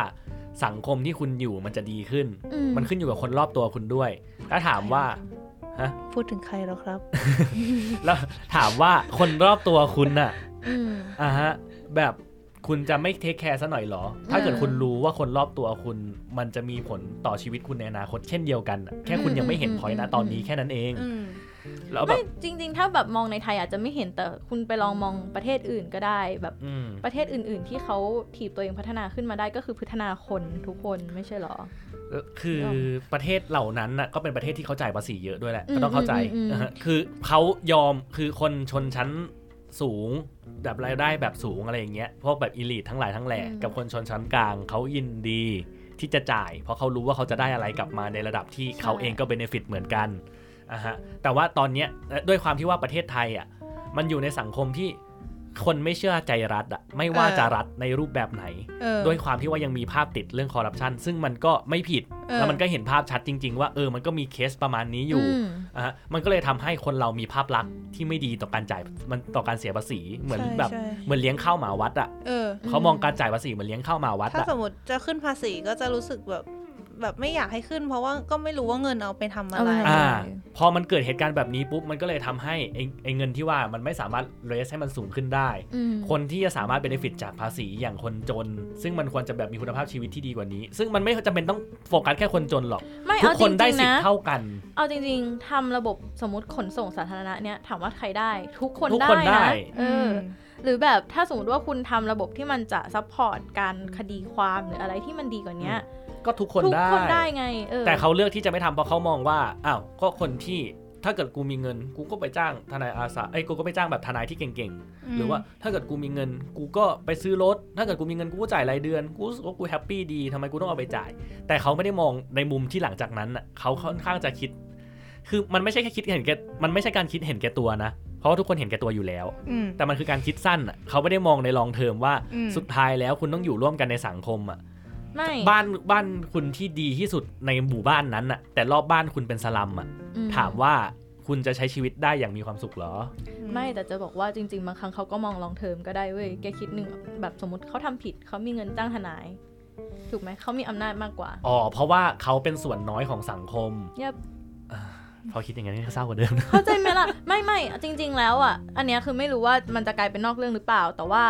Speaker 1: สังคมที่คุณอยู่มันจะดีขึ้น
Speaker 3: ๆอืม
Speaker 1: มันขึ้นอยู่กับคนรอบตัวคุณด้วย ถ้าถามว่าฮะ
Speaker 2: พูดถึงใครแล้วครับ
Speaker 1: แล้วถามว่าคนรอบตัวคุณน่ะ
Speaker 3: อืม
Speaker 1: อ่าฮะแบบคุณจะไม่เทคแคร์ซะหน่อยเหรอ ถ้าเกิด
Speaker 3: อืม
Speaker 1: คุณรู้ว่าคนรอบตัวคุณ มันจะมีผลต่อชีวิตคุณในอนาคตเช่นเดียวกันอะแค่คุณ
Speaker 3: อืม
Speaker 1: ยังไม่เห็น
Speaker 3: อืม
Speaker 1: พอยต์นะ
Speaker 3: อืม
Speaker 1: ตอนนี้แค่นั้นเอง
Speaker 2: อืม
Speaker 1: แล้วแบ
Speaker 3: ไม่
Speaker 1: บ
Speaker 3: จริง ๆ ถ้าแบบมองในไทยอาจจะไม่เห็นแต่คุณไปลองมองประเทศอื่นก็ได้แบบ
Speaker 1: อืม
Speaker 3: ประเทศอื่น ๆ ที่เขาถีบตัวเองพัฒนาขึ้นมาได้ก็คือพัฒนาคนทุกคนไม่ใช่เหรอ
Speaker 1: คือประเทศเหล่านั้นน่ะก็เป็นประเทศที่เขาจ่ายภาษีเยอะด้วยแหละ
Speaker 3: อืม
Speaker 1: ก็ต้องเข้าใจ
Speaker 3: อืมอืม
Speaker 1: อ่าฮะคือเขายอมคือคนชนชั้นสูง แบบรายได้แบบสูงอะไรอย่างเงี้ยพวกแบบอีลิททั้งหลายทั้งแหล่กับคนชนชั้นกลางเขายินดีที่จะจ่าย เพราะเขารู้ว่าเขาจะได้อะไรกลับมาในระดับที่เขาเองก็เบนฟิตเหมือนกันอ่ะฮะแต่ว่าตอนเนี้ยด้วยความที่ว่าประเทศไทยอ่ะมันอยู่ในสังคมที่คนไม่เชื่อใจรัฐอ่ะไม่ว่า
Speaker 2: เออ
Speaker 1: จะรัฐในรูปแบบไหน
Speaker 2: เออ
Speaker 1: ด้วยความที่ว่ายังมีภาพติดเรื่องคอร์รัปชันซึ่งมันก็ไม่ผิด
Speaker 2: เออ
Speaker 1: แล้วมันก็เห็นภาพชัดจริง ๆ ว่าเออมันก็มีเคสประมาณนี้อยู่
Speaker 3: ม
Speaker 1: อ่ะฮะมันก็เลยทำให้คนเรามีภาพลักษณ์ที่ไม่ดีต่อการจ่ายมันต่อการเสียภาษีเหมือน
Speaker 2: ใช่
Speaker 1: แบบ
Speaker 2: ใช่
Speaker 1: เหมือนเลี้ยงข้าวหมาวัดอ่ะ
Speaker 2: เออ
Speaker 3: อืม
Speaker 1: เขามองการจ่ายภาษีเหมือนเลี้ยงข้าวหมาวัด
Speaker 2: ถ้า
Speaker 1: อ่ะ
Speaker 2: สมมติจะขึ้นภาษีก็จะรู้สึกแบบแบบไม่อยากให้ขึ้น เพราะว่าก็ไม่รู้ว่าเงินเอาไปทำอะไร
Speaker 3: เอาไป
Speaker 1: อ่า พอมันเกิดเหตุการณ์แบบนี้ปุ๊บมันก็เลยทำให้ไอ้ไอ้เงินที่ว่ามันไม่สามารถเรสให้มันสูงขึ้นได้
Speaker 3: อืม
Speaker 1: คนที่จะสามารถเบนฟิตจากภาษีอย่างคนจน ซึ่งมันควรจะแบบมีคุณภาพชีวิตที่ดีกว่านี้ ซึ่งมันไม่จำเป็นต้องโฟกัสแค่คนจนหรอก
Speaker 3: ไม่
Speaker 1: ทุก
Speaker 3: เอา
Speaker 1: คนได้
Speaker 3: จริงๆ
Speaker 1: สิท
Speaker 3: นะ
Speaker 1: ธิ์เท่ากัน
Speaker 3: เอาจริงๆทำระบบสมมติขนส่งสาธารณะเนี่ยถามว่าใครได้ ทุกคน
Speaker 1: ทุก
Speaker 3: ได้
Speaker 1: คนได้
Speaker 3: นะเอออหรือแบบถ้าสมมติว่าคุณทำระบบที่มันจะซัพพอร์ตการคดีความหรืออะไรที่มันดีกว่าเนี้ย
Speaker 1: ก็ทุกคน
Speaker 3: ทุก
Speaker 1: ได้
Speaker 3: คนได้ไงเออ
Speaker 1: แต่เขาเลือกที่จะไม่ทำเพราะเขามองว่า อ้าว ก็คนที่ถ้าเกิดกูมีเงิน กูก็ไปจ้างทนายอาสาเอ้ย กูก็ไปจ้างแบบทนายที่เก่งๆ หรือว่าถ้าเกิดกูมีเงิน กูก็ไปซื้อรถ ถ้าเกิดกูมีเงินกูก็จ่ายรายเดือน กูรู้สึกว่ากูแฮปปี้ดีทำไมกูต้องเอาไปจ่าย แต่เขาไม่ได้มองในมุมที่หลังจากนั้นน่ะเขาค่อนข้างจะคิด คือมันไม่ใช่แค่คิดเห็นแก่ มันไม่ใช่การคิดเห็นแก่ตัวนะ เพราะว่าทุกคนเห็นแก่ตัวอยู่แล้ว
Speaker 2: อืม
Speaker 1: แต่มันคือการคิดสั้นน่ะเขาไม่ได้มองในลองเทอมว่า
Speaker 2: อืม
Speaker 1: สุดท้ายแล้วคุณต้องอยู่ร่วมกันในสังคมอ่ะ
Speaker 3: ไม่
Speaker 1: บ้านบ้านคุณที่ดีที่สุดในหมู่บ้านนั้นน่ะ แต่รอบบ้านคุณเป็นสลัมอ่ะ
Speaker 3: อื
Speaker 1: ถามว่าคุณจะใช้ชีวิตได้อย่างมีความสุขเหรอ
Speaker 3: ไม่แต่จะบอกว่าจริง ๆ บางครั้งเขาก็มองลองเทอมก็ได้เว้ยแกคิดหนึ่งแบบสมมติเขาทำผิดเขามีเงินจ้างทนาย ถูกไหมเขามีอำนาจมากกว่า
Speaker 1: อ๋อ เพราะว่าเขาเป็นส่วนน้อยของสังคม
Speaker 3: เนี่ย
Speaker 1: พอคิดอย่างนี้นก็เศร้ากว่าเดิมนะ
Speaker 3: เข้าใจไหมล่ะ ไม่ไม่จริง ๆ แล้วอ่ะ อันเนี้ยคือไม่รู้ว่ามันจะกลายเป็นนอกเรื่องหรือเปล่า แต่ว่า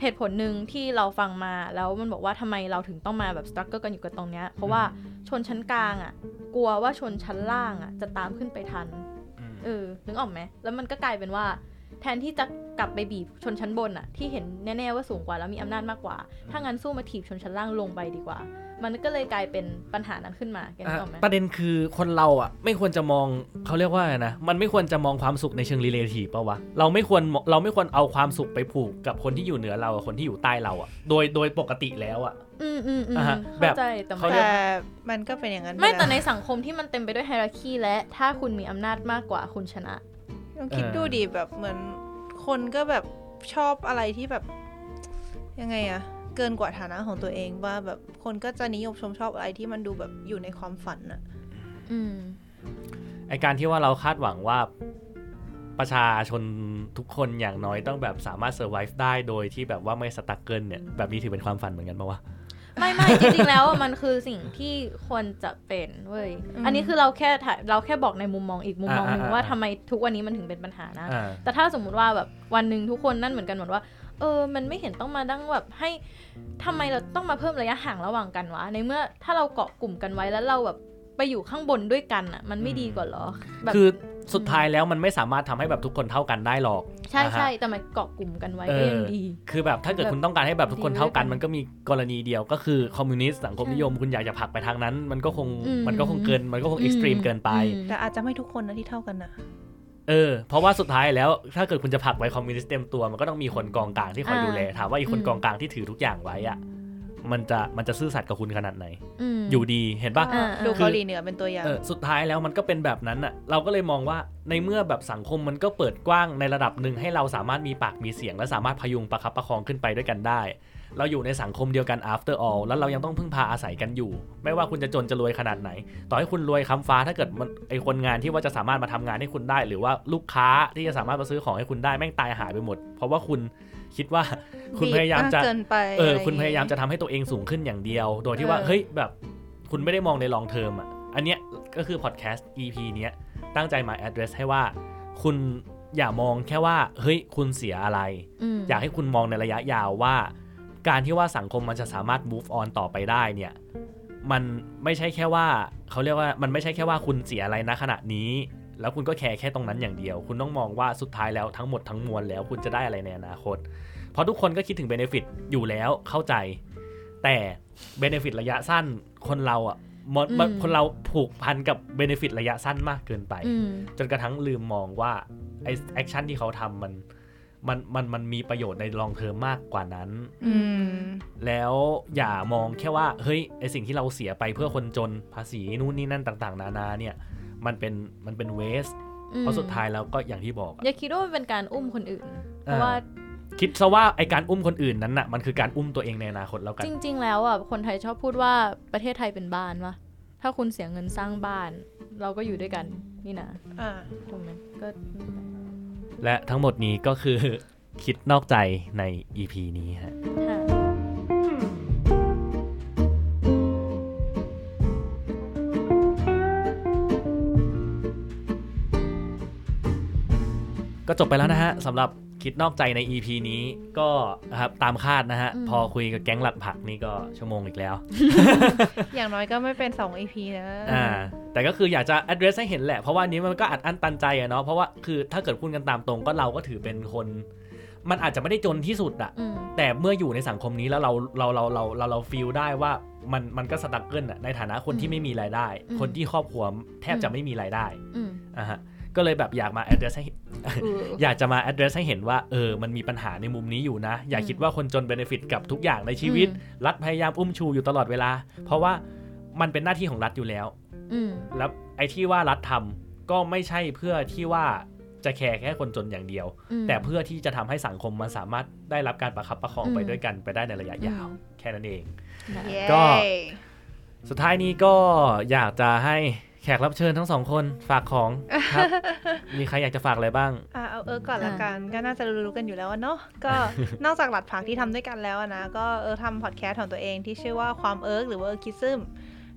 Speaker 3: เหตุผลหนึ่งที่เราฟังมาแล้วมันบอกว่าทำไมเราถึงต้องมาแบบสตรัคเกอร์กันอยู่กับตรงเนี้ยเพราะว่าชนชั้นกลางอ่ะ กลัวว่าชนชั้นล่างอ่ะ จะตามขึ้นไปทัน เออนึกออกไหมแล้วมันก็กลายเป็นว่า แทนที่จะกลับไปบีบชนชั้นบนอ่ะ ที่เห็นแน่ๆว่าสูงกว่าแล้วมีอำนาจมากกว่า ถ้างั้นสู้มาถีบชนชั้นล่างลงไปดีกว่า มันก็เลยกลายเป็นปัญหานั้นขึ้นมาแกนึกออกไหม
Speaker 1: อ่ะประเด็นคือคนเราอ่ะ ไม่ควรจะมองเขาเรียกว่าอะไรนะมันไม่ควรจะมองความสุขในเชิงรีเลทีฟปะวะเราไม่ควรเราไม่ควรเอาความสุขไปผูกกับคนที่อยู่เหนือเรากับคนที่อยู่ใต้เราอ่ะโดยโดยปกติแล้วอ่ะ
Speaker 3: อืมอืมอืม
Speaker 1: อ่าฮะ
Speaker 3: เข้าใจแต่
Speaker 1: เขา
Speaker 3: ไม่
Speaker 1: เรียก
Speaker 2: แต่มันก็เป็นอย่างนั้น
Speaker 3: ไม่
Speaker 2: ป
Speaker 3: แต่
Speaker 2: ล้ว
Speaker 3: ในสังคมที่มันเต็มไปด้วยไฮรัคีและ ถ้าคุณมีอำนาจมากกว่าคุณชนะ
Speaker 2: ลองคิดดูดิแบบเหมือนคนก็แบบชอบอะไรที่แบบ ยังไงอะเกินกว่าฐานะของตัวเองว่าแบบคนก็จะนิยมชมชอบอะไรที่มันดูแบบอยู่ในความฝันอะ
Speaker 3: อืม
Speaker 1: ไอการที่ว่าเราคาดหวังว่าประชาชนทุกคนอย่างน้อยต้องแบบสามารถ survive ได้โดยที่แบบว่าไม่สตั๊กเกิลเนี่ย แบบนี้ถือเป็นความฝันเหมือนกันปะวะ
Speaker 3: ไม่ไม่ จริงๆแล้วอะมันคือสิ่งที่ควรจะเป็นเว้ย
Speaker 2: อืม
Speaker 3: อันนี้คือเราแค่ถ่ายเราแค่บอกในมุมมองอีกมุมมองหนึ่ง
Speaker 1: อ่าๆๆ
Speaker 3: ว่าทำไมทุกวันนี้มันถึงเป็นปัญหานะ
Speaker 1: อ่า
Speaker 3: แต่ถ้าสมมุติว่าแบบวันหนึ่งทุกคนนั่นเหมือนกันหมดว่า เออ มันไม่เห็นต้องมาดั้งแบบให้ทำไมเราต้องมาเพิ่มระยะห่างระหว่างกันวะ ในเมื่อถ้าเราเกาะกลุ่มกันไว้แล้วเราแบบไปอยู่ข้างบนด้วยกันอ่ะ มันไม่
Speaker 1: อืม
Speaker 3: ดีกว่าเหรอ แบบ
Speaker 1: คือสุดท้ายแล้วมันไม่สามารถทำให้แบบทุกคนเท่ากันได้หรอก
Speaker 3: ใช่
Speaker 1: นะฮะ
Speaker 3: ใช่แต่มันเกาะกลุ่มกันไว้
Speaker 1: เออ
Speaker 3: ก็ยังดี
Speaker 1: คือแบบถ้าเกิด
Speaker 3: แบบ
Speaker 1: คุณต้องการให้แบบทุกคน
Speaker 3: ดีไว้
Speaker 1: เท่ากัน
Speaker 3: ก่อน
Speaker 1: มันก็มีกรณีเดียวก็คือคอมมิวนิสต์สังคมนิยมคุณอยากจะผลักไปทางนั้น มันก็คง
Speaker 3: อืม
Speaker 1: มันก็คงเกินมันก็คงเอ็กซ์ตรีมเกินไป
Speaker 3: อืม
Speaker 2: แต่อาจจะไม่ทุกคนนะที่เท่ากันนะ
Speaker 1: เออเพราะว่าสุดท้ายแล้วถ้าเกิดคุณจะผลักไปคอมมิวนิสต์เต็มตัวมันก็ต้องมีคนกองกลางที่คอยดูแลถามว่าอีกคนกองกลางที่ถือทุกอย่างไว้อะมันจะมันจะซื่อสัตย์กับคุณขนาดไหน
Speaker 3: ม
Speaker 1: อยู่ดีเห็นปะ
Speaker 2: อ่า
Speaker 3: อ่า
Speaker 2: ดู
Speaker 1: คือ
Speaker 2: เกาหลีเหนือเป็นตัวอย่าง
Speaker 1: เออสุดท้ายแล้วมันก็เป็นแบบนั้นอะเราก็เลยมองว่าในเมื่อแบบสังคมมันก็เปิดกว้างในระดับหนึ่งให้เราสามารถมีปากมีเสียง และสามารถพยุงประคับประคองขึ้นไปด้วยกันได้ เราอยู่ในสังคมเดียวกัน after all แล้วเรายังต้องพึ่งพาอาศัยกันอยู่ ไม่ว่าคุณจะจนจะรวยขนาดไหน ต่อให้คุณรวยค้ำฟ้าถ้าเกิดมันไอคนงานที่ว่าจะสามารถมาทำงานให้คุณได้ หรือว่าลูกค้าที่จะสามารถมาซื้อของให้คุณได้แม่งตายหายไปหมด เพราะว่าคุณคิดว่าคุณพยายามจะ
Speaker 2: บีบกเกินไป
Speaker 1: เออ
Speaker 2: ะไร
Speaker 1: คุณพยายามจะทำให้ตัวเองสูงขึ้นอย่างเดียว โดยที่ว่า
Speaker 3: เออ
Speaker 1: เฮ้ย แบบ คุณไม่ได้มองในลองเทอมอ่ะ อันเนี้ยก็คือพอดแคสต์ EP เนี้ย ตั้งใจมา address ให้ว่า คุณอย่ามองแค่ว่า เฮ้ย คุณเสียอะไร
Speaker 3: ม
Speaker 1: อยากให้คุณมองในระยะยาวว่า การที่ว่าสังคมมันจะสามารถ move on ต่อไปได้เนี่ย มันไม่ใช่แค่ว่า เขาเรียกว่า มันไม่ใช่แค่ว่าคุณเสียอะไรนะขณะนี้ แล้วคุณก็แคร์แค่ตรงนั้นอย่างเดียว คุณต้องมองว่าสุดท้ายแล้วทั้งหมดทั้งมวลแล้วคุณจะได้อะไรในอนาคต เพราะทุกคนก็คิดถึงเบนฟิตอยู่แล้วเข้าใจ แต่เบนฟิตระยะสั้นคนเราอ่ะมองมันคนเราผูกพันกับเบนฟิตระยะสั้นมากเกินไป
Speaker 3: อืม
Speaker 1: จนกระทั่งลืมมองว่าไอแอคชั่นที่เขาทำมันมันมันมันมีประโยชน์ในลองเทอมมากกว่านั้น
Speaker 2: อืม
Speaker 1: แล้วอย่ามองแค่ว่าเฮ้ยไอสิ่งที่เราเสียไปเพื่อคนจนภาษีนู่นนี่นั่นต่างๆ นานาเนี่ยมันเป็นมันเป็นเวสเพราะสุดท้ายแล้วก็อย่างที่บอกอะ
Speaker 3: อย่าคิดว่ามันเป็นการอุ้มคนอื่น เพ
Speaker 1: อ่า
Speaker 3: ราะว่า
Speaker 1: คิดซะว่าไอการอุ้มคนอื่นนั้นน่ะมันคือการอุ้มตัวเองในอนาคตแล้วกัน
Speaker 3: จริง ๆ แล้วอ่ะคนไทยชอบพูดว่าประเทศไทยเป็นบ้านวะถ้าคุณเสียเงินสร้างบ้าน เราก็อยู่ด้วยกันนี่นะ
Speaker 2: อ่า
Speaker 3: ตรงนั้นก็
Speaker 1: และทั้งหมดนี้ก็คือ คิดนอกใจใน EP นี้ฮะ
Speaker 3: ค่ะ
Speaker 1: ก็จบไปแล้วนะฮะสำหรับคิดนอกใจใน EP นี้ก็นะครับตามคาดนะฮะ พอคุยกับแก๊งหลัดผักนี่ก็ชั่วโมงอีกแล้ว
Speaker 2: อย่างน้อยก็ไม่เป็นสองอีพีนะ
Speaker 1: อ่าแต่ก็คืออยากจะ address ให้เห็นแหละ เพราะว่าอันนี้มันก็อัดอั้นตันใจอะเนาะเพราะว่าคือถ้าเกิดพูดกันตามตรงก็เราก็ถือเป็นคน มันอาจจะไม่ได้จนที่สุดอะ
Speaker 3: อืม
Speaker 1: แต่เมื่ออยู่ในสังคมนี้แล้วเราเราเราเราเราเราฟีลได้ว่ามันมันก็สตั๊กเกิลอะในฐานะคนที่ไม่มีรายได้
Speaker 3: อืม
Speaker 1: คนที่ครอบครัวแทบจะไม่มีรายได้
Speaker 3: อืม
Speaker 1: อ่ะฮะก็เลยแบบอยากมา address ให้
Speaker 3: อืม
Speaker 1: อยากจะมา address ให้เห็นว่า เออ มันมีปัญหาในมุมนี้อยู่นะ อย่า
Speaker 3: อืม
Speaker 1: คิดว่าคนจน benefit กับทุกอย่างในชีวิต
Speaker 3: อื
Speaker 1: รัฐพยายามอุ้มชูอยู่ตลอดเวลา เพราะว่ามันเป็นหน้าที่ของรัฐอยู่แล้ว
Speaker 3: อืม
Speaker 1: แล้วไอ้ที่ว่ารัฐทำก็ไม่ใช่เพื่อที่ว่าจะแคร์แค่คนจนอย่างเดียว
Speaker 3: อืม
Speaker 1: แต่เพื่อที่จะทำให้สังคมมันสามารถได้รับการประคับประคองไป
Speaker 3: อืม
Speaker 1: ด้วยกันไปได้ในระยะยาว แค่นั้นเอง
Speaker 3: นะ
Speaker 2: เย้
Speaker 1: ก็ สุดท้ายนี้ก็อยากจะให้แขกรับเชิญทั้งสองคนฝากของ ครับ มีใครอยากจะฝากอะไรบ้าง
Speaker 2: อ่าเอาเออก่อนละกัน ก็น่าจะรู้ๆกันอยู่แล้วอะเนาะ ก็ นอกจากหลัดผักที่ทำด้วยกันแล้วอะนะ ก็เออทำพอดแคสต์ของตัวเองที่ชื่อว่าความเอิร์กหรือว่าเอิร์กิซึม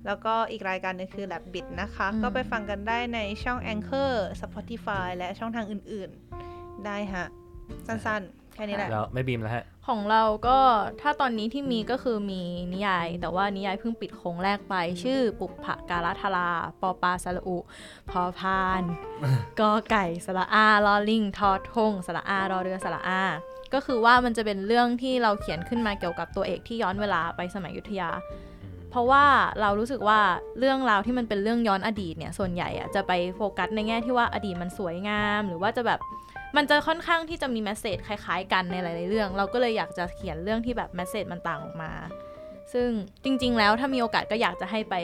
Speaker 2: แล้วก็อีกรายการหนึงคือแลบบิดนะคะ ก็ไปฟังกันได้ในช่อง Anchor Spotify และช่องทางอื่นๆ ได้ฮะ สั้นๆ แค่นี้แหละ
Speaker 1: แล้วไม่บีมแล้วฮะ
Speaker 3: ของเราก็ถ้าตอนนี้ที่มีก็คือมีนิยาย แต่ว่านิยายเพิ่งปิดโค้งแรกไป ชื่อปุปผะการาธาราปอปาสระอุ พอพาน กอไก่สระอาลอลิงทอทงสระอารอเรือสระอา ก็คือว่ามันจะเป็นเรื่องที่เราเขียนขึ้นมาเกี่ยวกับตัวเอกที่ย้อนเวลาไปสมัยอยุทธยา เพราะว่าเรารู้สึกว่าเรื่องราวที่มันเป็นเรื่องย้อนอดีตเนี่ยส่วนใหญ่อะจะไปโฟกัสในแง่ที่ว่าอดีตมันสวยงาม หรือว่าจะแบบมันจะค่อนข้างที่จะมีแมสเซจคล้ายๆ กันในหลายๆเรื่อง เราก็เลยอยากจะเขียนเรื่องที่แบบแมสเซจมันต่างออกมา ซึ่งจริง ๆ แล้วถ้ามีโอกาสก็อยากจะให้ไป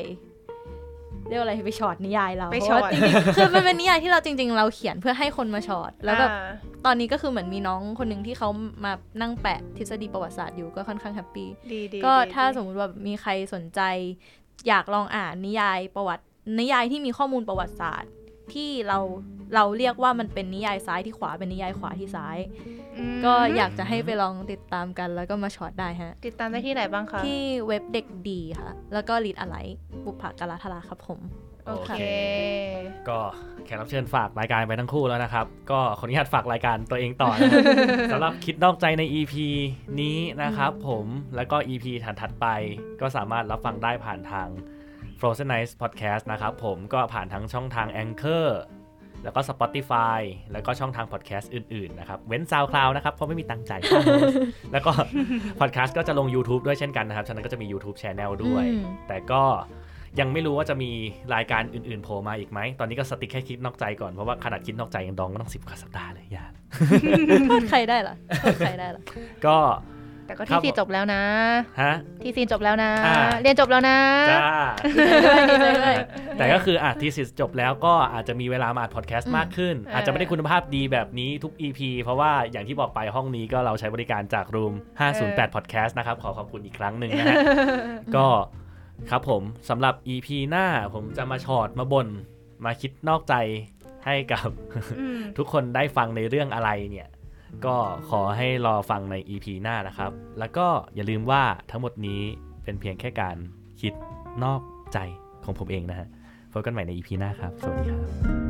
Speaker 3: เรียกว่าอะไรไปช็อตนิยายเรา
Speaker 2: ไป
Speaker 3: เพ
Speaker 2: ช็อ
Speaker 3: ราะ
Speaker 2: ต
Speaker 3: ว่าจริงๆคือมันเป็นนิยายที่เราจริง ๆ เราเขียนเพื่อให้คนมาช็อ ตแล้วแบบ
Speaker 2: อ่า
Speaker 3: ตอนนี้ก็คือเหมือนมีน้องคนหนึ่งที่เขามานั่งแปะทฤษฎีประวัติศาสตร์อยู่ก็ค่อนข้างแฮปปี้
Speaker 2: ดีๆดี
Speaker 3: ก็
Speaker 2: ๆ
Speaker 3: ถ้า
Speaker 2: ดี
Speaker 3: สมมติว่ามีใครสนใจ อยากลองอ่านนิยายประวัตินิยายที่มีข้อมูลประวัติศาสตร์ ที่เราเราเรียกว่ามันเป็นนิยายซ้ายที่ขวาเป็นนิยายขวาที่ซ้าย
Speaker 2: ม
Speaker 3: ก็อยากจะให้ไปลองติดตามกันแล้วก็มาช็อตได้ฮะ
Speaker 2: ติดตามได้ที่ไหนบ้างคะ
Speaker 3: ที่เว็บเด็กดีค่ะ แล้วก็ลีดอะไรบุพการาธราครับผม
Speaker 2: โอเค
Speaker 1: ก็แขกรับเชิญฝากรายการไปทั้งคู่แล้วนะครับ ก็ขออนุญาตฝากรายการตัวเองต่อนะครับ สำหรับคิดนอกใจใน EP นี้นะครับผมแล้วก็ EP ถัดๆไป ก็สามารถรับฟังได้ผ่านทาง Frozen Nights Podcast นะครับผมก็ผ่านทั้งช่องทาง Anchor แล้วก็ Spotify แล้วก็ช่องทาง Podcast อื่นๆนะครับ เว้น SoundCloud นะครับเพราะไม่มีตังค์จ่าย SoundCloud แล้วก็ Podcast ก็จะลง YouTube ด้วยเช่นกันนะครับฉะนั้นก็จะมี YouTube Channel ด้วย
Speaker 3: อืม
Speaker 1: แต่ก็ยังไม่รู้ว่าจะมีรายการอื่นๆโผล่มาอีกไหม ตอนนี้ก็สติ๊กแค่คิดนอกใจก่อน เพราะว่าขนาดคิดนอกใจยังดองก็ต้องสิบกว่าสัปดาห์เลยอย่า
Speaker 3: โทษใครได้ล่ะโทษใครได้ล่ะ
Speaker 1: ก็
Speaker 2: แต่ก็
Speaker 1: ครับ
Speaker 2: ที่ซีจบแล้วนะ
Speaker 1: ฮะ
Speaker 2: ที่ซีนจบแล้วนะ
Speaker 1: อ่า
Speaker 2: เรียนจบแล้วนะ
Speaker 1: จ้า
Speaker 3: ดีใจด้วย
Speaker 1: แต่ก็คืออ่ะทีสิสจบแล้วก็อาจจะมีเวลามาอัดพอดแคส
Speaker 3: อื
Speaker 1: ต์
Speaker 3: ม
Speaker 1: มากขึ้น
Speaker 2: เอออ
Speaker 1: อาจจะไม่ได้คุณภาพดีแบบนี้ทุก EP เพราะว่าอย่างที่บอกไปห้องนี้ก็เราใช้บริการจากรูม 508 Podcast นะครับ ขอขอบคุณอีกครั้งหนึ่ง นะฮะ ก็ครับผมสำหรับ EP หน้าผมจะมาชอดมาบน่นมาคิดนอกใจให้กับ
Speaker 2: อืม
Speaker 1: ทุกคนได้ฟังในเรื่องอะไรเนี่ย ก็ขอให้รอฟังใน EP หน้านะครับ แล้วก็อย่าลืมว่าทั้งหมดนี้เป็นเพียงแค่การคิดนอกใจของผมเองนะฮะพบกันใหม่ใน EP หน้าครับ สวัสดีครับ